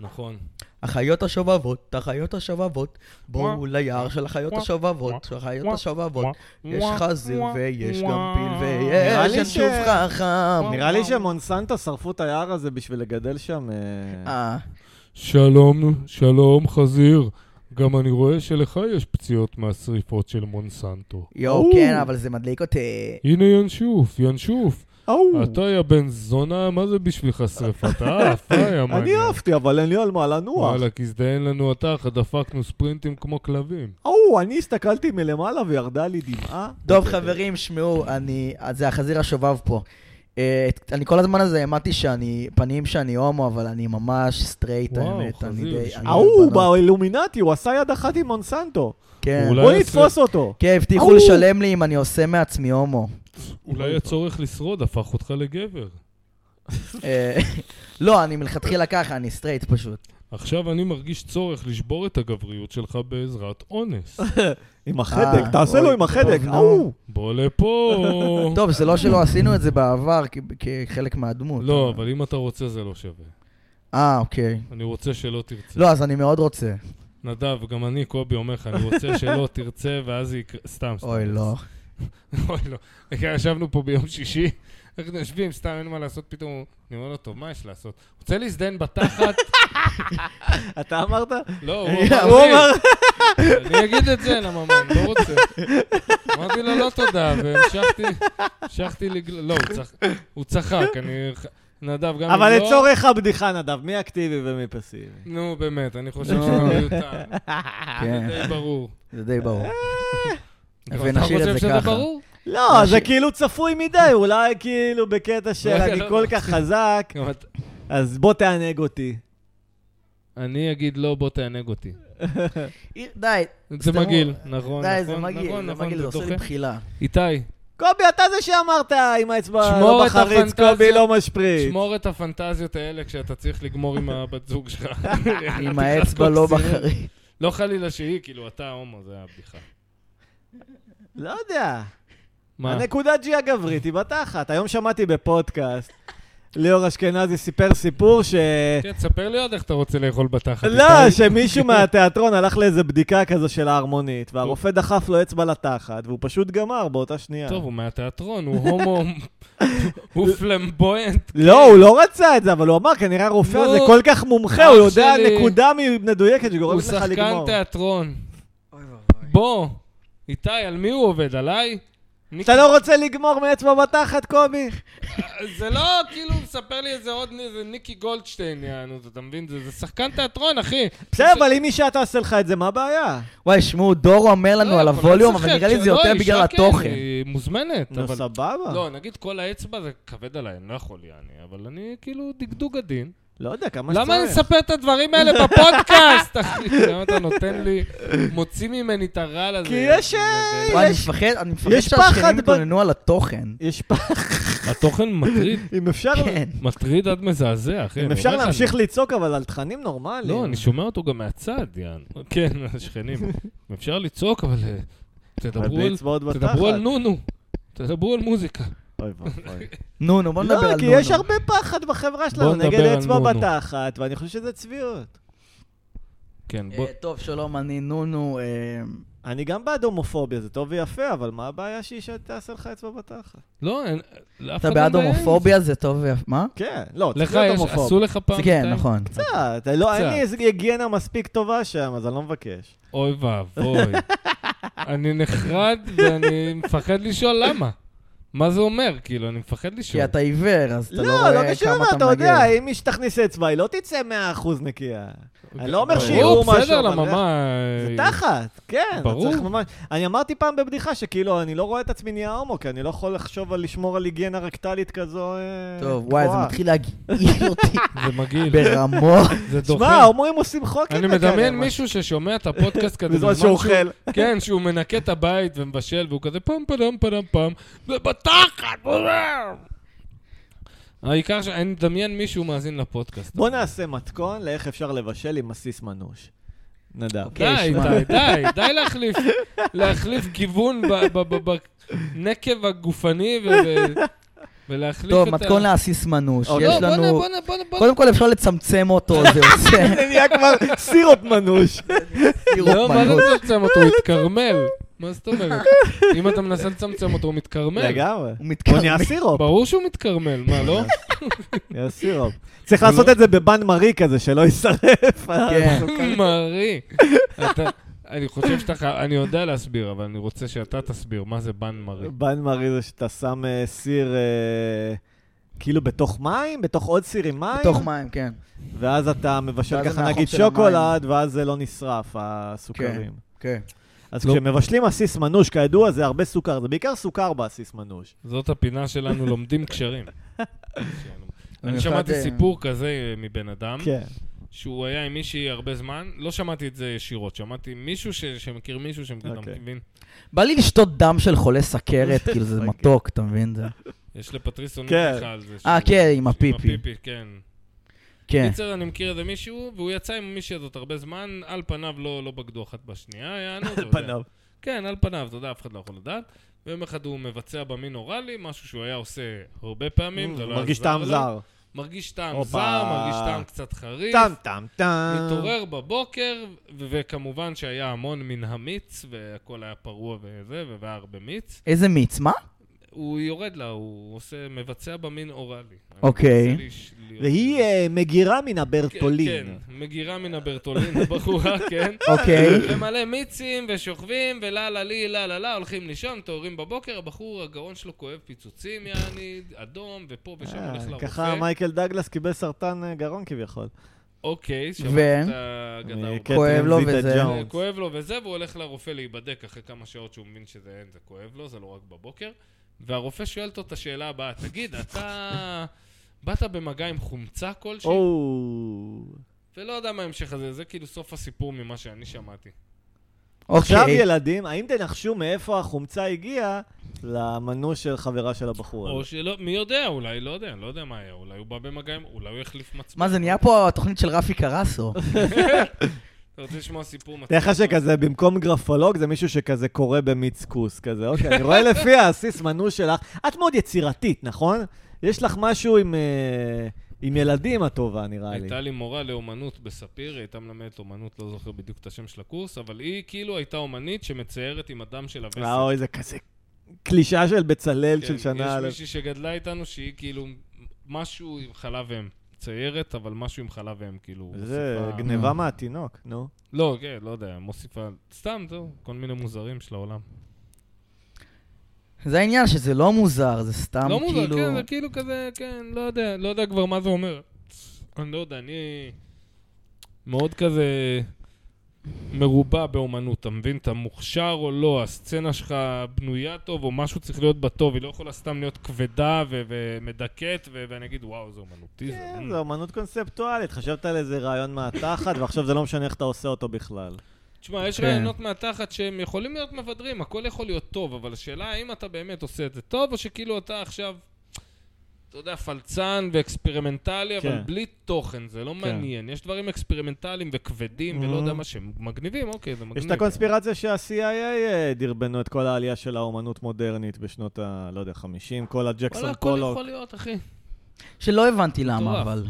Speaker 2: נכון.
Speaker 1: החיות השובבות, החיות השובבות, בואו ליער של החיות השובבות, החיות השובבות. יש חזיר ויש גם פיל
Speaker 3: נראה
Speaker 1: ויש
Speaker 3: לי ש-
Speaker 1: ינשוף חכם.
Speaker 3: נראה לי שמונסנטו שרפו את היער הזה בשביל לגדל שם... אה,
Speaker 1: אה,
Speaker 2: שלום, שלום חזיר. גם אני רואה שלך יש פציעות מהשריפות של מונסנטו.
Speaker 1: יואו, כן, אבל זה מדליק אותי.
Speaker 2: הנה ינשוף, ינשוף.
Speaker 3: אוו.
Speaker 2: אתה יא בן זונה, מה זה בשבילך שרפת? אה, יפה, יא
Speaker 3: אני
Speaker 2: מניאק.
Speaker 3: אהבתי, אבל אין לי על מה לנוח.
Speaker 2: וואלכ, הזדיין לנו התחת, דפקנו ספרינטים כמו כלבים.
Speaker 3: אוו, אני הסתכלתי מלמעלה וירדה לי דמעה.
Speaker 1: טוב,
Speaker 2: אוקיי,
Speaker 1: חברים, שמעו, אני... אז זה החזיר השובב פה. אה, את- אני כל הזמן הזה האמנתי שאני... פנים שאני הומו, אבל אני ממש סטרייט,
Speaker 2: וואו,
Speaker 1: האמת. אני
Speaker 2: חזיר,
Speaker 1: די-
Speaker 2: נשמע.
Speaker 1: אני
Speaker 3: ההוא,
Speaker 1: בנות.
Speaker 3: באילומינטי, הוא עשה יד אחת עם מונסנטו.
Speaker 1: כן.
Speaker 2: אולי
Speaker 3: בוא
Speaker 2: הוא עושה-
Speaker 3: נתפוס אותו.
Speaker 1: כן, הבטיחו
Speaker 3: ההוא.
Speaker 1: לשלם לי אם אני עושה מעצמי הומו.
Speaker 3: לא
Speaker 2: אולי הצורך לשרוד הפך אותך לגבר.
Speaker 1: אה, לא, אני מלכתחילה ככה, אני סטרייט פשוט.
Speaker 2: עכשיו אני מרגיש צורך לשבור את הגבריות שלך בעזרת אונס.
Speaker 3: עם החדק,
Speaker 1: אה,
Speaker 3: תעשה לו
Speaker 1: אוי,
Speaker 3: עם החדק,
Speaker 1: טוב, נו.
Speaker 3: אהו.
Speaker 2: בוא לפה.
Speaker 1: טוב, זה לא שלא עשינו את זה בעבר כ- כחלק מהדמות.
Speaker 2: לא, אבל אם אתה רוצה זה לא שווה.
Speaker 1: אה, אוקיי.
Speaker 2: אני רוצה שלא תרצה.
Speaker 1: לא, אז אני מאוד רוצה.
Speaker 2: נדב, גם אני, קובי, אומר לך, אני רוצה שלא תרצה, ואז זה יקרה... סתם, סתם.
Speaker 1: אוי, לא.
Speaker 2: אוי, לא. רגע, ישבנו פה ביום שישי, אנחנו יושבים, סתם, אין מה לעשות, פתאום, אני אומר לו, טוב, מה יש לעשות? רוצה להזדיין בתחת?
Speaker 3: אתה אמרת?
Speaker 2: לא, הוא
Speaker 3: הוא
Speaker 2: אמר
Speaker 3: אמר,
Speaker 2: לי, אני אגיד את זה לממן, לא רוצה. אמרתי לו, לא תודה, והמשכתי, המשכתי לגל... לא, הוא צח- הוא צחק, אני... נדב, גם אם לא...
Speaker 3: אבל לצורך הבדיחה, נדב, מי אקטיבי ומי פסיבי?
Speaker 2: נו, באמת, אני חושב
Speaker 1: נו.
Speaker 2: שזה מיותר.
Speaker 1: כן.
Speaker 2: זה די ברור.
Speaker 1: זה די ברור.
Speaker 2: אתה
Speaker 1: ונשאיר את
Speaker 2: חושב
Speaker 1: זה
Speaker 2: שזה
Speaker 1: ככה.
Speaker 2: ברור?
Speaker 3: לא,
Speaker 1: אה, מה
Speaker 3: זה
Speaker 1: ש-
Speaker 3: כאילו צפוי מדי, אולי כאילו בקטע של
Speaker 2: רגע,
Speaker 3: אני
Speaker 2: לא,
Speaker 3: כל
Speaker 2: לא.
Speaker 3: כך חזק,
Speaker 1: כן.
Speaker 2: גם אתה-
Speaker 3: אז בוא תענג אותי.
Speaker 2: אני אגיד לא, בוא תענג אותי.
Speaker 1: די,
Speaker 2: זה
Speaker 1: סתם,
Speaker 2: מגעיל, נכון,
Speaker 1: די, זה
Speaker 2: נכון,
Speaker 1: מגעיל,
Speaker 2: נכון,
Speaker 1: זה
Speaker 2: נכון,
Speaker 1: מגעיל, זה
Speaker 2: זה
Speaker 1: עושה לי
Speaker 2: דוחה.
Speaker 1: בחילה.
Speaker 2: איתי,
Speaker 3: קובי, אתה זה שאמרת עם האצבע
Speaker 2: שמור
Speaker 3: לא
Speaker 2: את
Speaker 3: בחריץ,
Speaker 2: הפנטזיה.
Speaker 3: קובי לא
Speaker 1: אה,
Speaker 3: משפריץ.
Speaker 2: שמור את הפנטזיות האלה כשאתה צריך לגמור עם הבת זוג שלך.
Speaker 1: עם האצבע לא בחריץ.
Speaker 2: לא חלילה שהיא, כאילו, אתה הומו, זה הבדיחה.
Speaker 3: לא יודע.
Speaker 2: מה?
Speaker 3: הנקודה G הגברית היא בתחת. היום שמעתי בפודקאסט, ליאור אשכנזי סיפר סיפור ש...
Speaker 2: כן, תספר לי עוד איך אתה רוצה לאכול בתחת.
Speaker 3: לא,
Speaker 2: איתי.
Speaker 3: שמישהו מהתיאטרון הלך לאיזה בדיקה כזו של ההרמונית, והרופא דחף לו אצבע לתחת, והוא פשוט גמר באותה שנייה.
Speaker 2: טוב, הוא מהתיאטרון, הוא הומו, הוא פלמבויינט.
Speaker 3: לא, הוא לא רצה את זה, אבל הוא אמר, כנראה הרופא
Speaker 2: נו,
Speaker 3: הזה כל כך מומחה,
Speaker 2: אח
Speaker 3: הוא יודע
Speaker 2: שלי.
Speaker 3: נקודה מדויקת
Speaker 2: הוא
Speaker 3: שגורמת לך
Speaker 2: שחקן
Speaker 3: לגמור.
Speaker 2: תיאטרון. בוא, איתי, על מי הוא עובד? עליי?
Speaker 3: אתה לא רוצה לגמור מאצבע בתחת, קובי?
Speaker 2: זה לא כאילו מספר לי איזה עוד איזה ניקי גולדשטיין, יענו, אתה מבין? זה זה שחקן תיאטרון, אחי.
Speaker 3: בסדר, אבל אם אישה תעשה לך את זה, מה הבעיה?
Speaker 1: וואי, שמעו, דור אומר לנו
Speaker 2: לא,
Speaker 1: על
Speaker 2: אבל
Speaker 1: הווליום,
Speaker 2: לא
Speaker 1: אבל
Speaker 2: לשחק,
Speaker 1: נראה לי זה
Speaker 2: שלא,
Speaker 1: יותר
Speaker 2: אישה
Speaker 1: בגלל
Speaker 2: כן,
Speaker 1: התוכן.
Speaker 2: היא מוזמנת,
Speaker 3: נו,
Speaker 2: אבל...
Speaker 3: סבבה.
Speaker 2: לא, נגיד כל האצבע זה כבד עליי, אני לא יכול, יעני, אבל אני כאילו דגדוג עדין.
Speaker 3: לא יודע, כמה שצריך.
Speaker 2: למה אני אספר את הדברים האלה בפודקאסט, אחי? למה אתה נותן לי, מוציא ממני את הרעל הזה?
Speaker 3: כי יש,
Speaker 2: זה-
Speaker 3: אה,
Speaker 2: זה-
Speaker 1: וואי, אני
Speaker 3: יש-
Speaker 1: מפחד, אני מפחד
Speaker 3: יש פחד
Speaker 1: שהשכנים
Speaker 3: ב-
Speaker 1: יתלוננו על התוכן.
Speaker 3: יש פח,
Speaker 2: התוכן מטריד,
Speaker 3: אם אפשר...
Speaker 1: כן.
Speaker 2: מטריד עד מזעזע, אחי.
Speaker 3: אם
Speaker 2: אני
Speaker 3: אפשר
Speaker 2: אומר לך,
Speaker 3: להמשיך לצעוק, אבל על תכנים נורמליים.
Speaker 2: לא, אני שומע אותו גם מהצד, יענו. כן, השכנים. אפשר לצעוק, אבל אה,
Speaker 3: אבל
Speaker 2: תדברו
Speaker 3: בלי
Speaker 2: על...
Speaker 3: אצבעות בתחת.
Speaker 2: תדברו על נונו. תדברו על מוזיקה.
Speaker 3: אוי ואבוי.
Speaker 1: נו, נו, בוא נדבר על
Speaker 3: לא,
Speaker 1: נונו.
Speaker 3: כי יש הרבה פחד בחברה שלנו
Speaker 2: בוא נדבר
Speaker 3: נגד
Speaker 2: על
Speaker 3: אצבע
Speaker 2: נונו.
Speaker 3: בתחת, ואני חושב שזה צביעות.
Speaker 2: כן,
Speaker 1: אה,
Speaker 2: בוא...
Speaker 1: טוב, שלום, אני נונו. אה,
Speaker 3: אני גם בעד הומופוביה, זה טוב ויפה, אבל מה הבעיה שאישה תעשה לך אצבע בתחת?
Speaker 2: לא, אין... לאף
Speaker 1: אתה
Speaker 2: אחד
Speaker 1: בעד
Speaker 2: אין בעיה עם
Speaker 1: הומופוביה? זה טוב ויפה. מה?
Speaker 3: כן, לא,
Speaker 2: זה.
Speaker 3: צריך
Speaker 2: לך
Speaker 3: להיות
Speaker 2: יש...
Speaker 3: הומופוב.
Speaker 2: עשו לך פעם...
Speaker 1: זה כן,
Speaker 2: שתיים?
Speaker 1: נכון.
Speaker 3: קצת, לא, אין
Speaker 2: קצת.
Speaker 3: לי איזה היגיינה מספיק טובה שם, אז אני לא מבקש.
Speaker 2: אוי ואבוי. אני נחרד ואני מפחד לשאול למה. מה זה אומר? כאילו, אני מפחד לשאול.
Speaker 1: כי אתה עיוור, אז אתה לא
Speaker 3: לא, לא
Speaker 1: רואה
Speaker 3: קשור
Speaker 1: כמה
Speaker 3: למה,
Speaker 1: אתה
Speaker 3: אתה יודע,
Speaker 1: מנגן.
Speaker 3: אם איש תכניס אצבע, היא לא תצא 100% נקייה. אני לא אומר
Speaker 2: ברור,
Speaker 3: שיראו משהו,
Speaker 2: אוקיי. בסדר,
Speaker 3: אבל
Speaker 2: למה
Speaker 3: זה-
Speaker 2: מה...
Speaker 3: זה תחת, כן. אתה
Speaker 2: ברור.
Speaker 3: צריך ממש... אני אמרתי פעם בבדיחה שכאילו, אני לא רואה את עצמי נהיה הומו, כי אני לא יכול לחשוב על לשמור על היגיינה רקטלית כזו... אה,
Speaker 1: טוב, וואי, זה
Speaker 3: גבוהה.
Speaker 1: מתחיל להגעיל אותי
Speaker 2: זה מגעיל.
Speaker 1: ברמות.
Speaker 2: זה
Speaker 3: שמע,
Speaker 2: דוחה.
Speaker 3: ההומואים עושים חוק
Speaker 2: אני מדמיין מישהו ששומע את הפודקאסט כזה
Speaker 3: בזמן שאוכל.
Speaker 2: כן, שהוא מנקה את הבית ומבשל, והוא כזה פעם פעם פעם פעם, ובתחת! בואו. העיקר ש... אני מדמיין מישהו מאזין לפודקאסט.
Speaker 3: בוא נעשה מתכון לאיך אפשר לבשל עם מסיס מנוש. נדב.
Speaker 1: אוקיי.
Speaker 2: די,
Speaker 1: שמע.
Speaker 2: די, די, די להחליף, להחליף כיוון ב- ב- ב- בנקב הגופני ו- ו- ולהחליף את
Speaker 1: טוב,
Speaker 2: ה...
Speaker 1: מתכון להסיס מנוש.
Speaker 3: אוקיי.
Speaker 1: יש
Speaker 2: לא, בוא נ-
Speaker 1: לנו...
Speaker 2: בוא נ- בוא נ- בוא נ-
Speaker 1: קודם כל אפשר לצמצם אותו, זה עושה
Speaker 3: זה נהיה כבר סירופ מנוש.
Speaker 2: לא,
Speaker 1: סירופ
Speaker 2: מה זה
Speaker 1: מנוש.
Speaker 2: לצמצם אותו? הוא מתקרמל. מה זאת אומרת? אם אתה מנסה לצמצם אותו, הוא מתקרמל.
Speaker 3: לגמרי.
Speaker 1: הוא מתקרב.
Speaker 3: הוא נהיה סירופ,
Speaker 2: ברור שהוא מתקרמל, מה, לא?
Speaker 3: נהיה סירופ. צריך לעשות את זה בבן מרי כזה, שלא יישרף.
Speaker 1: כן.
Speaker 2: מרי. אתה- אני חושב שאתה חייב, אני יודע להסביר, אבל אני רוצה שאתה תסביר מה זה בן מרי.
Speaker 3: בן מרי זה שאתה שם אה, סיר אה, כאילו בתוך מים, בתוך עוד סיר עם מים,
Speaker 1: בתוך מים, כן.
Speaker 3: ואז אתה מבשל
Speaker 1: ואז זה
Speaker 3: ככה
Speaker 1: מהחום
Speaker 3: נגיד
Speaker 1: של המים.
Speaker 3: שוקולד, ואז זה לא נשרף, הסוכרים.
Speaker 1: כן.
Speaker 3: אז
Speaker 2: לא.
Speaker 3: כשמבשלים עסיס מנוש, כידוע, זה הרבה סוכר, זה בעיקר סוכר בעסיס מנוש.
Speaker 2: זאת הפינה שלנו, לומדים קשרים. אני
Speaker 1: במיוחד,
Speaker 2: שמעתי
Speaker 1: אה,
Speaker 2: סיפור כזה אה, מבן אדם,
Speaker 3: כן.
Speaker 2: שהוא היה עם מישהי הרבה זמן, לא שמעתי את זה ישירות, שמעתי מישהו ש- שמכיר מישהו שמכיר, אתה
Speaker 3: אוקיי.
Speaker 2: מבין?
Speaker 1: בא לי לשתות דם של חולה סכרת, כאילו זה
Speaker 3: אוקיי.
Speaker 1: מתוק, אתה מבין? זה-
Speaker 2: יש לפטריס עונה
Speaker 3: כן.
Speaker 2: לך על זה.
Speaker 1: אה,
Speaker 2: שהוא-
Speaker 1: כן, עם הפיפי.
Speaker 2: הפיפי, כן.
Speaker 1: כן.
Speaker 2: קיצר, אני מכיר איזה מישהו, והוא יצא עם מישהי הזאת הרבה זמן, על פניו לא, לא בגדו אחת בשנייה, יענו, אתה יודע.
Speaker 3: פניו.
Speaker 2: כן, על פניו, אתה יודע, אף אחד לא יכול לדעת. ויום אחד הוא מבצע במין אוראלי, משהו שהוא היה עושה הרבה פעמים, זה לא היה
Speaker 3: Mm, מרגיש
Speaker 2: זר
Speaker 3: טעם
Speaker 2: לו.
Speaker 3: זר.
Speaker 2: מרגיש טעם
Speaker 3: הופה.
Speaker 2: זר, מרגיש טעם קצת חריף.
Speaker 3: טעם טעם טעם.
Speaker 2: לא- מתעורר בבוקר, ו- וכמובן שהיה המון מן המיץ, והכל היה פרוע וזה, והיה הרבה מיץ.
Speaker 1: איזה מיץ, מה?
Speaker 2: הוא יורד לה, הוא עושה, מבצע במין אוראלי. אני
Speaker 1: אוקיי.
Speaker 2: מנסה לש- להיות-
Speaker 3: והיא אה, מגירה מן
Speaker 2: כן,
Speaker 3: הברטולין.
Speaker 2: כן, מגירה מן הברטולין, הבחורה, כן.
Speaker 1: אוקיי.
Speaker 2: ומלא מיצים, ושוכבים, ולה לה לי, לה לה לה, הולכים לישון, מתעוררים בבוקר, הבחור, הגרון שלו כואב פיצוצים, יעני, אדום, ופה ושם
Speaker 3: אה,
Speaker 2: כן. הולך לרופא.
Speaker 3: ככה מייקל דאגלס קיבל סרטן אה, גרון כביכול.
Speaker 2: אוקיי,
Speaker 1: ו-
Speaker 2: שמעת את האגדה
Speaker 3: אה,
Speaker 2: הרבה.
Speaker 1: כואב לו
Speaker 3: קתרין
Speaker 1: וזה.
Speaker 2: זה
Speaker 3: זיטה-ג'ונס.
Speaker 2: אוקיי. אה, כואב לו וזה, והוא הולך לרופא להיבדק אחרי כמה שעות שהוא מבין שזה אין, זה כואב לו, זה לא רק בבוקר. והרופא שואל אותו את השאלה הבאה, תגיד, אתה באת במגע עם חומצה כלשהי?
Speaker 3: או.
Speaker 2: ולא יודע מה ההמשך הזה, זה כאילו סוף הסיפור ממה שאני שמעתי.
Speaker 3: עכשיו
Speaker 1: אוקיי.
Speaker 3: ילדים, האם תנחשו מאיפה החומצה הגיעה למנוש של חברה של הבחור
Speaker 2: או
Speaker 3: הזה?
Speaker 2: שלא, מי יודע, אולי, לא יודע, לא יודע מה היה, אולי הוא בא במגע עם, אולי הוא החליף מצפון.
Speaker 1: מה, זה נהיה פה התוכנית של רפי קרסו.
Speaker 2: אתה רוצה לשמוע סיפור מצפון?
Speaker 3: תאר לך שכזה, במקום גרפולוג, זה מישהו שכזה קורא במיץ כוס כזה. אוקיי, אני רואה לפי העסיס מנוש שלך, את מאוד יצירתית, נכון? יש לך משהו עם... אה, עם ילדים הטובה, נראה לי.
Speaker 2: הייתה לי מורה לאומנות בספיר, היא הייתה מלמדת אומנות, לא זוכר בדיוק את השם של הקורס, אבל היא כאילו הייתה אומנית שמציירת עם הדם של הווסת.
Speaker 3: אה, אוי, זה כזה קלישאה של בצלאל
Speaker 2: כן,
Speaker 3: של שנה
Speaker 2: יש
Speaker 3: א'.
Speaker 2: מישהי שגדלה איתנו שהיא כאילו משהו עם חלב אם. ציירת, אבל משהו עם חלב אם, כאילו...
Speaker 3: זה
Speaker 2: מוסיפה-
Speaker 3: גניבה מהתינוק, נו.
Speaker 2: לא, כן, לא יודע, מוסיפה... סתם, זהו, כל מיני מוזרים של העולם.
Speaker 1: זה העניין שזה לא מוזר, זה סתם
Speaker 2: לא מוזר,
Speaker 1: כאילו...
Speaker 2: כן, זה כאילו כזה, כן, לא יודע, לא יודע כבר מה זה אומר. אני לא יודע, אני מאוד כזה מרובע באומנות, אתה מבין? אתה מוכשר או לא, הסצנה שלך בנויה טוב, או משהו צריך להיות בטוב, היא לא יכולה סתם להיות כבדה ו- ומדכאת, ו- ואני אגיד, וואו, זה אומנותי. זה,
Speaker 3: כן,
Speaker 2: אמ."
Speaker 3: זו אמנות קונספטואלית, חשבת על איזה רעיון מהתחת, ועכשיו זה לא משנה איך אתה עושה אותו בכלל.
Speaker 2: תשמע, יש
Speaker 1: כן.
Speaker 2: רעיונות מהתחת שהם יכולים להיות מבדרים, הכל יכול להיות טוב, אבל השאלה האם אתה באמת עושה את זה טוב, או שכאילו אתה עכשיו, אתה יודע, פלצן ואקספרימנטלי, אבל
Speaker 3: כן.
Speaker 2: בלי תוכן, זה לא מעניין. יש דברים אקספרימנטליים וכבדים, ולא יודע מה שהם מגניבים, אוקיי, זה מגניב.
Speaker 3: Mm-hmm. יש את הקונספירציה שה-CIA אה, דרבנו את כל העלייה של האומנות מודרנית בשנות ה... לא יודע, 50, כל
Speaker 2: וואלה,
Speaker 3: הג'קסון
Speaker 2: הכל
Speaker 3: פולוק.
Speaker 2: יכול להיות, אחי.
Speaker 1: שלא הבנתי למה,
Speaker 2: מטורף.
Speaker 1: אבל...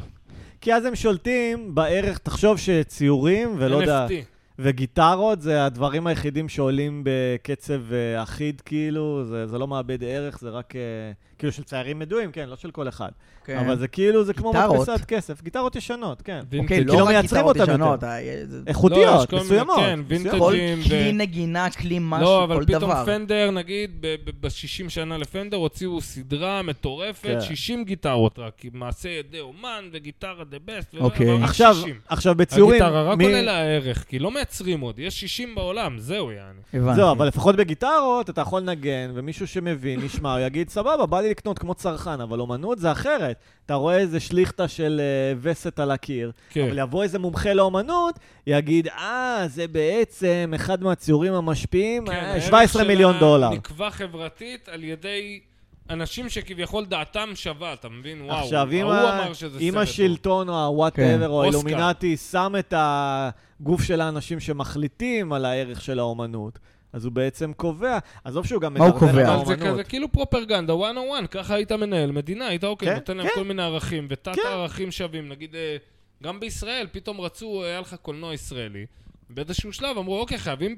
Speaker 3: כי אז הם שולטים בערך, תחשוב שציורים, ולא יודע,
Speaker 2: NFT.
Speaker 3: וגיטרות זה הדברים היחידים שעולים בקצב אה, אחיד, כאילו, זה זה לא מאבד ערך, זה רק, אה, כאילו, של ציירים ידועים, כן, לא של כל אחד.
Speaker 1: כן.
Speaker 3: אבל זה כאילו, זה כמו
Speaker 1: גיטרות.
Speaker 3: מדפסת כסף. גיטרות ישנות, כן.
Speaker 1: אוקיי,
Speaker 2: וינטג'.
Speaker 3: כי לא
Speaker 1: לא רק
Speaker 3: מייצרים
Speaker 1: גיטרות
Speaker 3: אותם
Speaker 1: ישנות,
Speaker 3: יותר.
Speaker 1: אה, זה-
Speaker 2: לא, יש
Speaker 3: איכותיות,
Speaker 2: כל מיני-
Speaker 3: מסוימות.
Speaker 2: כן,
Speaker 3: מסוימות.
Speaker 2: וינטג'
Speaker 1: כל
Speaker 2: ו-
Speaker 1: כלי נגינה, כלי
Speaker 2: לא,
Speaker 1: משהו,
Speaker 2: אבל
Speaker 1: כל
Speaker 2: פתאום
Speaker 1: דבר.
Speaker 2: פנדר, נגיד, ב-60 שנה לפנדר, הוציאו סדרה מטורפת,
Speaker 3: כן.
Speaker 2: 60 גיטרות רק, עם מעשה ידי אומן וגיטרה דה בסט, ו-
Speaker 1: אוקיי.
Speaker 2: אבל רק
Speaker 3: עכשיו,
Speaker 2: 60.
Speaker 3: עכשיו בציורים,
Speaker 2: הגיטרה רק
Speaker 3: מי-
Speaker 2: עולה לה ערך, כי לא מייצרים עוד, יש 60 בעולם, זהו יעני.
Speaker 1: הבנתי.
Speaker 3: זהו, אבל לפחות בגיטרות אתה יכול לנגן, ומישהו שמבין, ישמע, הוא יגיד, סבבה, בא לי לקנות כמו צרכן, אבל אומנות זה אחרת. אתה רואה איזה שליכטה של אה, וסת על הקיר,
Speaker 2: כן.
Speaker 3: אבל יבוא איזה מומחה לאומנות, יגיד, אה, זה בעצם אחד מהציורים המשפיעים,
Speaker 2: כן,
Speaker 3: אה,
Speaker 2: הערך
Speaker 3: 17
Speaker 2: שלה
Speaker 3: מיליון דולר.
Speaker 2: נקבע חברתית על ידי אנשים שכביכול דעתם שווה, אתה מבין? וואו,
Speaker 3: עכשיו, אם
Speaker 2: ההוא
Speaker 3: ה-
Speaker 2: אמר שזה סרט.
Speaker 3: אם
Speaker 2: טוב.
Speaker 3: השלטון או הוואטאבר
Speaker 1: כן.
Speaker 3: או
Speaker 2: אוסקר.
Speaker 3: האילומינטי שם את הגוף של האנשים שמחליטים על הערך של האומנות, אז הוא בעצם קובע. עזוב שהוא גם
Speaker 1: מה הוא
Speaker 3: מדרדר את
Speaker 1: קובע?
Speaker 2: אבל זה
Speaker 3: האומנות.
Speaker 2: כזה כאילו פרופרגנדה, one on one, ככה היית מנהל מדינה, היית אוקיי,
Speaker 3: כן,
Speaker 2: נותן להם
Speaker 3: כן.
Speaker 2: כל מיני ערכים, ותת
Speaker 3: כן.
Speaker 2: ערכים שווים, נגיד, אה, גם בישראל, פתאום רצו, אה, היה לך קולנוע ישראלי, באיזשהו שלב אמרו, אוקיי, חייבים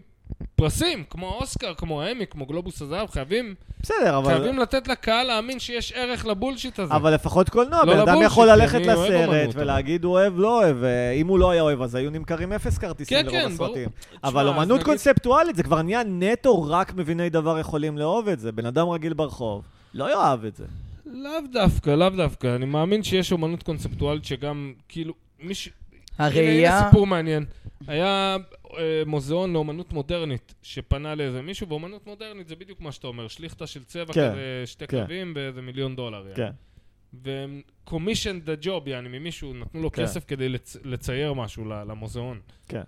Speaker 2: פרסים, כמו אוסקר, כמו האמי, כמו גלובוס הזהב, חייבים,
Speaker 3: בסדר, אבל...
Speaker 2: חייבים לתת לקהל להאמין שיש ערך לבולשיט הזה.
Speaker 3: אבל לפחות קולנוע,
Speaker 2: לא
Speaker 3: בן אדם
Speaker 2: לבולשיט,
Speaker 3: יכול
Speaker 2: כי
Speaker 3: ללכת
Speaker 2: אני אוהב
Speaker 3: לסרט
Speaker 2: אומנות, אבל.
Speaker 3: ולהגיד הוא אוהב, לא אוהב, ואם הוא לא היה אוהב אז היו נמכרים אפס כרטיסים
Speaker 2: כן,
Speaker 3: לרוב
Speaker 2: כן, ברור.
Speaker 3: הסרטים.
Speaker 2: תשמע,
Speaker 3: אבל
Speaker 2: אז
Speaker 3: אומנות
Speaker 2: נגיד-
Speaker 3: קונספטואלית זה כבר נהיה נטו רק מביני דבר יכולים לאהוב את זה. בן אדם רגיל ברחוב לא יאהב את זה.
Speaker 2: לאו דווקא, לאו דווקא, אני מאמין שיש אומנות קונספטואלית שגם, כאילו, מישהו... הנה,
Speaker 1: הראייה...
Speaker 2: הנה סיפור מעניין. היה אה, מוזיאון לאומנות מודרנית, שפנה לאיזה מישהו, ואומנות מודרנית זה בדיוק מה שאתה אומר, שליכטה של
Speaker 3: כן,
Speaker 2: צבע כזה, שתי
Speaker 3: כן.
Speaker 2: קווים באיזה מיליון דולר. יעני.
Speaker 3: כן.
Speaker 2: והם commission the job, יעני, ממישהו, נתנו לו
Speaker 3: כן.
Speaker 2: כסף כדי לצ- לצייר משהו ל- למוזיאון.
Speaker 3: כן.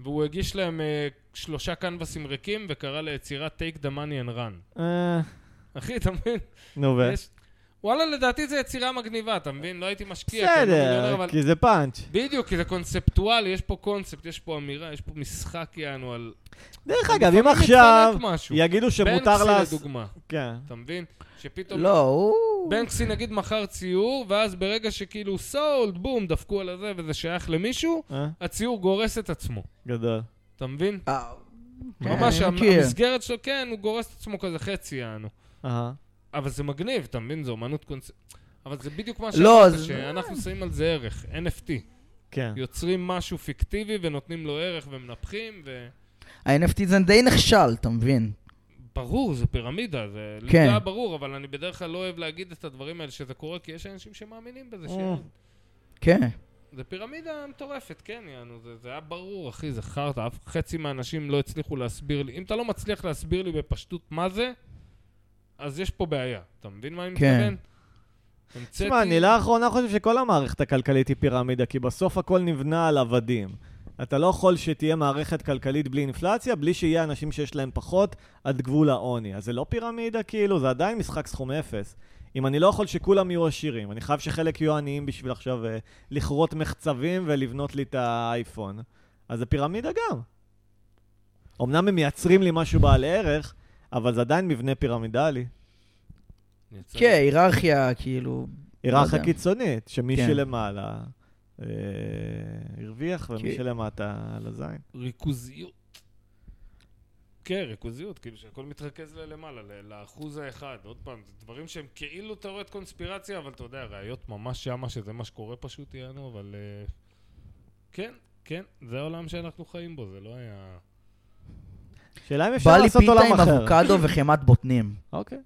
Speaker 2: והוא הגיש להם אה, שלושה קנבסים ריקים, וקרא ליצירה Take the money and run.
Speaker 3: כן. אה,
Speaker 2: אחי, אתה מבין?
Speaker 3: נו ו...
Speaker 2: יש- וואלה, לדעתי זו יצירה מגניבה, אתה מבין? לא הייתי משקיע. כי אני לא מיליונר,
Speaker 3: בסדר,
Speaker 2: אבל-
Speaker 3: כי זה פאנץ'.
Speaker 2: בדיוק, כי זה קונספטואלי, יש פה קונספט, יש פה אמירה, יש פה משחק יענו על...
Speaker 3: דרך אגב, אם
Speaker 2: לפעמים
Speaker 3: עכשיו
Speaker 2: מתפנק משהו.
Speaker 3: יגידו שמותר לה...
Speaker 2: בנקסי לדוגמה,
Speaker 3: כן.
Speaker 2: אתה מבין? שפתאום...
Speaker 1: לא, הוא...
Speaker 2: בנקסי נגיד מכר ציור, ואז ברגע שכאילו סולד, בום, דפקו על הזה וזה שייך למישהו,
Speaker 3: אה?
Speaker 2: הציור גורס את עצמו.
Speaker 3: גדול.
Speaker 2: אתה מבין?
Speaker 1: אה, כן,
Speaker 2: ממש,
Speaker 1: אני
Speaker 2: המ-
Speaker 1: מכיר.
Speaker 2: המסגרת שלו, כן, הוא גורס את עצמו כזה חצי, יענו.
Speaker 3: אהה.
Speaker 2: אבל זה מגניב, אתה מבין? זו אומנות קונס... אבל זה בדיוק מה
Speaker 1: לא,
Speaker 2: שאמרת,
Speaker 1: זה-
Speaker 2: שאנחנו שמים על זה ערך, NFT.
Speaker 3: כן.
Speaker 2: יוצרים משהו פיקטיבי ונותנים לו ערך ומנפחים, ו...
Speaker 1: ה-NFT זה די נכשל, אתה מבין?
Speaker 2: ברור, זה פירמידה, זה לי
Speaker 1: כן.
Speaker 2: זה היה ברור, אבל אני בדרך כלל לא אוהב להגיד את הדברים האלה שזה קורה, כי יש אנשים שמאמינים בזה,
Speaker 3: אה.
Speaker 2: ש...
Speaker 1: כן.
Speaker 2: זה פירמידה מטורפת, כן, יענו, זה, זה היה ברור, אחי, זה חרטא, אף חצי מהאנשים לא הצליחו להסביר לי. אם אתה לא מצליח להסביר לי בפשטות מה זה, אז יש פה בעיה. אתה מבין מה אני
Speaker 1: כן.
Speaker 2: מתכוון? המצאתי-
Speaker 3: תשמע, אני לא- לאחרונה חושב שכל המערכת הכלכלית היא פירמידה, כי בסוף הכל נבנה על עבדים. אתה לא יכול שתהיה מערכת כלכלית בלי אינפלציה, בלי שיהיה אנשים שיש להם פחות עד גבול העוני. אז זה לא פירמידה כאילו, זה עדיין משחק סכום אפס. אם אני לא יכול שכולם יהיו עשירים, אני חייב שחלק יהיו עניים בשביל עכשיו אה, לכרות מחצבים ולבנות לי את האייפון. אז זה פירמידה גם. אמנם הם מייצרים לי משהו בעל ערך, אבל זה עדיין מבנה פירמידלי.
Speaker 2: אני יוצא-
Speaker 1: כן, היררכיה, כאילו... לא
Speaker 3: היררכיה
Speaker 1: יודע.
Speaker 3: קיצונית, שמי
Speaker 1: כן.
Speaker 3: שלמעלה אה, הרוויח ומי
Speaker 1: כי-
Speaker 3: שלמטה על הזין.
Speaker 2: ריכוזיות. כן, ריכוזיות, כאילו שהכל מתרכז ללמעלה, ל- לאחוז האחד. עוד פעם, זה דברים שהם כאילו תיאוריית קונספירציה, אבל אתה יודע, ראיות ממש שמה שזה מה שקורה פשוט, יענו, אבל... אה, כן, כן, זה העולם שאנחנו חיים בו, זה לא היה...
Speaker 3: שאלה אם
Speaker 1: בא
Speaker 3: אפשר
Speaker 1: לי
Speaker 3: לעשות
Speaker 1: פיתה
Speaker 3: עולם
Speaker 1: עם
Speaker 3: אחר.
Speaker 1: אבוקדו וחמת בוטנים.
Speaker 3: אוקיי.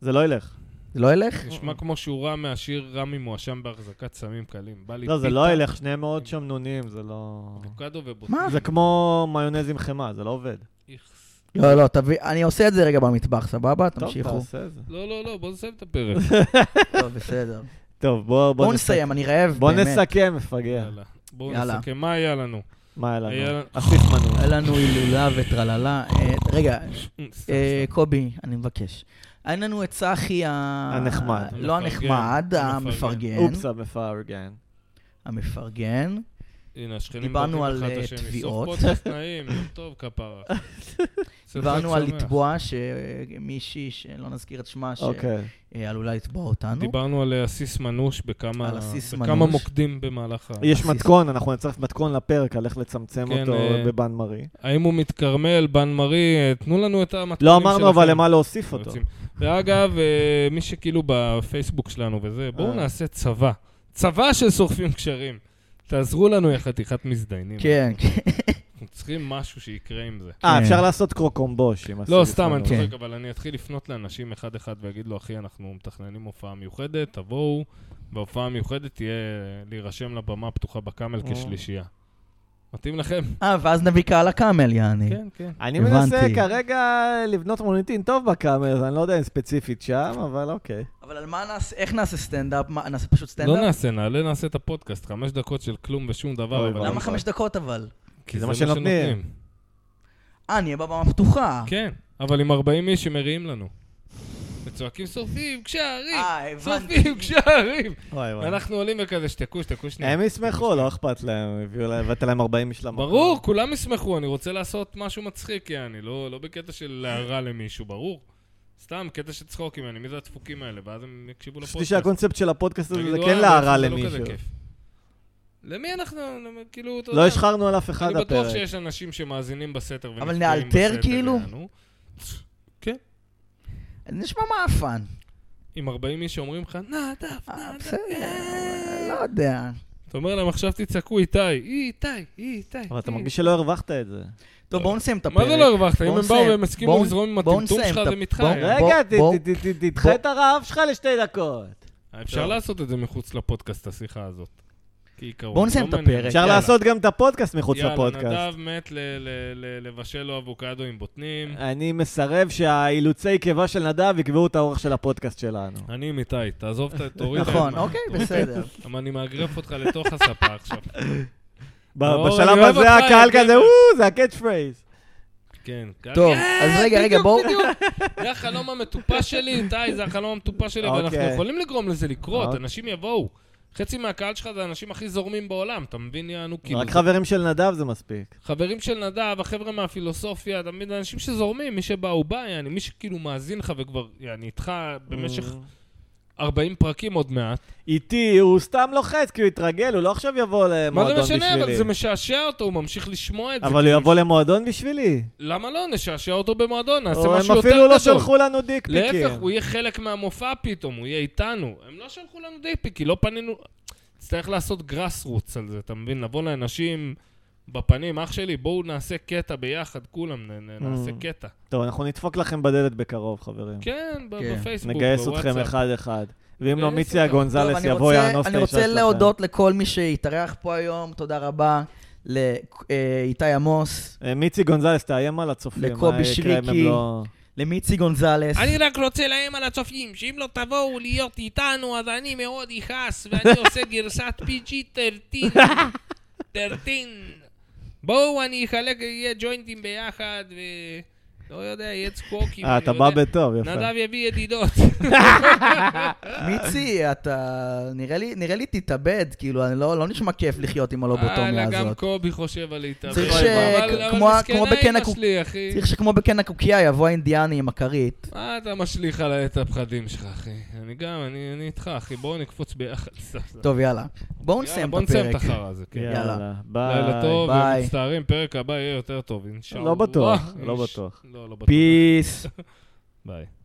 Speaker 3: זה לא ילך.
Speaker 1: זה לא
Speaker 3: אה.
Speaker 1: ילך?
Speaker 2: נשמע כמו שורה מהשיר רמי מואשם בהחזקת סמים קלים. בא לי
Speaker 3: לא, זה
Speaker 2: פיתה,
Speaker 3: לא ילך, שניהם מאוד שמנונים, זה לא...
Speaker 2: אבוקדו ובוט.
Speaker 1: מה?
Speaker 3: זה כמו מיונז עם חמאה, זה לא עובד.
Speaker 2: איכס.
Speaker 1: לא, לא, תביא... אני עושה את זה רגע במטבח, סבבה?
Speaker 3: טוב,
Speaker 1: תמשיכו.
Speaker 3: תעשה את זה.
Speaker 2: לא, לא, לא, בוא נסיים את הפרק.
Speaker 1: טוב, בסדר.
Speaker 3: טוב, בואו
Speaker 1: בואו נסיים, אני רעב,
Speaker 3: בואו
Speaker 1: באמת.
Speaker 3: נסכם, מפגע.
Speaker 2: יאללה. בואו
Speaker 1: יאללה.
Speaker 2: נסכם, מה היה לנו?
Speaker 3: מה היה
Speaker 2: היה
Speaker 3: לנו?
Speaker 2: לנו-
Speaker 3: אסיף מנוי.
Speaker 1: היה לנו הילולה וטרללה. אה, רגע,
Speaker 2: סתם, סתם.
Speaker 1: אה, קובי, אני מבקש. היה לנו את צחי ה...
Speaker 3: הנחמד.
Speaker 1: לא
Speaker 2: המפרגן.
Speaker 1: הנחמד,
Speaker 2: המפרגן.
Speaker 1: המפרגן.
Speaker 3: אופס המפארגן.
Speaker 1: המפרגן.
Speaker 2: הנה, השכנים
Speaker 1: דיברנו
Speaker 2: מבטאים
Speaker 1: על,
Speaker 2: אחד את
Speaker 1: אה,
Speaker 2: השני.
Speaker 1: תביעות.
Speaker 2: סוף פודקאסט נעים, יום טוב, כפרה. סוף
Speaker 1: דיברנו
Speaker 2: חג
Speaker 1: על
Speaker 2: שמח.
Speaker 1: לתבוע שמישהי, שלא נזכיר את שמה,
Speaker 3: אוקיי.
Speaker 1: שעלולה לתבוע אותנו.
Speaker 2: דיברנו על אה, עסיס מנוש בכמה
Speaker 1: על עסיס
Speaker 2: בכמה
Speaker 1: מנוש.
Speaker 2: מוקדים במהלך ה...
Speaker 3: יש
Speaker 1: הסיס-
Speaker 3: מתכון, אנחנו נצטרך מתכון לפרק על איך לצמצם
Speaker 2: כן,
Speaker 3: אותו
Speaker 2: אה,
Speaker 3: בבן מרי.
Speaker 2: האם הוא מתקרמל, בן מרי, אה, תנו לנו את המתכונים
Speaker 3: לא
Speaker 2: שלכם.
Speaker 3: אמרנו אבל למה להוסיף אותו.
Speaker 2: רוצים. ואגב, אה, מי שכאילו בפייסבוק שלנו וזה, בואו
Speaker 3: אה.
Speaker 2: נעשה צבא. צבא של שורפים קשרים. תעזרו לנו, יא חתיכת מזדיינים.
Speaker 1: כן, כן.
Speaker 2: אנחנו צריכים משהו שיקרה עם זה.
Speaker 3: אה,
Speaker 1: כן.
Speaker 3: אפשר לעשות קרוקומבוש עם
Speaker 2: לא,
Speaker 3: הסיריס
Speaker 2: סתם, אני
Speaker 3: מנוי.
Speaker 1: כן.
Speaker 2: צוחק, אבל אני אתחיל לפנות לאנשים אחד-אחד ואגיד לו, אחי, אנחנו מתכננים הופעה מיוחדת, תבואו, וההופעה המיוחדת תהיה להירשם לבמה הפתוחה בקאמל
Speaker 3: או.
Speaker 2: כשלישייה. מתאים לכם?
Speaker 1: אה, ואז נביא קהל הקאמל, יעני.
Speaker 3: אוקיי.
Speaker 2: כן, כן.
Speaker 3: אני
Speaker 1: הבנתי.
Speaker 3: מנסה כרגע לבנות מוניטין טוב בקאמר, אז אני לא יודע אם ספציפית שם, אבל אוקיי.
Speaker 1: אבל על מה נעשה, איך נעשה סטנדאפ? מה, נעשה פשוט
Speaker 2: לא
Speaker 1: סטנדאפ?
Speaker 2: נעשה, נעלה, נעשה את הפודקאסט, חמש דקות של כלום ושום דבר.
Speaker 3: אוי,
Speaker 2: אבל- לא.
Speaker 3: ואבוי.
Speaker 1: למה חמש דקות אבל?
Speaker 2: כי
Speaker 3: זה מה שנותנים.
Speaker 1: אה, נהיה בבמה פתוחה.
Speaker 2: כן, אבל עם 40 איש שמריעים לנו. וצועקים, שורפים קשרים!
Speaker 1: אה, הבנתי.
Speaker 2: שורפים קשרים!
Speaker 3: וואי וואי.
Speaker 2: אנחנו עולים וכזה, שתקו, שתקו שנייה.
Speaker 3: הם ישמחו, לא אכפת להם, הביאו להם, הבאת להם 40 איש למקום.
Speaker 2: כן. ברור, כולם ישמחו, אני רוצה לעשות משהו מצחיק, יעני, לא, לא בקטע של להרע למישהו, ברור. סתם, קטע של צחוק ממני, מי זה הדפוקים האלה? ואז הם יקשיבו לפודקאסט.
Speaker 3: חשבתי שהקונספט של הפודקאסט הזה זה
Speaker 2: יגידו,
Speaker 3: כן
Speaker 2: "אה,
Speaker 3: להרע
Speaker 2: זה לא כזה
Speaker 3: למישהו.
Speaker 2: כיף." למי אנחנו, למי- כאילו, אתה
Speaker 3: לא השחרנו על אף אחד
Speaker 2: אני בטוח
Speaker 3: הפרק.
Speaker 2: שיש אנשים שמאזינים בסתר ונפגעים בסתר.
Speaker 1: נאלתר כאילו?
Speaker 2: יענו.
Speaker 1: נשמע מעפן.
Speaker 2: עם 40 איש שאומרים לך, נדב,
Speaker 1: אה,
Speaker 2: נדב.
Speaker 1: בסדר, לא יודע.
Speaker 2: אתה אומר להם, עכשיו תצעקו איתי, איתי, איתי.
Speaker 3: אבל אתה
Speaker 2: איתי."
Speaker 3: מרגיש שלא הרווחת את זה.
Speaker 1: טוב, בואו נסיים את הפרק.
Speaker 2: מה זה לא הרווחת? אם
Speaker 1: בואו
Speaker 2: הם באו
Speaker 1: נסיים.
Speaker 2: והם הסכימו
Speaker 1: בואו-
Speaker 2: לזרום עם
Speaker 1: בואו
Speaker 2: הטמטום
Speaker 1: נסיים
Speaker 2: שלך
Speaker 1: את ה-
Speaker 2: ומתך.
Speaker 1: בואו-
Speaker 2: יעני.
Speaker 1: בוא-
Speaker 3: רגע, ת-
Speaker 1: בוא-
Speaker 3: ת- ת- תדחה
Speaker 1: בוא- כן,
Speaker 3: את הרעב שלך לשתי דקות.
Speaker 2: אפשר
Speaker 3: טוב.
Speaker 2: לעשות את זה מחוץ לפודקאסט, השיחה הזאת. כעיקרון.
Speaker 1: בואו נסיים
Speaker 2: לא
Speaker 1: את
Speaker 2: מעניין.
Speaker 1: הפרק.
Speaker 3: אפשר
Speaker 1: יאללה.
Speaker 3: לעשות גם את הפודקאסט מחוץ
Speaker 2: יאללה,
Speaker 3: לפודקאסט.
Speaker 2: נדב מת ל- ל- ל- לבשל לו אבוקדו עם בוטנים.
Speaker 3: אני מסרב שהאילוצי קיבה של נדב יקבעו את האורך של הפודקאסט שלנו. אני
Speaker 2: אני עם איתי, תעזוב, את ה- תוריד. את
Speaker 1: נכון,
Speaker 2: הזמן.
Speaker 1: אוקיי,
Speaker 2: תוריד.
Speaker 1: בסדר.
Speaker 2: אבל אני מאגרף אותך לתוך הספה עכשיו.
Speaker 3: ב-
Speaker 2: אור,
Speaker 3: בשלב
Speaker 2: אני אוהב
Speaker 3: הזה
Speaker 2: אותך, כן,
Speaker 3: הקהל
Speaker 2: יא גבר.
Speaker 3: כזה, וואו, זה הקאץ' פרייז.
Speaker 2: כן.
Speaker 1: טוב,
Speaker 2: כן,
Speaker 1: אז רגע, רגע,
Speaker 2: בדיוק,
Speaker 1: בואו-
Speaker 2: בדיוק. זה החלום המטופש שלי, איתי, זה החלום המטופש שלי, ואנחנו
Speaker 3: אוקיי.
Speaker 2: יכולים לגרום לזה לקרות,
Speaker 3: אוקיי.
Speaker 2: אנשים יבואו. חצי מהקהל שלך זה האנשים הכי זורמים בעולם, אתה מבין, יענו? כאילו,
Speaker 3: רק
Speaker 2: זה-
Speaker 3: חברים של נדב זה מספיק.
Speaker 2: חברים של נדב, החבר'ה מהפילוסופיה, אתה מבין, אנשים שזורמים, מי שבא הוא בא, יעני, מי שכאילו מאזין לך וכבר, יעני, איתך במשך 40 פרקים עוד מעט.
Speaker 3: Mm. איתי, הוא סתם לוחץ, כי הוא התרגל, הוא לא עכשיו יבוא
Speaker 2: מה זה
Speaker 3: למועדון בשבילי.
Speaker 2: משנה, אבל זה משעשע אותו, הוא ממשיך לשמוע את זה.
Speaker 3: אבל
Speaker 2: כאילו,
Speaker 3: הוא יבוא למועדון בשבילי.
Speaker 2: למה לא? נשעשע אותו במועדון, נעשה
Speaker 3: או,
Speaker 2: משהו
Speaker 3: הם
Speaker 2: יותר
Speaker 3: אפילו לא
Speaker 2: גדול.
Speaker 3: שלחו לנו דיקפיקים.
Speaker 2: להפך, הוא יהיה חלק מהמופע פתאום, הוא יהיה איתנו. הם לא שלחו לנו דיפיק, כי לא פנינו... נצטרך לעשות גראס רוץ על זה, אתה מבין? לבוא לאנשים בפנים, אח שלי, בואו נעשה קטע ביחד, כולם, נ- נ- נעשה
Speaker 3: Mm.
Speaker 2: קטע.
Speaker 3: טוב, אנחנו נדפוק לכם בדלת בקרוב, חברים.
Speaker 2: כן, ב-
Speaker 1: כן.
Speaker 2: בפייסבוק,
Speaker 3: נגייס אתכם
Speaker 2: בוואטסאפ.
Speaker 3: אחד-אחד. ואם לא,
Speaker 2: נגייס
Speaker 3: מיציה
Speaker 2: אותם.
Speaker 1: טוב,
Speaker 3: גונזלס
Speaker 1: אני
Speaker 3: יבוא,
Speaker 1: רוצה-
Speaker 3: יאנוס את
Speaker 1: אני
Speaker 3: האישה
Speaker 1: רוצה
Speaker 3: שלכם.
Speaker 1: להודות לכל מי שהתארח פה היום, תודה רבה לאיתי עמוס,
Speaker 3: אה, מיצי גונזלס, תאיים על הצופים.
Speaker 1: לקובי
Speaker 3: מה יקרה אם הם
Speaker 1: שריקי.
Speaker 3: לא-
Speaker 1: למיצי גונזלס.
Speaker 2: אני רק רוצה לאיים על הצופים, שאם לא תבואו להיות איתנו, אז אני מאוד אכעס, ואני עושה גרסת PG-13. 13. בואו, אני אחלק, יהיה ג'וינטים ביחד, ו... לא יודע, יהיה צחוקים.
Speaker 3: אה,
Speaker 2: אני לא
Speaker 3: אתה
Speaker 2: יודע.
Speaker 3: בא בטוב, יפה.
Speaker 2: נדב יביא ידידות.
Speaker 1: מיצי, אתה... נראה לי, נראה לי תתאבד, כאילו, אני לא, לא נשמע כיף לחיות עם הלובוטומיה
Speaker 2: וואלה, גם
Speaker 1: הזאת.
Speaker 2: קובי חושב על להתאבד.
Speaker 1: לא צריך
Speaker 3: ש-
Speaker 2: אבל-
Speaker 1: כמו-
Speaker 2: אבל
Speaker 1: כמו
Speaker 2: מסכנה
Speaker 1: בקן
Speaker 2: אמא
Speaker 1: הקוק-
Speaker 2: שלי, אחי.
Speaker 1: צריך שכמו בקן הקוקייה יבוא האינדיאני עם הכרית.
Speaker 2: מה אתה משליך עליי את הפחדים שלך, אחי? אני גם, אני אני איתך, אחי. בואו נקפוץ ביחד.
Speaker 1: טוב, יאללה. בואו
Speaker 2: יאללה,
Speaker 1: נסיים את
Speaker 2: בואו נסיים את
Speaker 1: הפרק.
Speaker 2: החרא הזה, כן.
Speaker 1: יאללה.
Speaker 3: יאללה,
Speaker 2: לילה
Speaker 3: ביי.
Speaker 2: טוב,
Speaker 1: ביי.
Speaker 2: ומצטערים, פרק הבא יהיה יותר טוב, אינשאללה.
Speaker 3: לא בטוח, לא
Speaker 2: אינש-
Speaker 3: בטוח.
Speaker 2: לא, לא בטוח.
Speaker 1: פיס.
Speaker 2: ביי.